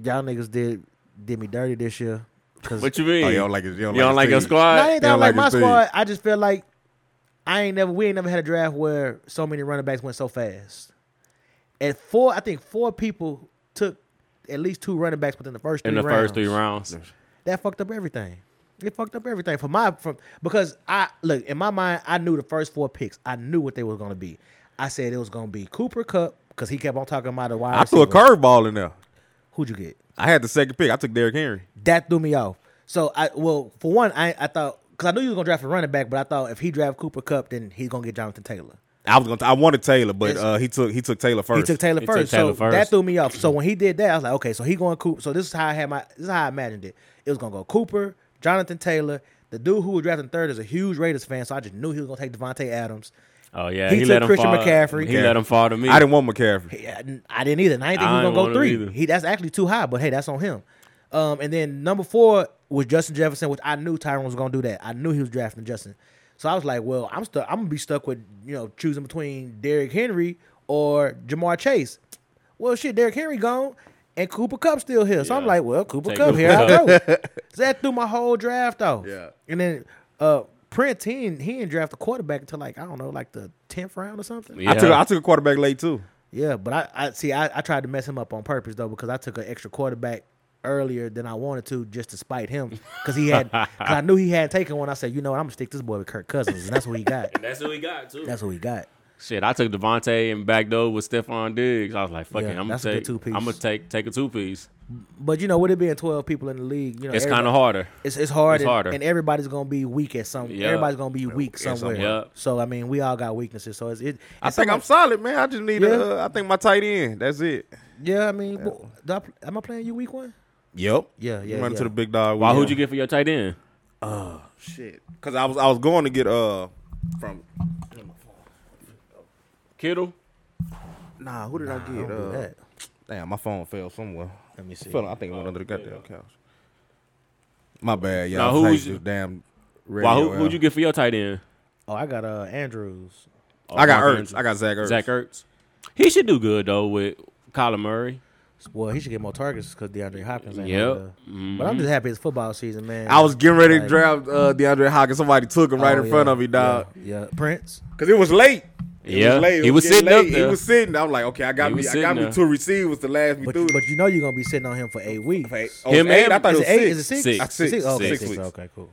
y'all niggas did did me dirty this year. Cause What you mean? Oh, you don't like his- you don't You like his don't like your team. squad? No, I ain't They that don't like, like my his team. squad. I just feel like I ain't never we ain't never had a draft where so many running backs went so fast. And four, I think four people took at least two running backs within the first three in the rounds. first three rounds. That fucked up everything. It fucked up everything for my from because I look in my mind. I knew the first four picks. I knew what they were gonna be. I said it was gonna be Cooper Cup because he kept on talking about the wide. I threw a receiver. curveball in there. Who'd you get? I had the second pick. I took Derrick Henry. That threw me off. So I well, for one, I I thought because I knew you was gonna draft a running back, but I thought if he draft Cooper Cup, then he's gonna get Jonathan Taylor. I was gonna. I wanted Taylor, but Yes. uh, he took he took Taylor first. He took Taylor He took first, Taylor so first. that threw me off. So when he did that, I was like, okay, so he going Cooper. So this is how I had my this is how I imagined it. It was gonna go Cooper, Jonathan Taylor. The dude who was drafting third is a huge Raiders fan, so I just knew he was gonna take Devontae Adams. Oh yeah, He he, took let him Christian fall. McCaffrey. He let him fall to me. I didn't want McCaffrey. Yeah, I didn't either. And I didn't I ain't think he was gonna go want him three. either. He that's actually too high, but hey, that's on him. Um, and then number four was Justin Jefferson, which I knew Tyron was gonna do that. I knew he was drafting Justin. So I was like, well, I'm stuck. I'm gonna be stuck with you know choosing between Derrick Henry or Jamar Chase. Well, shit, Derrick Henry gone. And Cooper Cup still here, so I'm Yeah. like, well, Cooper Take Cup Cooper here I Kupp. go. so that threw my whole draft off. Yeah. And then uh, Prince, he didn't, he didn't draft a quarterback until like I don't know, like the tenth round or something. Yeah. I took I took a quarterback late too. Yeah, but I, I see. I, I tried to mess him up on purpose though because I took an extra quarterback earlier than I wanted to just to spite him because he had. cause I knew he had taken one. I said, you know what, I'm gonna stick this boy with Kirk Cousins, and that's what he got. That's who he got too. That's what he got. Shit, I took Devontae and backdoor with Stephon Diggs. I was like, fuck Yeah, it, I'm gonna that's a good take two-piece. I'm gonna take take a two piece. But you know, with it being 12 people in the league, you know, It's everybody- kind of harder. It's it's hard. It's and, harder. and everybody's gonna be weak at some. Yeah. Everybody's gonna be weak somewhere. somewhere. Yeah. So I mean, we all got weaknesses. So it's it. I and think I'm someone- solid, man. I just need Yeah. a. uh, I think my tight end. That's it. Yeah, I mean, well, do I, am I playing you week one? Yep. Yeah, yeah, You run yeah. to the big dog. Why? Who'd you get for your tight end? Shit. Because I was I was going to get uh from Kittle. nah. Who did I I get? don't do uh, that. damn, my phone fell somewhere. Let me see. Fell, I think it went under the goddamn couch. My bad, Now, y'all. who Thank was- you, damn. Why? Who, radio who'd you get for your tight end? Oh, I got uh Andrews. Oh, I got Mark Ertz. Andrews. I got Zach Ertz. Zach Ertz. He should do good though with Kyler Murray. Well, he should get more targets because DeAndre Hopkins. Ain't Yep. out there. But I'm just happy it's football season, man. Mm-hmm. I was getting ready to Like- draft uh, DeAndre Hopkins. Somebody took him right Oh, in front yeah, of me, dog. Yeah, yeah. Prince. Cause it was late. It was Yeah, late. It he was getting sitting up late. there. He was sitting. I'm like, okay, I got He me. was I got sitting me there. two receivers to last me But, through. but you know you're gonna be sitting on him for eight weeks. Hey, Is oh, Him eight, and- I thought it it was eight? six. Is it six? Six. Oh, six. Six. Okay, Six six. weeks. Okay, cool.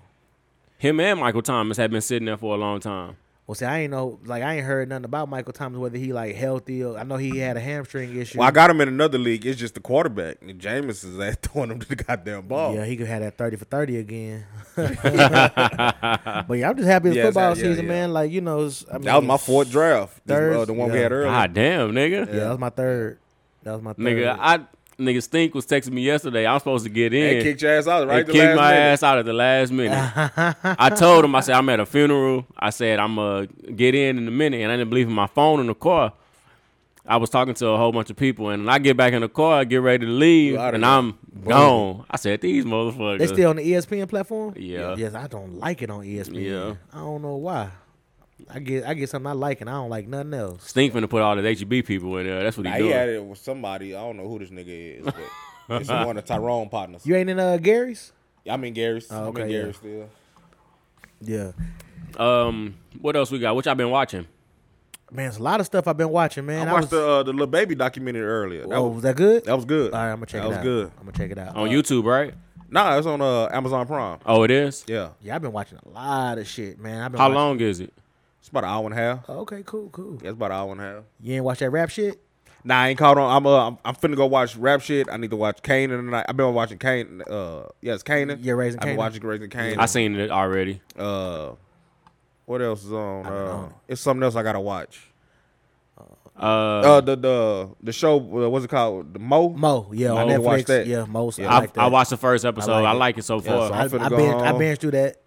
Him and Michael Thomas have been sitting there for a long time. Well, see, I ain't know, like, I ain't heard nothing about Michael Thomas whether he like healthy or I know he had a hamstring issue. Well, I got him in another league. It's just the quarterback. And Jameis is at throwing him to the goddamn ball. Yeah, he could have that thirty for thirty again. but yeah, I'm just happy it's Yeah, it's- football yeah, season, yeah. man. Like you know, it's- I mean, That was my fourth draft. This- Third- uh, the one we yeah. had earlier. God Ah, damn, nigga. Yeah, that was my third. That was my third. Nigga, I nigga Stink was texting me yesterday. I'm supposed to get in. They kicked your ass out right at they the kicked last my minute. ass out at the last minute. I told him, I said, I'm at a funeral. I said, I'm going to get in in a minute. And I didn't believe in my phone in the car. I was talking to a whole bunch of people. And when I get back in the car, I get ready to leave. You outta And there. I'm gone. I said, these motherfuckers. they still on the E ESPN platform. Yeah. Yes, I don't like it on E ESPN. Yeah. I don't know why. I get I get something I like and I don't like nothing else. Stink finna put all the HEB people in there. That's what he Nah, doing. he had it with somebody. I don't know who this nigga is, but it's one of Tyrone partners. You ain't in uh Gary's? I'm in Gary's. Oh, I'm in okay, yeah. Gary's still. Yeah. Um, what else we got? What y'all been watching? Man, it's a lot of stuff I've been watching, man. I I was, watched the uh, the little baby documentary earlier. That oh, was was that good? that was good. All right, I'm gonna check that it was out. good. Oh, I'm gonna check it out. On Uh, YouTube, right? Nah, it's on uh, Amazon Prime. Oh, it is. Yeah, Yeah, I've been watching a lot of shit, man. I've been How watching- long is it? it's about an hour and a half. Okay, cool, cool. Yeah, it's about an hour and a half. You ain't watch that rap shit? Nah, I ain't caught on. I'm uh, I'm, I'm finna go watch rap shit. I need to watch Kanan tonight. I've been watching Kanan. Uh, yes, Kanan. Yeah, Raising I've been Kanan. watching Raising Kanan. I seen it already. Uh, what else is on? been Uh, on it. it's something else I gotta watch. Uh, Uh, the the the show. Uh, what's it called? The Mo. Mo, yeah, on Mo, Netflix. watch that. Yeah, Mo. so I, I, like that. I watched the first episode. I like like, it. it so Yeah, so far. I, I'm finna I, go been, I home. been through that.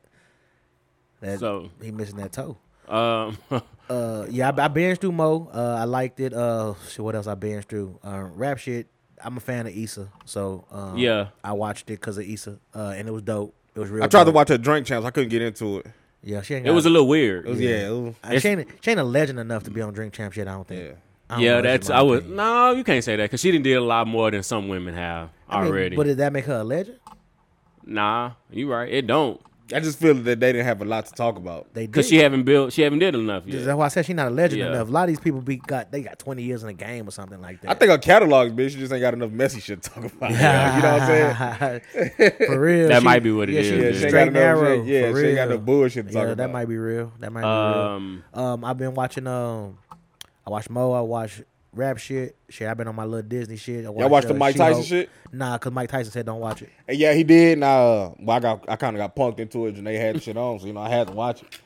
that So- he missing that toe. um, Uh, yeah, I, I binged through Mo. Uh, I liked it. Uh, shit, what else I binged through? Uh, rap shit. I'm a fan of Issa, so um, Yeah. I watched it because of Issa, uh, and it was dope. It was real. I tried to dope. watch her drink champs. I couldn't get into it. Yeah, she ain't. it was a little weird. It was, yeah. it was- I, she, ain't, she ain't a legend enough to be on Drink Champs yet. I don't think. Yeah. I don't know, yeah, in that's. my I was opinion. no. You can't say that because she didn't did a lot more than some women have I mean, already. but did that make her a legend? nah, you right. It don't I just feel that they didn't have a lot to talk about. They did. because she haven't built. She haven't did enough That's yet. why I said she's not a legend Yeah. enough. A lot of these people be got they got twenty years in the game or something like that. I think her catalog, bitch, she just ain't got enough messy shit to talk about. you know what I'm saying? saying? for real. That she- might be what it yeah, is, She yeah. was She ain't straight got no- narrow. yeah, for she ain't got real. no bullshit to Yeah, talk that about. might be real. That might be Um, real. Um, I've been watching um, I watch Mo. I watch rap shit. Shit, I've been on my little Disney shit. I watch, uh, watch the Mike Tyson shit? Nah, cause Mike Tyson said don't watch it. And yeah, he did. And I, uh, well, I got, I kind of got punked into it, and they had the shit on, so you know I had to watch it.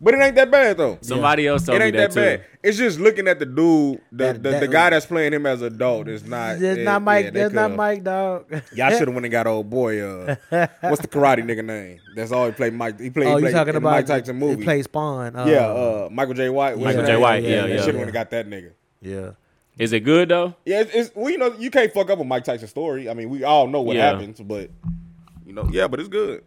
But it ain't that bad though. somebody else told it me ain't that, that, too. bad. It's just looking at the dude, the, That- the, that- the guy that's playing him as adult. It's not. That's it- not Mike. Uh, yeah, they that's not could've- Mike, dog. Y'all should have went and got old boy. Uh, what's the karate nigga name? That's all he played. Mike. He played. oh, he you played talking in about the Mike Tyson he movie? Play Spawn. Uh, yeah, uh, Michael J. White. what's Michael his J. name? White, yeah, They yeah, should have yeah. went and got that nigga. yeah. Is it good though? Yeah, it's, it's well, you know, you can't fuck up with Mike Tyson's story. I mean, we all know what Yeah. happens, but you know, yeah, but it's good.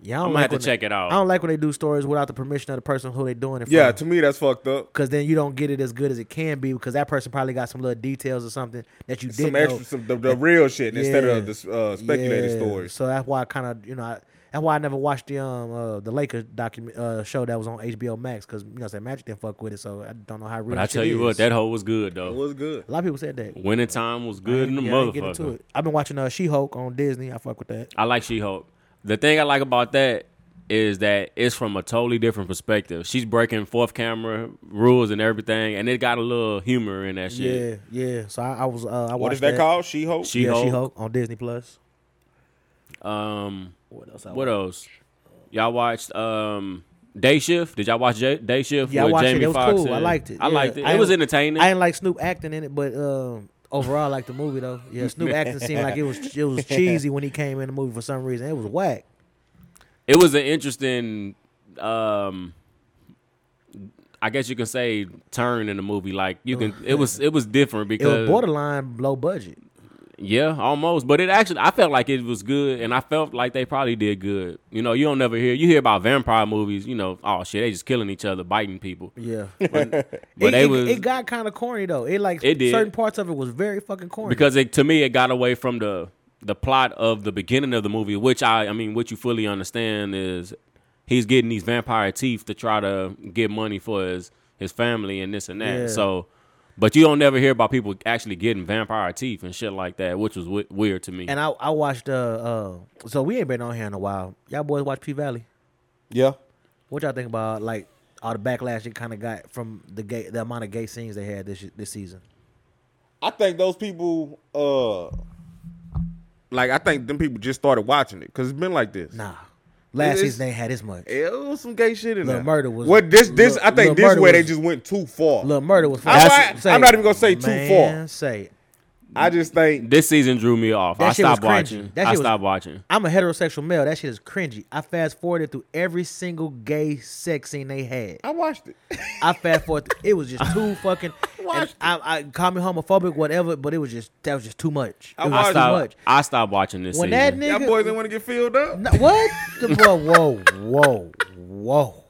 Yeah, I don't I'm gonna like have to when they- check it out. I don't like when they do stories without the permission of the person who they doing it Yeah, from. to me that's fucked up. because then you don't get it as good as it can be because that person probably got some little details or something that you didn't Some extra, know. some the, the real shit instead of oh, Yeah. the uh, speculated Yeah, stories. So that's why I kind of you know I, that's why I never watched the um uh, the Lakers document uh, show that was on HBO Max because you know that Magic didn't fuck with it, so I don't know how real. But I shit tell you is. what, that hoe was good though. It was good. a lot of people said that. Winter time was good in the Yeah, I didn't get into motherfucker. it. I've been watching uh, She Hulk on Disney. I fuck with that. I like She Hulk. The thing I like about that is that it's from a totally different perspective. She's breaking fourth camera rules and everything, and it got a little humor in that shit. Yeah, yeah. So I, I was uh, I watched What is that, called? She Hulk. She Yeah, She Hulk. Hulk on Disney Plus. Um, What else? I what watched? else? Y'all watched um Day Shift? Did y'all watch J- Day Shift? Yeah, I with watched Jamie it. It was Foxx cool. I and- liked it. I Yeah. liked it. I It was didn't- entertaining. I didn't like Snoop acting in it, but um, overall, I like the movie though. Yeah, Snoop acting seemed like it was it was cheesy when he came in the movie for some reason. It was whack. it was an interesting um I guess you can say turn in the movie. Like you can it was it was different It was because borderline low budget. Yeah, almost. But it actually, I felt like it was good, and I felt like they probably did good. You know, you don't never hear you hear about vampire movies. You know, oh shit, they just killing each other, biting people. Yeah, But it, they it- was it got kind of corny though. It like It did. certain parts of it was very fucking corny. because it, to me, it got away from the the plot of the beginning of the movie, which I I mean, what you fully understand is he's getting these vampire teeth to try to get money for his his family and this and that. Yeah. So, but you don't never hear about people actually getting vampire teeth and shit like that, which was w- weird to me. And I I watched uh uh so we ain't been on here in a while. Y'all boys watch P Valley. Yeah. What y'all think about like all the backlash it kind of got from the gay the amount of gay scenes they had this this season? I think those people, uh, like I think them people just started watching it because it's been like this. Nah, last It's- season they ain't had as much. it was some gay shit in Lil there. Murder was- Well, this this I Lil- Lil think this Murder way they was- just went too far. Little murder was. I'm not- I'm not even gonna say too Man, far. Say it. I just think this season drew me off. That I shit was stopped watching. cringy. That I shit was- stopped watching. I'm a heterosexual male. That shit is cringy. I fast forwarded through every single gay sex scene they had. I watched it. I fast forwarded. through- It was just too fucking. and I, I call me homophobic, whatever, but it was just that was just too much. It I was I just watched- too much. stopped. I stopped watching this When that season. nigga, Y'all boys didn't want to get filled up. No, what? The boy, whoa, whoa, whoa,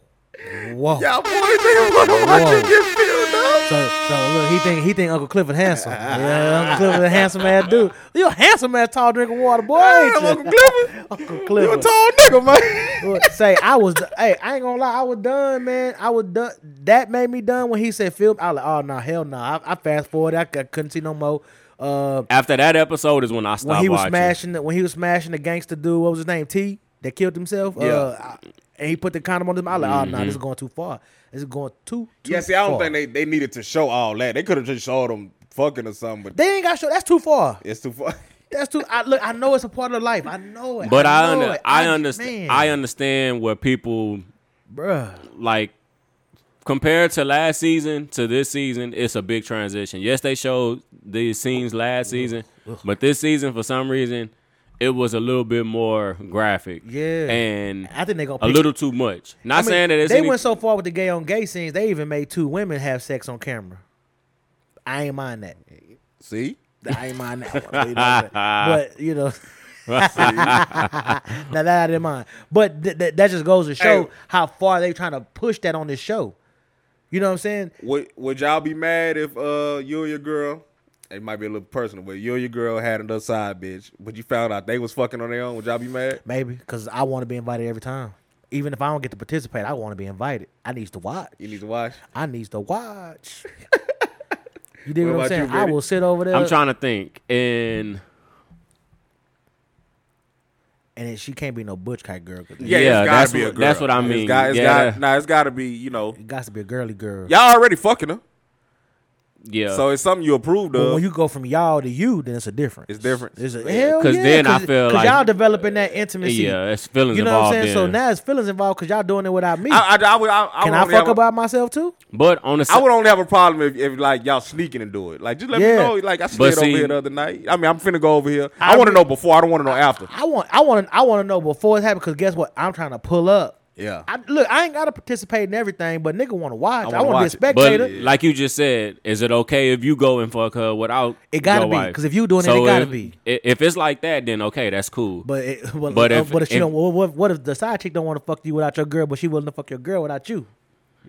whoa. Y'all boys didn't want to watch it get filled up. So, so look, he think he think Uncle Clifford handsome. Yeah, Uncle Clifford a handsome ass dude. You a handsome ass tall drinking water boy. ain't Damn, you? Uncle Clifford. Uncle You a Clifford. tall nigga, man. Look, Say I was. Hey, I ain't gonna lie. I was done, man. I was done. That made me done when he said film. I was like, oh no, hell no. I, I fast forward. I, c- I couldn't see no more. Uh, After that episode is when I stopped when he was watching. smashing the when he was smashing the gangster dude, what was his name? T that killed himself. Yeah. Uh, I- and he put the condom on him. I was like, oh no, this is going too far. This is going too. too Yeah, see, I don't far. think they, they needed to show all that. They could have just showed them fucking or something, but They ain't got show. That's too far. it's too far. That's too. I look. I know it's a part of life. I know it. But I know under, it. I understand. man. I understand where people Bruh. like compared to last season to this season, it's a big transition. Yes, they showed these scenes last season, but this season for some reason it was a little bit more graphic. Yeah. and I think they gonna a pick- little too much. Not I mean, saying that it's they any- went so far with the gay on gay scenes. They even made two women have sex on camera. I ain't mind that. See? I ain't mind that one. You know what Ah. I'm saying? but you know. now that I didn't mind, but th- th- that just goes to show Hey. how far they trying to push that on this show. You know what I'm saying? Would would y'all be mad if uh you and your girl? It might be a little personal, but you and your girl had another side bitch, but you found out they was fucking on their own. Would y'all be mad? Maybe because I want to be invited every time, even if I don't get to participate. I want to be invited. I need to watch. You need to watch. I needs to watch. you dig what, I'm What about saying? you, I Benny? will sit over there. I'm trying to think. And and then she can't be no butch type girl. 'cause Yeah, that's what- that's what I mean. It's got, it's Yeah. got, nah, it's got to be. You know, It got to be a girly girl. y'all already fucking her, yeah, so it's something you approved But of. when you go from y'all to you, then it's a difference. It's different. It's a, hell 'Cause yeah, then I feel 'cause like- y'all developing that intimacy. yeah, it's feelings you know what I'm involved. saying. So then. now it's feelings involved because y'all doing it without me. I, I, I would. I, I Can would I only fuck have a- about myself too? but on the I would only have a problem if, if like y'all sneaking and do it. Like just let Yeah. me know. Like I But slid over see- here the other night. I mean, I'm finna go over here. I I, want to mean- know before. I don't want to know after. I want, I want, to, I want to know before it happens. Because guess what? I'm trying to pull up. Yeah. I, look, I ain't gotta participate in everything, but nigga want to watch. I wanna want watch to it. be a But spectator. like you just said, is it okay if you go and fuck her without? It gotta your be, wife? 'cause if you doing it, it So gotta if, be. i- If it's like that, then okay, that's cool. But it, but, But uh, if- but if she if- don't what, what, what if the side chick don't want to fuck you without your girl, but she willing to fuck your girl without you?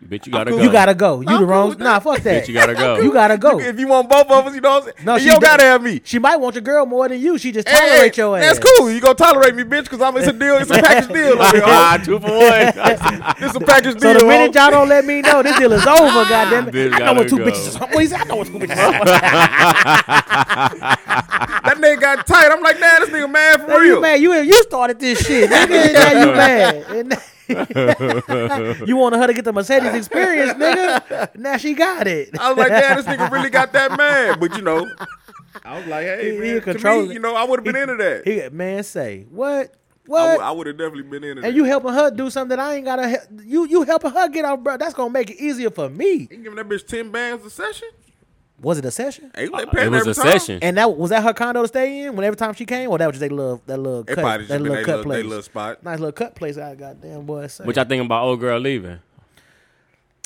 bitch, you gotta cool. go. You gotta go. You I'm the cool wrong. with Nah, that. fuck that. Bitch, you gotta go. You gotta go. If you want both of us, you know what I'm saying? Oh. No, No, she you don't don't. gotta have me. She might want your girl more than you. She just Hey, tolerate your ass. That's cool. You gonna tolerate me, bitch? Cause I'm. It's a deal. It's a package deal. Over here. oh. Ah, two for one. It's a package So deal. oh. the minute y'all don't let me know, this deal is over. Goddamn it! Bitch I know what gotta two go. bitches. Is. What he said? I know what two bitches. Is. that nigga got tight. I'm like, nah, this nigga mad for Now real. you mad? You you started this shit. Nigga, now you mad? And now- you wanted her to get the Mercedes experience, nigga. Now she got it. I was like, damn, this nigga really got that mad. But you know, I was like, hey, He- he man, to controlling. me, you know, I would have been into that. He, man, say what? I What? would have definitely been into that. and you helping her do something that I ain't gotta. Help. You you helping her get off, bro. That's gonna make it easier for me. You giving that bitch ten bands a session? Was it a session? Hey, they paying it was every a time. session. And that was that her condo to stay in. When every time she came, or that was just they love that little It cut, probably that just been little their cut little, they place, little spot. nice little cut place. I goddamn boy, say. Which I think about old girl leaving.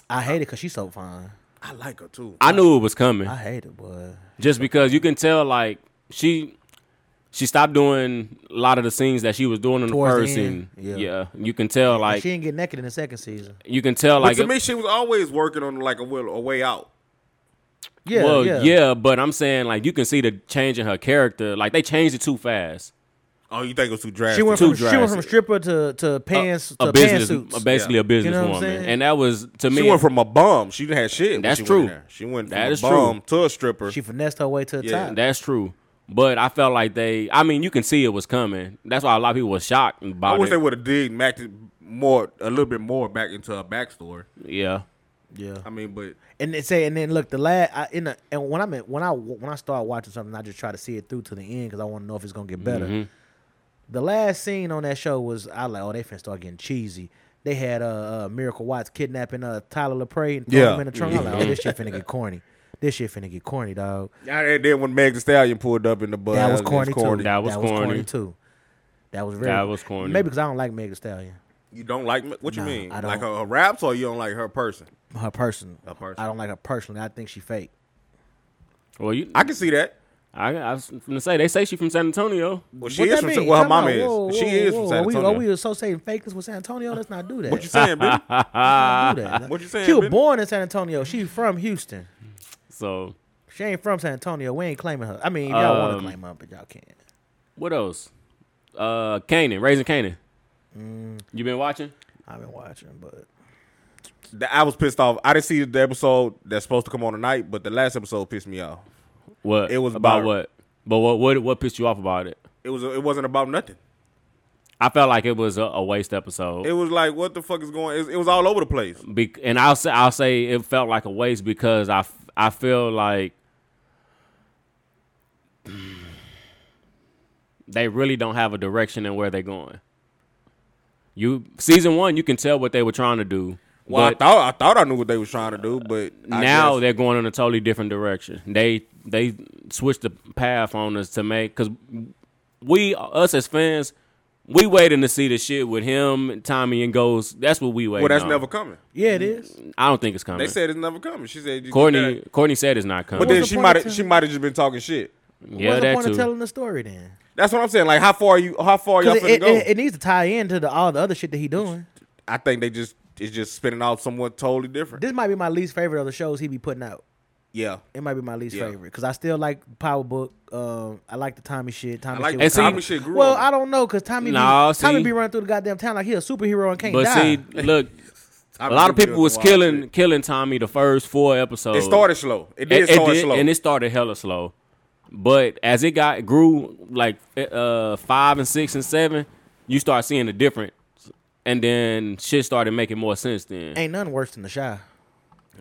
I hate it because she's so fine. I like her too. I knew it was coming. I hate it, boy. just because you can tell like she she stopped doing a lot of the scenes that she was doing in Towards the the first end, scene. yeah. Yeah. you can tell Like, like she didn't get naked in the second season. you can tell But like to it- me, she was always working on like a, will, a way out. Yeah, well yeah. yeah. but I'm saying like you can see the change in her character. Like they changed it too fast. Oh, you think it was too drastic? She went Too from she went from drastic. stripper to to pants a to business, pantsuits. uh, basically Yeah. a business You know what I'm woman, saying? and that was to me. She went from a bum. She didn't have shit. when That's she went true. in there. she went from That a is bum to a stripper. She finessed her way to the Yeah. top. that's true, but I felt like they. I mean, you can see it was coming. That's why a lot of people were shocked I about wish it. they would have dig back more a little bit more back into her backstory. yeah, yeah. I mean, but And they say, and then look, the last I, in the, and when I'm in, when I when I start watching something, I just try to see it through to the end because I want to know if it's gonna get better. Mm-hmm. The last scene on that show was I like, oh, they finna start getting cheesy. They had uh, uh Miracle Watts kidnapping uh Tyler LaPrey and throwing Yeah. him in the trunk. I'm like, oh, this shit finna get corny. This shit finna get corny, dog. yeah, and then when Meg the Stallion pulled up in the bus, That was corny, too. That was corny. too. That was very. That was corny. Maybe because I don't like Meg Thee Stallion, You don't like me- what you Nah, mean? I Like don't. her, her raps, or you don't like her person? her person. Her person. I don't like her personally. I think she fake. well, you. I can see that. I, I was gonna say they say she from San Antonio. Well, she What that is from. mean? Well, her Time out. mama is. Whoa, she whoa, is whoa. from San Antonio. Are we, are we associating fakeness with San Antonio? Let's not do that. what you saying, baby? Let's not do that. What you saying, She was Benny? born in San Antonio. She from Houston. So She ain't from San Antonio. We ain't claiming her. I mean, y'all want Um, to claim her, but y'all can't. what else? Uh, Canaan, raising Canaan. Mm. You been watching? I've been watching, but Th- I was pissed off. I didn't see the episode that's supposed to come on tonight, but the last episode pissed me off. What It was about about- what? But what what what pissed you off about it? It was. It wasn't about nothing. I felt like it was a, a waste episode. It was like, what the fuck is going? It, it was all over the place. Be- and I'll say I'll say it felt like a waste because I f- I feel like they really don't have a direction in where they're going. You season one, you can tell what they were trying to do. Well, I but thought I thought I knew what they was trying to do, but I now guess- they're going in a totally different direction. They they switched the path on us to make because we us as fans. We waiting to see the shit with him, Tommy, and Ghost. That's what we waiting. well, that's on. never coming. yeah, it is. I don't think it's coming. They said it's never coming. She said, you Courtney gotta- Courtney said it's not But coming. then What's the she point of might telling- she might have just been talking shit. yeah, What's the that point too. of telling the story then? That's what I'm saying. Like, how far are you? How far y'all Because finna it, it, go? it needs to tie into the, all the other shit that he doing. I think they just it's just spinning off someone totally different. This might be my least favorite of the shows he be putting out. yeah, It might be my least Yeah. favorite because I still like Power Book. Um, I like the Tommy shit. Tommy I like shit the was Tommy cool. shit grew Well, on me. I don't know because Tommy Nah, be, Tommy see. be running through the goddamn town like he a superhero and can't but die. see, look, a lot of people was killing killing Tommy the first four episodes. It started slow. It It- did it start did, slow. and it started hella slow. But as it got grew like uh five and six and seven, you start seeing the difference, and then shit started making more sense. Then ain't nothing worse than the shy.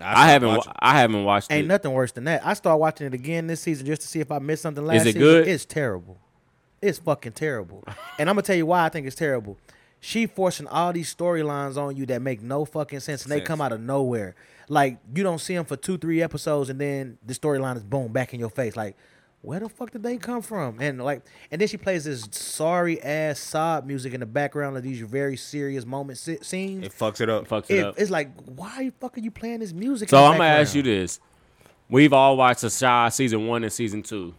I haven't watch wa- I haven't watched Ain't it. nothing worse than that. I started watching it again this season just to see if I missed something last it season. good? It's terrible. It's fucking terrible. and I'm gonna tell you why I think it's terrible. She forcing all these storylines on you that make no fucking sense, and they Sense. come out of nowhere. Like you don't see them for two, three episodes, and then the storyline is boom back in your face. Like, where the fuck did they come from? And like, and then she plays this sorry ass sob music in the background of these very serious moment se- scenes. It fucks it up. Fucks it It- up. it's like, why the fuck are you playing this music? So in the I'm gonna ask background? you this: We've all watched The Shy season one and season two.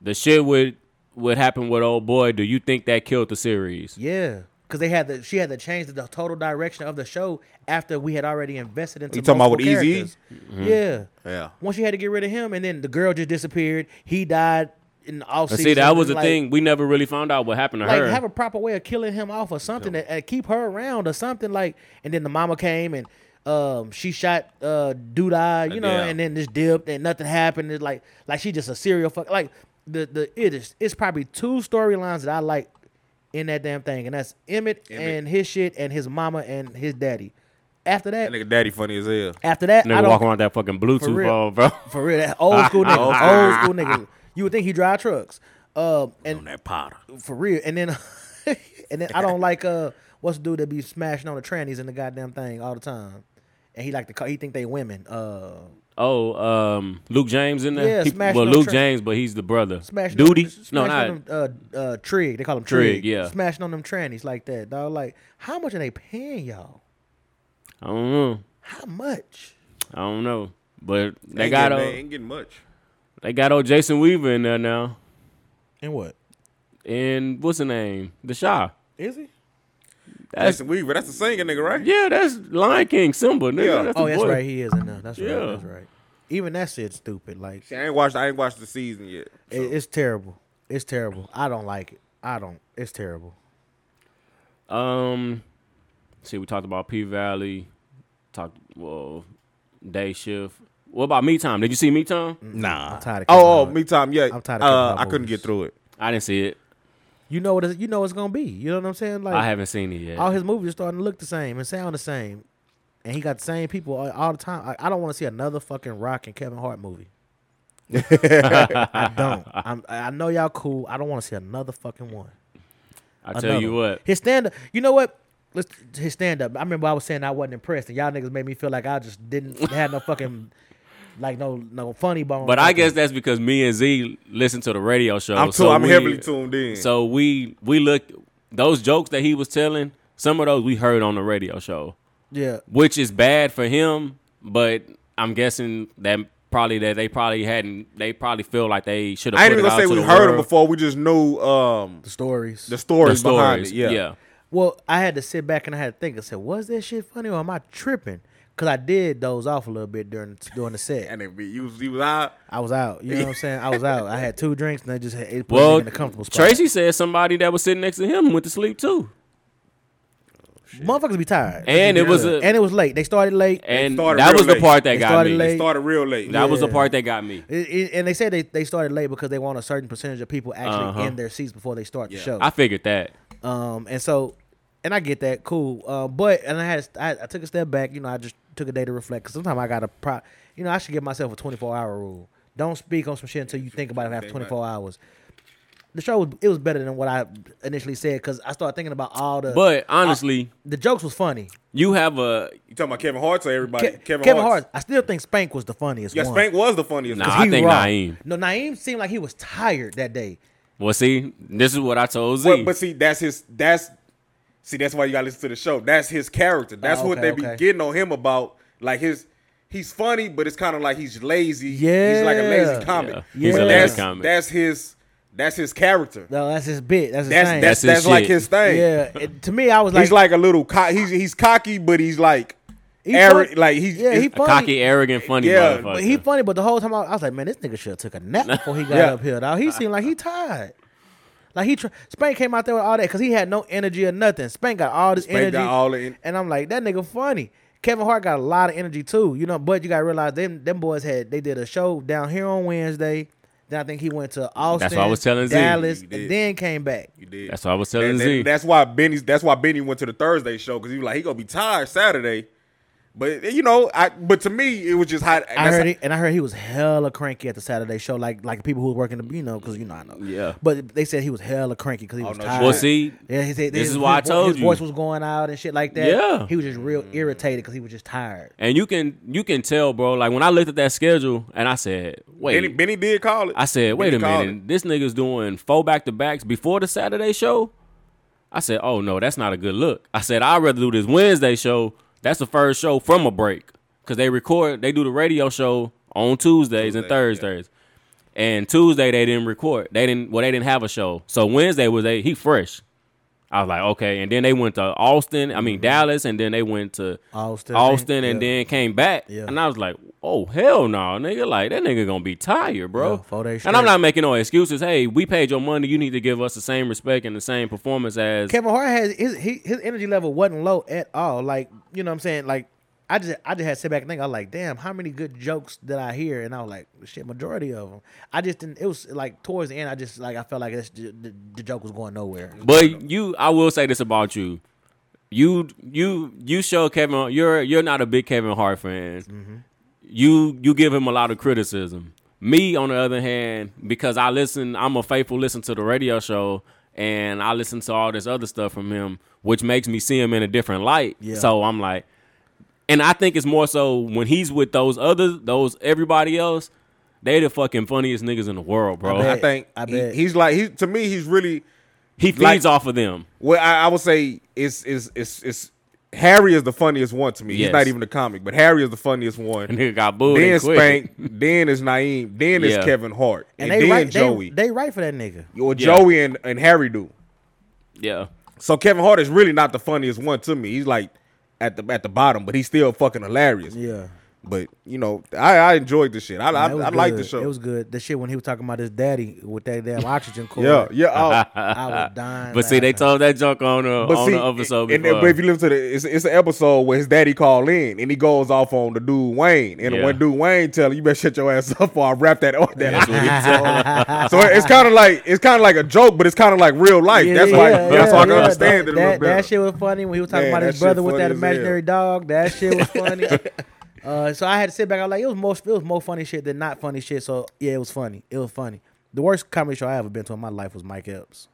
The shit would would happen with old boy. Do you think that killed the series? Yeah, because they had the she had to change the total direction of the show after we had already invested into. You talking about multiple with Eazy-E? characters. Yeah, Yeah. Once you had to get rid of him, and then the girl just disappeared. He died in the off And season. see, that was the like, thing. We never really found out what happened to Like her. have a proper way of killing him off or something, and, and keep her around or something. Like, and then the mama came and. Um, she shot uh dude eye, you know, Yeah. and then just dipped and nothing happened. It's like like she just a serial fuck like the the it is it's probably two storylines that I like in that damn thing, and that's Emmett, and his shit and his mama and his daddy. After that, That nigga daddy funny as hell. after that, I Nigga don't walking around that fucking for Bluetooth real. phone, bro. for real that old school nigga, old school nigga. You would think he drive trucks, um, and That Potter. for real. And then and then I don't like uh what's the dude that be smashing on the trannies in the goddamn thing all the time. And he like to call he think they women. Uh Oh, um, Luke James in there. Yeah, He- smashing well, on Luke tra- James, but he's the brother. smashing Duty? on, smashing no, on not. them, uh uh trig. They call them Trig, trig, yeah. Smashing on them trannies like that, dog. Like, how much are they paying y'all? I don't know. How much? I don't know. But they Ain't got getting- old, ain't getting much. they got old Jason Weaver in there now, And what? and what's the name? The Shaw. Is he? That's- Jason Weaver, that's the singer nigga, right? Yeah, that's Lion King Simba. Nigga. Yeah. That's Oh, the that's boy. right, he is in there. That's Yeah. right, that's right. Even that shit's stupid. Like See, I ain't watched. I ain't watched the season yet. it, it's terrible. It's terrible. I don't like it. I don't. It's terrible. Um, see, we talked about P Valley, talked well, day shift. What about me time? Did you see me time? Nah. tired of Kevin oh, oh, Hart. me time. Yeah, Uh, I'm tired of Kevin Uh, Hart I couldn't movies. get through it. I didn't see it. You know what? It's, you know it's gonna be. You know what I'm saying? Like I haven't seen it yet. all his movies are starting to look the same and sound the same, and he got the same people all, all the time. I, I don't want to see another fucking Rock and Kevin Hart movie. I don't. I'm, I know y'all cool. I don't want to see another fucking one. I tell you Another. what. his stand up. You know what? Let's his stand up. I remember I was saying I wasn't impressed, and y'all niggas made me feel like I just didn't have no fucking like no no funny bone. But I guess that's because me and Z listen to the radio show. I'm too. so I'm we- heavily tuned in. So we we looked those jokes that he was telling. Some of those we heard on the radio show, yeah. which is bad for him. But I'm guessing that probably that they probably hadn't. They probably feel like they should have. I ain't even it gonna out say to we the heard them world. before. We just knew um, The stories. the stories The behind stories, it. Yeah. yeah. well, I had to sit back and I had to think. I said, was that shit funny or am I tripping? Because I did doze off a little bit during during the set. And it be, he was, he was out. I was out. You know what I'm saying? I was out. I had two drinks and I just had, it put me Well, in a comfortable spot. Tracy said somebody that was sitting next to him went to sleep too, Motherfuckers be tired. and it was a, and it was late. They started late. and started that real was the late. part that They got started me. late. It started real late. That was the Yeah. part that got me. It- it- and they said they, they started late because they want a certain percentage of people actually Uh-huh. in their seats before they start the show. I figured that. Um, and so, and I get that, cool. Uh, but and I had I, I took a step back. You know, I just took a day to reflect. Cause sometimes I gotta pro. You know, I should give myself a twenty four hour rule. Don't speak on some shit until you think about it after twenty four hours. The show was it was better than what I initially said because I started thinking about all the But honestly, the jokes was funny. you have a You talking about Kevin Hart or everybody? Ke- Kevin, Kevin Hart. Hart. I still think Spank was the funniest. Yeah, one. Spank was the funniest. Nah. 'Cause I he think raw. Naeem. No, Naeem seemed like he was tired that day. well. See, this is what I told Z. But, but see, that's his. That's see, that's why you gotta listen to the show. That's his character. That's Oh, what okay, they be okay. getting on him about. Like his, he's funny, but it's kind of like he's lazy. he's like a Yeah. lazy comic. Yeah, he's a But lazy that's, comic. That's his. That's his character. No, that's his bit. That's his That's thing. that's That's that's, his like shit. his thing. yeah. It- to me, I was like, he's like a little. Co- he's he's cocky, but he's like, He arro- fun- like he's yeah, he it's- a funny. cocky, arrogant, funny Yeah, motherfucker. But he funny, but the whole time I, I was like, man, this nigga should have took a nap before he got Yeah. up here. Dog, he seemed like he tired. Like he, tr- Spank came out there with all that because he had no energy or nothing. Spank got all this Spank energy, got all the en- and I'm like, that nigga funny. Kevin Hart got a lot of energy too, you know. But you gotta realize them them boys had they did a show down here on Wednesday. Then I think he went to Austin. what I was telling Z. Dallas, He and did. then came back. You did. That's what I was telling And Z. that- That's why Benny's. That's why Benny went to the Thursday show because he was like he gonna be tired Saturday. But you know, I. But to me, it was just hot. I heard it, and I heard he was hella cranky at the Saturday show, like like people who was working, the, you know, because you know I know. Yeah. Oh, But they said he was hella cranky because he was no tired. shit. well, see, Yeah, he said, This his- is why I his vo- told his you. voice was going out and shit like that. Yeah. Mm. he was just real irritated because he was just tired. and you can you can tell, bro. Like when I looked at that schedule, and I said, wait. Benny, Benny did call it. I said, wait Benny a called minute. This nigga's doing four back to backs before the Saturday show. I said, oh no, that's not a good look. I said, I'd rather do this Wednesday show. That's the first show from a break because they record, they do the radio show on Tuesdays and Tuesdays, yeah. Thursdays. And Tuesday they didn't record. They didn't. Well, they didn't have a show. So Wednesday was they he fresh. I was like, okay. And then they went to Austin. I mean Dallas, and then they went to Mm-hmm. Austin, I think. Austin, and Yeah. then came back. Yeah. And I was like, oh hell no, nigga. Like that nigga gonna be tired, bro. Yeah, four days and I'm straight. not making no excuses. Hey, we paid your money. You need to give us the same respect and the same performance as. Kevin Hart has his he, his energy level wasn't low at all. Like you know what I'm saying. Like I just I just had to sit back and think. I was like, damn, how many good jokes did I hear? And I was like, shit, majority of them. I just didn't. It was like towards the end. I just like I felt like this, the, the- the joke was going nowhere. but you, I will say this about you. You you you show Kevin you're you're not a big Kevin Hart fan. You you give him a lot of criticism. Me on the other hand, because I listen, I'm a faithful listen to the radio show and I listen to all this other stuff from him, which makes me see him in a different light. Yeah. So I'm like, and I think it's more so when he's with those other those everybody else, they the fucking funniest niggas in the world, bro. I bet. think. I he- bet. he's like he. To me, he's really. He feeds Like- off of them. Well, I, I would say it's it's it's it's Harry is the funniest one to me. Yes. He's not even the comic, but Harry is the funniest one. Nigga got booed. Then and quit. Spank, then is Naeem, then is Yeah. Kevin Hart, and, And, they then right, Joey. They, they right for that nigga. or Yeah. Joey and, and Harry do. Yeah. So Kevin Hart is really not the funniest one to me. He's like at the at the bottom, but he's still fucking hilarious. Yeah. But you know, I, I enjoyed the shit. I I, That was I like the good. show. It was good. The shit when he was talking about his daddy with that damn oxygen cord. yeah, yeah. Oh, I was dying. But see, they laughing. told that junk on the But on see, the episode and, before. but if you listen to the, it's, it's an episode where his daddy called in and he goes off on the dude Wayne, and Yeah. when dude Wayne tell him, "You better shut your ass up, or I wrap that on that." That's what he said. so it- it's kind of like it's kind of like a joke, but it's kind of like real life. Yeah, that's yeah, why yeah, that's why I can yeah. understand that, it a little that, better. that shit was funny when he was talking Man, about that his brother shit with funny that as imaginary dog. That shit was funny. uh, so I had to sit back. I was like, it was more it was more funny shit than not funny shit. So yeah, it was funny. It was funny. The worst comedy show I ever been to in my life was Mike Epps.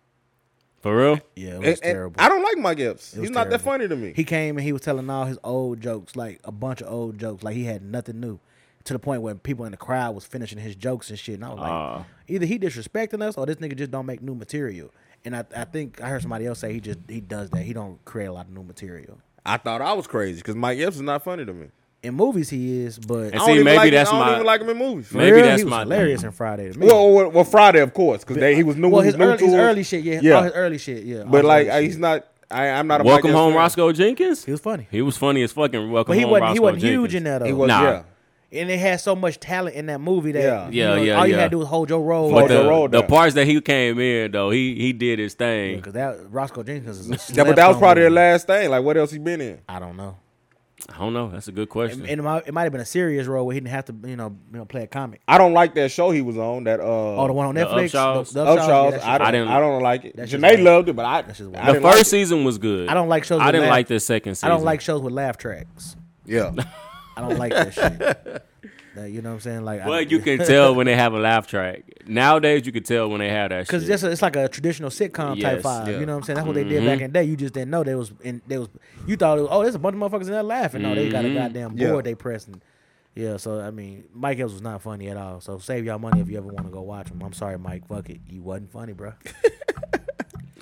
For real? Yeah, it was And- and terrible. I don't like Mike Epps. It was He's not that terrible. funny to me. He came and he was telling all his old jokes, like a bunch of old jokes, like he had nothing new. To the point where people in the crowd was finishing his jokes and shit, and I was like, Aw. either he disrespecting us or this nigga just don't make new material. And I, I think I heard somebody else say he just he does that. He don't create a lot of new material. I thought I was crazy because Mike Epps is not funny to me. In movies he is, but I And don't, see, even, maybe like, that's I don't my- even like him in movies. Maybe Real, that's he was my thing. hilarious in Friday. To me. Well, well, well, Friday of course because he was new. Well, he was his new early, to his us. early shit, yeah, Yeah. all his early shit, yeah. all But his like early I- he's shit. not. I, I'm not. A Welcome Mike Epps home, fan. Roscoe Jenkins. he was funny, He was funny as fucking. Welcome but he home, wasn't Roscoe he wasn't Jenkins. huge in that though. He was. Nah. Yeah. and it had so much talent in that movie that Yeah. you Yeah, know, yeah, all you yeah. had to do was hold your roll. Hold But Hold your the, your roll the down. parts that he came in though, he he did his thing. because that Roscoe Jenkins is a Yeah, but that was slept-on probably the movie. last thing. Like, what else he been in? I don't know. I don't know. That's a good question. And it might, it might have been a serious role where he didn't have to, you know, you know, play a comic. I don't like that show he was on. That uh, Oh, the one on The Netflix, Upshaws? The, the Upshaws, yeah, Upshaw's. that shit- I, don't, I I didn't- didn't. I don't like it. that shit's Janae whack. loved it, but I. That shit's I whack. the didn't like first it. season was good. I don't like shows I with didn't laugh- like the second season. I don't like shows with laugh tracks. yeah. I don't like that shit. That- you know what I'm saying? Like, But you can tell when they have a laugh track. Nowadays, you can tell when they have that. because shit. it's, it's like a traditional sitcom Yes, Mm-hmm. type vibe. yeah. You know what I'm saying? That's what they did back in the day. You just didn't know they was in. They was you thought it was, oh, there's a bunch of motherfuckers in there laughing. No, they got Mm-hmm. a goddamn Yeah. board they pressing. Yeah, so I mean, Mike Epps was not funny at all. So save y'all money if you ever want to go watch him. I'm sorry, Mike. Fuck it, you wasn't funny, bro.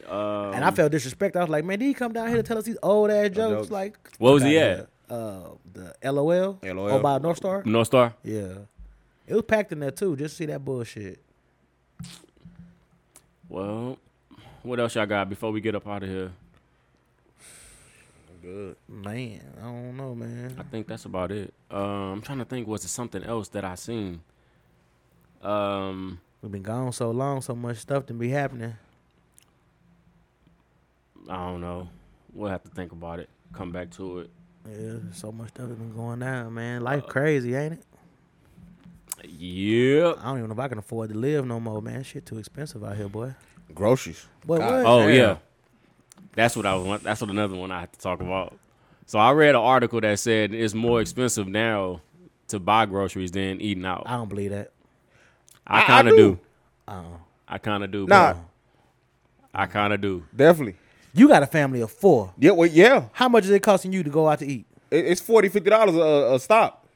and I felt disrespect. I was like, man, did he come down here to tell us these old ass jokes? jokes. Like, What was he God, at? yeah. Uh, the LOL, LOL. Oh, by North Star. North Star. Yeah, it was packed in there too. Just to see that bullshit. Well, what else y'all got before we get up out of here? Man, I don't know, man. I think that's about it. Um, I'm trying to think. Was it something else that I seen? Um, We've been gone so long, so much stuff to be happening. I don't know. We'll have to think about it. Come back to it. Yeah, so much stuff has been going down, man. Uh, Life crazy, ain't it? Yep. I don't even know if I can afford to live no more, man. Shit too expensive out here, boy. Groceries. What, God. what? Oh Damn. yeah, that's what I was. That's what another one I had to talk about. So I read an article that said it's more expensive now to buy groceries than eating out. I don't believe that. I, I- I kind of do. do. Uh-uh. I kind of do. Nah, bro. I kind of do. definitely. You got a family of four. Yeah, well, yeah. How much is it costing you to go out to eat? It- it's 40 dollars a, a stop.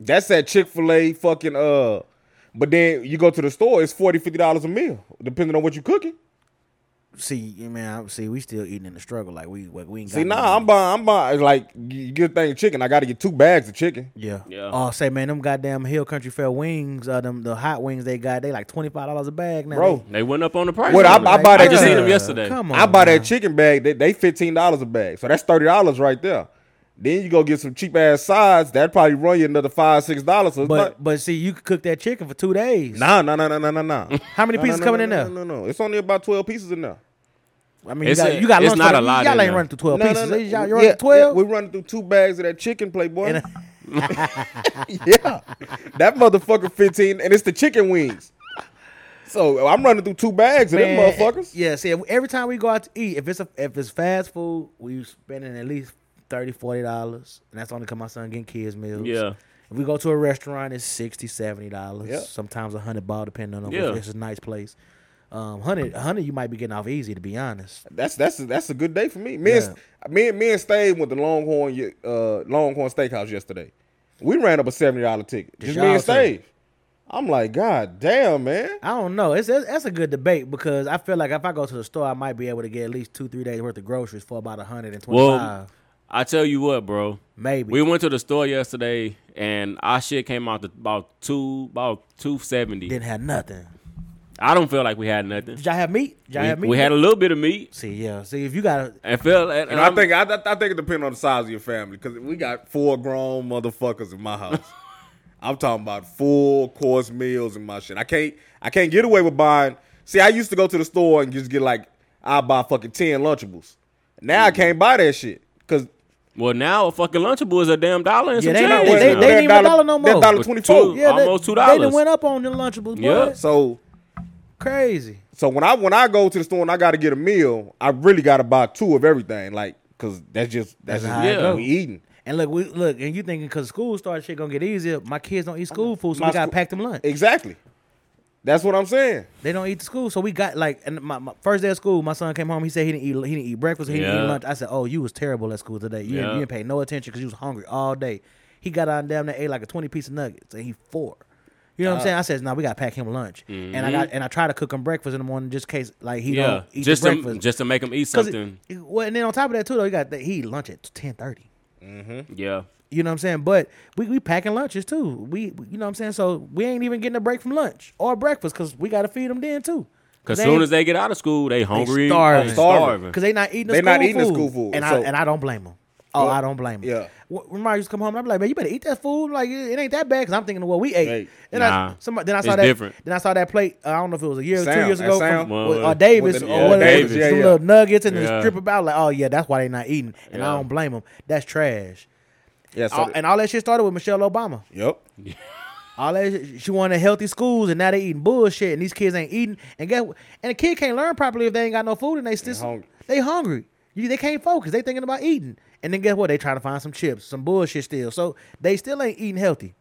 That's that Chick Fil A fucking uh. But then you go to the store, it's 40 dollars a meal, depending on what you cooking. See, man, I- see, we still eating in the struggle. Like we, like, we ain't. See, got no nah, I'm money. buying. I'm buying like you get a thing of chicken. I got to get two bags of chicken. Yeah. Yeah. Oh, say, man, them goddamn Hill Country Fair wings, uh, them the hot wings they got, they like twenty five dollars a bag now, Bro, They went up on the price. What, on I- it. I buy that just shit. seen them Yeah, yesterday. Come on, I buy man. that chicken bag. They, they fifteen dollars a bag, so that's thirty dollars right there. Then you go get some cheap ass sides. That probably run you another five six dollars. So it's But like, but see, you could cook that chicken for two days. nah, nah, nah, nah, nah, nah, nah. How many Nah, pieces nah, coming nah, in nah, there? No, no, no. It's only about twelve pieces in there. I mean, you It's got, a- you got it's lunch not for a the- lot in Y'all ain't there. running through twelve No, no, pieces. no. Y'all, Yeah, you running through twelve. Yeah, we running through two bags of that chicken, Playboy. And- yeah, that motherfucker fifteen, and it's the chicken wings. So I'm running through two bags of them Man, motherfuckers. Yeah, see, if- every time we go out to eat, if it's a, if it's fast food, we spending at least 30 dollars, and that's only 'cause my son getting kids meals. Yeah. If we go to a restaurant, it's 60 70 dollars. Yep. Sometimes a hundred ball, depending on Yeah. if it's a nice place. Um, hundred hundred, you might be getting off easy, to be honest. That's that's a, that's a good day for me. Me and me and me and Stave went to Longhorn ye- uh, Longhorn Steakhouse yesterday. We ran up a seventy dollar ticket. Just me y'all and take Stave. I'm like, God damn, man. I don't know. It's, it's that's a good debate because I feel like if I go to the store, I might be able to get at least two three days worth of groceries for about a hundred and twenty five. Well, I tell you what, bro. Maybe. We went to the store yesterday, and our shit came out to about two, about two seventy. Didn't have nothing. I don't feel like we had nothing. Did y'all have meat? Did y'all we, have meat? we had a little bit of meat. See, yeah. See, if you got a, I feel. And, And I I'm- think I, I think it depends on the size of your family because we got four grown motherfuckers in my house. I'm talking about full course meals and my shit. I can't I can't get away with buying. See, I used to go to the store and just get like I buy fucking ten Lunchables. Now I can't buy that shit because Well, now a fucking lunchable is a damn dollar and Yeah, some they not- change. they- now. they- ain't even a dollar no more. That dollar With twenty four. two. yeah, they- Almost They $2. done went up on the Lunchables, boy. Yep. So Crazy. So when I when I go to the store and I got to get a meal, I really got to buy two of everything, like because that's just that's, That's just how it what go. we eating. And look, we look, and you thinking because school started, shit gonna get easier. My kids don't eat school food, so My we gotta school- pack them lunch. Exactly. That's what I'm saying. They don't eat to school, so we got like. And my, my first day of school, my son came home. He said he didn't eat. He didn't eat breakfast. He didn't Yeah. eat lunch. I said, "Oh, you was terrible at school today. You, didn't, Yeah. you didn't pay no attention because you was hungry all day." He got out and damn near ate like a twenty piece of nuggets, and he four. You Uh. know what I'm saying? I said, "No, we gotta pack him lunch." And I got and I try to cook him breakfast in the morning just in case like he Mm-hmm. yeah, don't eat just the to breakfast. just to make them eat 'Cause it- something. it- well, and then on top of that too, though, he got that he eat lunch at ten thirty. yeah, You know what I'm saying? But we, we packing lunches too. We we- you know what I'm saying? So we ain't even getting a break from lunch or breakfast because we gotta feed them then too. because They soon ain't- as they get out of school, they hungry, and starving. starving. because they not eating. The They school not eating the food. school food, and so- I and I don't blame them. Oh, I don't blame them. yeah. When Mario used to come home, I'd be like, man, you better eat that food. Like it it ain't that bad because I'm thinking of what we ate. Hey, then nah. I somebody, then I saw It's that. different. Then I saw that plate. Uh, I don't know if it was a year or two Sam, years that ago Sam. from, Well, with, uh, uh, Davis with the- or yeah, whatever. Davis, some yeah, yeah. little nuggets and Yeah. the strip about like, oh yeah, that's why they not eating. And Yeah. I don't blame them. That's trash. Yeah. So All- Oh, and all that shit started with Michelle Obama. yep. All that shit- she wanted healthy schools, and now they eating bullshit, and these kids ain't eating. And get and a kid can't learn properly if they ain't got no food, and they still hungry. they hungry. You, they can't focus. They thinking about eating, and then guess what? They trying to find some chips, some bullshit still. So they still ain't eating healthy.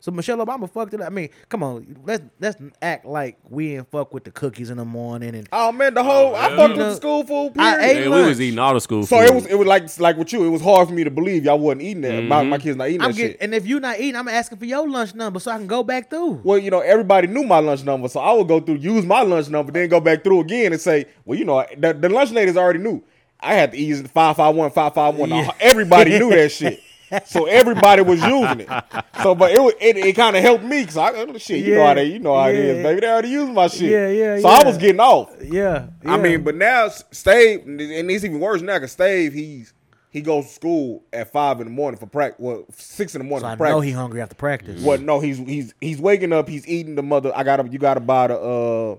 So Michelle Obama fucked it up. I mean, come on, let's let's act like we ain't fuck with the cookies in the morning. And Oh man, the whole I fucked with know, the school food. I Period. ate Man, we lunch. was eating all the school. so food. it was it was like like with you. It was hard for me to believe y'all wasn't eating that. My, my kids not eating Mm-hmm. I'm that getting, shit. and if you not eating, I'm asking for your lunch number so I can go back through. Well, you know, everybody knew my lunch number, so I would go through, use my lunch number, then go back through again and say, well, you know, the, the lunch ladies already knew. I had to use 551, 551. Now, Everybody knew that shit. So everybody was using it. So, but it was, it, it kind of helped me because I oh, shit, you know how they, you know how it Yeah. is, baby. They already use my shit. Yeah, yeah, So I yeah. was getting off. Yeah, I yeah. mean, but now S- Stave, and it's even worse now because Stave, he's he goes to school at five in the morning for practice. Well, six in the morning so I for practice. know he hungry after practice. Well, no, he's he's he's waking up. He's eating the mother. I gotta you gotta buy the uh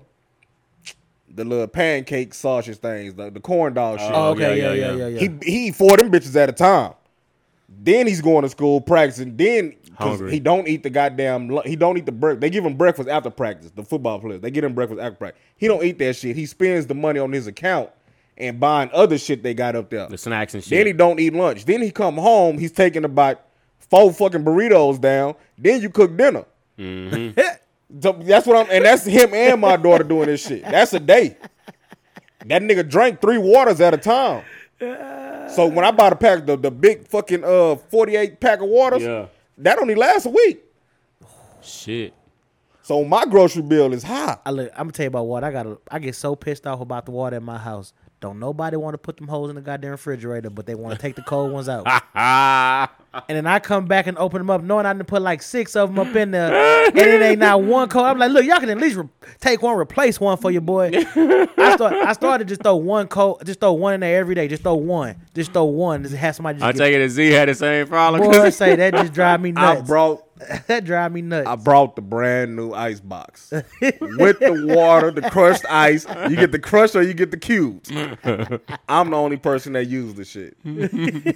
the little pancake sausage things, the, the corn dog shit. Oh, Oh, okay, yeah, yeah, yeah, yeah, yeah, yeah. He he eat four of them bitches at a time. Then he's going to school practicing. Then 'cause Hungry. he don't eat the goddamn. lu- He don't eat the break. They give him breakfast after practice. The football players they get him breakfast after practice. He don't eat that shit. He spends the money on his account and buying other shit they got up there. the snacks and shit. Then he don't eat lunch. Then he come home. He's taking about four fucking burritos down. Then you cook dinner. Mm-hmm. So that's what I'm, and that's him and my daughter doing this shit. That's a day. That nigga drank three waters at a time. So when I bought a pack, the the big fucking uh forty eight pack of waters, Yeah. that only lasts a week. shit. So my grocery bill is high. I look, I'm gonna tell you about water. I gotta. I get so pissed off about the water at my house. Don't nobody want to put them holes in the goddamn refrigerator, but they want to take the cold ones out. Ah, and then I come back and open them up, knowing I done put like six of them up in there, and it ain't not one cold. I'm like, look, y'all can at least re- take one, replace one for your boy. I start. I started just throw one cold, just throw one in there every day. Just throw one. Just throw one. Just have somebody. Just I get- take it as Z had the same problem. Boy, I say that just drive me I nuts. brought that drive me nuts. I brought the brand new ice box with the water, the crushed ice. You get the crush or you get the cubes. I'm the only person that uses the shit.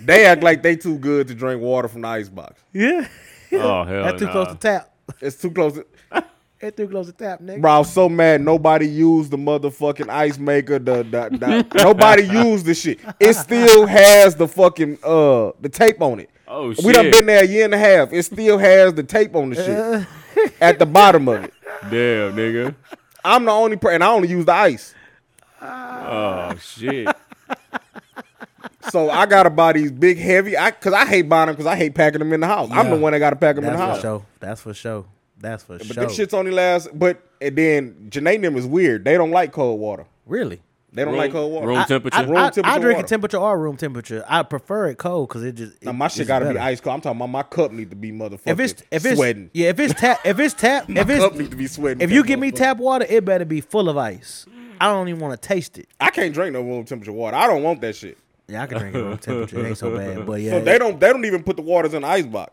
they act like they too good to drink water from the ice box. yeah, oh hell, that's too nah. close to tap. It's too close. To, That's too close to tap, nigga. bro, I was so mad nobody used the motherfucking ice maker. The, the, the- nobody used the shit. It still has the fucking uh the tape on it. Oh, We done shit. been there a year and a half. It still has the tape on the shit at the bottom of it. Damn, nigga. I'm the only person. I only use the ice. Oh shit. So I gotta buy these big heavy. I cause I hate buying them because I hate packing them in the house. I'm the Yeah. one that gotta pack them in the That's house. for sure. That's for sure. That's for But sure. them shits only last. But and then Janae and them is weird. They don't like cold water. really? They don't Room- like cold water. room I- temperature. I, Room I, I temperature drink water. it temperature or room temperature. I prefer it cold because it just. Now, it- my shit it's gotta be better. ice cold. I'm talking about my cup need to be motherfucking If it's if it's sweating. yeah, if it's tap, if it's tap, if my cup need it's to be sweating. if that you give me motherfucker. tap water, it better be full of ice. I don't even want to taste it. I can't drink no room temperature water. I don't want that shit. Yeah, I can drink it room temperature. It ain't so bad. But yeah, So they don't they don't even put the waters in the ice box.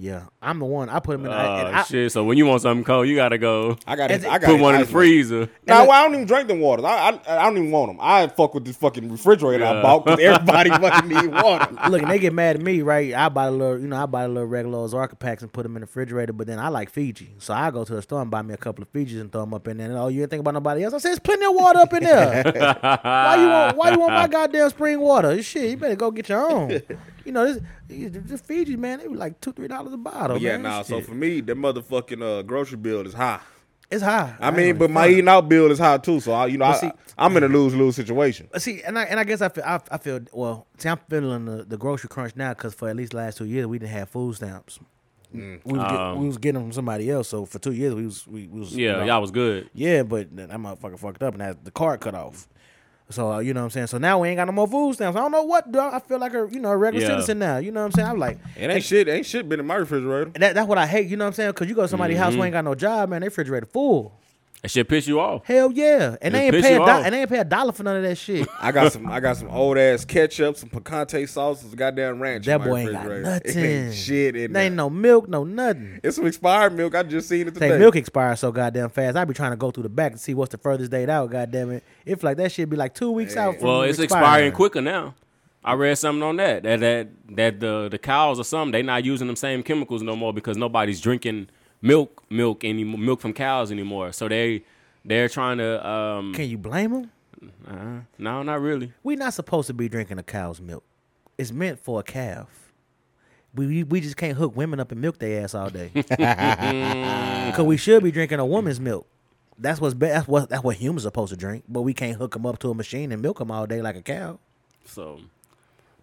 yeah, I'm the one. I put them in. Oh The, ice and I, shit! So when you want something cold, you gotta go I got Is it. it- I got put one in the ice box. freezer. No, And I don't even drink them waters. I, I I don't even want them. I fuck with this fucking refrigerator I Yeah. bought because everybody fucking need water. Look, and they get mad at me, right? I buy a little, you know, I buy a little regular Ozarka packs and put them in the refrigerator. But then I like Fiji, so I go to the store and buy me a couple of Fijis and throw them up in there. And oh, you didn't think about nobody else? I said, there's plenty of water up in there. why you want? Why you want my goddamn spring water? Shit, you better go get your own. You know, this, this Fiji man, they were like two, three dollars a bottle. Yeah, man. nah. So Shit. for me, the motherfucking uh, grocery bill is high. it's high. I ain't mean, gonna but my eating out bill is high too. So I, you know, I, But see- I'm in a lose lose situation. But see, and I and I guess I feel I, I feel well. See, I'm feeling the, the grocery crunch now because for at least last two years we didn't have food stamps. We, was get- we was getting them from somebody else. So for two years we was we, we was you Um. Yeah, know, y'all was good. yeah. But then that motherfucker fucked up and had the card cut off. So uh, you know what I'm saying. So now we ain't got no more food stamps. I don't know what dog. I feel like a you know a regular Yeah. citizen now. You know what I'm saying. I'm like It ain't shit. Ain't shit been in my refrigerator. that, that's what I hate. You know what I'm saying. Because you go to somebody's house Mm-hmm. who ain't got no job, man. They refrigerator full. That shit piss you off. Hell yeah, and they It ain't piss pay a you do- off. and they ain't pay a dollar for none of that shit. I got some. I got some old ass ketchup, some picante sauce, some goddamn ranch. in That my boy ain't got refrigerator. It nothing. ain't shit in There there. ain't no milk, no nothing. It's some expired milk. I just seen it today. Say milk expires so goddamn fast. I be trying to go through the back to see what's the furthest date out. Goddamn it! If like that shit be like two weeks out. From Well, it's expiring quicker now. I read something on that that that that the the cows or something they not using them same chemicals no more because nobody's drinking milk milk any milk from cows anymore. So they they're trying to um Can you blame them? uh, no not really. We not supposed to be drinking a cow's milk. It's meant for a calf. We we, we just can't hook women up and milk their ass all day. Cause we should be drinking a woman's milk. That's what's be- that's what that's what humans are supposed to drink. But we can't hook them up to a machine and milk them all day like a cow. So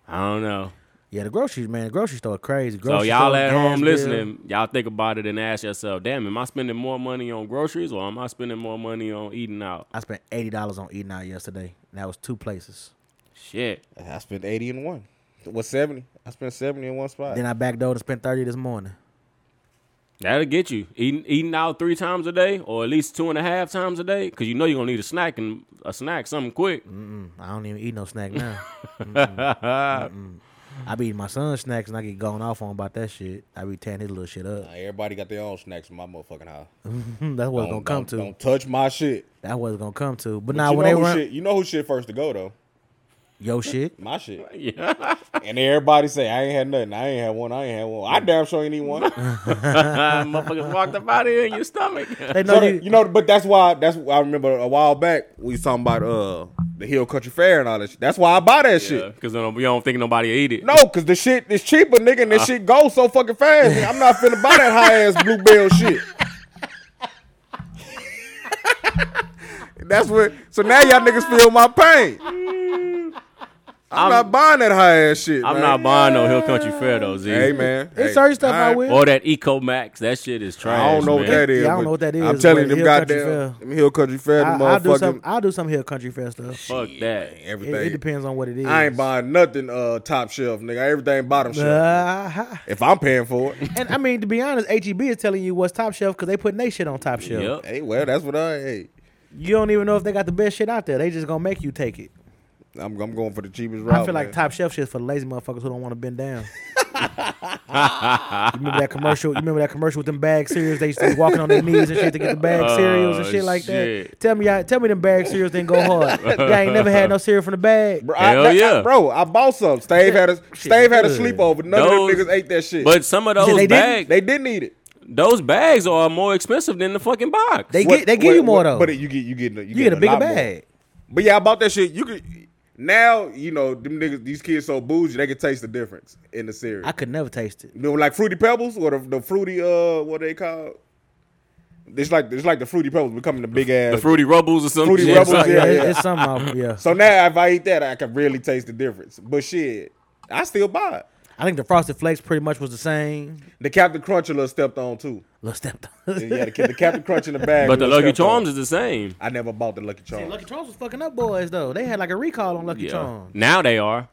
I don't know. Yeah, the grocery man, the grocery store crazy. So Grocery y'all store, at gas home bill. listening, y'all think about it and ask yourself, damn, am I spending more money on groceries or am I spending more money on eating out? I spent eighty dollars on eating out yesterday. And that was two places. Shit. I spent eighty in one. What's seventy? I spent seventy in one spot. Then I backdoored and spent thirty this morning. That'll get you. Eating eating out three times a day or at least two and a half times a day. Cause you know you're gonna need a snack and a snack, something quick. Mm, I don't even eat no snack now. I be eating my son's snacks and I get going off on about that shit. I be tearing his little shit up. Hmm, Nah, everybody got their own snacks in my motherfucking house. That's what it's gonna Don't- come don't- to. Don't touch my shit. That's what it's gonna come to. But, But now you when know they who run shit, you know who shit first to go though. yo shit, My shit. Yeah. And everybody say I ain't had nothing. I ain't had one. I ain't had one. I damn sure ain't eat one. Motherfuckers walked up out of here in your stomach. they know So you. that- you know, but that's why that's why I remember a while back we was talking about uh the Hill Country Fair and all that shit. That's why I buy that shit. Because you don't think nobody will eat it. No, cause the shit is cheaper, nigga, and this Uh. shit goes so fucking fast. nigga. I'm not finna buy that high ass bluebell shit. That's what. So now y'all niggas feel my pain. I'm, not buying that high ass shit. I'm man. not buying no Hill Country Fair though, Z. Hey man, It's Hey, certain stuff I alright. will. Or that Eco Max. That shit is trash. I don't know what man. that is. Yeah, I don't but know what that I'm is, telling but you, them Hill Country goddamn Fair. them Hill Country Fair, I, them will do some. motherfucking I'll do some here country fair stuff. Fuck that. It, everything. it depends on what it is. I ain't buying nothing uh top shelf, nigga. Everything bottom shelf. Uh, if I'm paying for it, and I mean to be honest, HEB is telling you what's top shelf because they putting their shit on top shelf. Yep. hey, well, that's what I hey. You don't even know if they got the best shit out there. They just gonna make you take it. I'm, I'm going for the cheapest route. I feel like man. Top Chef shit for the lazy motherfuckers who don't want to bend down. you remember that commercial? You remember that commercial with them bag cereals? They used to be walking on their knees and shit to get the bag cereals and Oh, shit like that. shit. Tell me, y'all, tell me them bag cereals didn't go hard. y'all ain't never had no cereal from the bag. Bro, I- Hell that- yeah. bro! I bought some. Stave had a Stave had a good. sleepover. None of them Those- niggas ate that shit. But some of said those they didn't? bags, they didn't eat it. those bags are more expensive than the fucking box. They get, they give you more though. But you get you get you, you get a bigger lot more. bag. But yeah, I bought that shit. You could now you know them niggas. These kids so bougie they can taste the difference in the cereal. I could never taste it. You know, like fruity pebbles or the, the fruity uh what they called. It's like it's like the fruity pebbles becoming the big ass. the Fruity Rubbles or something. Fruity Pebbles, Yeah, yeah, it's, yeah. it's something. Off, yeah. so now if I eat that, I can really taste the difference. But shit, I still buy it. I think the Frosted Flakes pretty much was the same. The Captain Crunchula stepped on too. Little step. Yeah, the, the Captain Crunch in the bag. But the was Lucky stepped on. Charms is the same. I never bought the Lucky Charms. Lucky Charms was fucking up boys though. They had like a recall on Lucky Yeah. Charms. Now they are.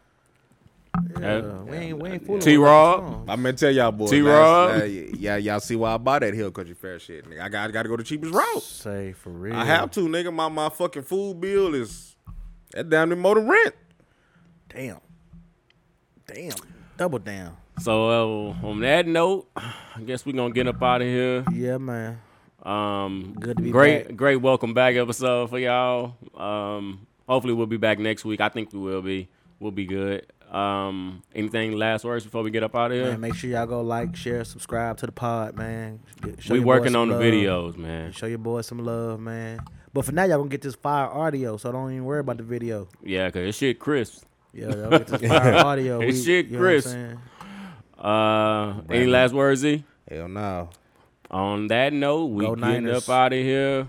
Uh, we ain't we ain't fooling. with T Lucky Rob. Charms. I'm gonna tell y'all boys. T-Rob. last- uh, Yeah, y'all see why I buy that Hill Country Fair shit. Nigga. I got got to go the cheapest route. Say for real. I have to, nigga. My my fucking food bill is that damn near more than rent. Damn. Damn. Double down. So uh, on that note, I guess we're gonna get up out of here. Yeah, man. Um, Good to be great, back. great welcome back episode for y'all. Um, hopefully we'll be back next week. I think we will be. We'll be good. Um, anything last words before we get up out of here? Man, make sure y'all go like, share, subscribe to the pod, man. Get- show we your uh, boy working some on the love. videos, man. Show your boys some love, man. But for now, y'all gonna get this fire audio, so don't even worry about the video. Yeah, cause it's shit crisp. Yeah, y'all get this fire audio. Hey, shit, you know what I'm Chris. saying? Uh, any last words, Z? Hell no. On that note, we Go getting Niners. up out of here.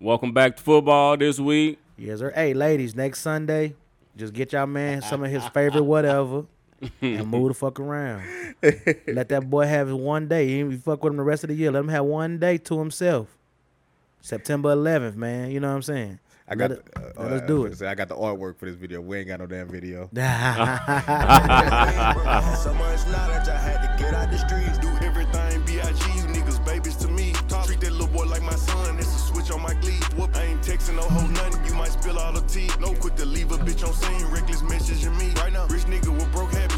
Welcome back to football this week. Yes, sir. Hey, ladies, next Sunday, just get y'all man some of his favorite whatever and move the fuck around. Let that boy have his one day. You ain't fuck with him the rest of the year. Let him have one day to himself. September 11th, man. You know what I'm saying? I got. Let it- the- uh, let us do I, it. was gonna say, I got the artwork for this video. We ain't got no damn video. so much knowledge, I had to get out the streets. Do everything, B.I.G. You niggas, babies to me. Talk, treat that little boy like my son. It's a switch on my glee. Whoop, I ain't texting no hoe nothing. You might spill all the tea. No quick to leave a bitch on scene. Reckless messaging me. Right now, rich nigga with broke habits.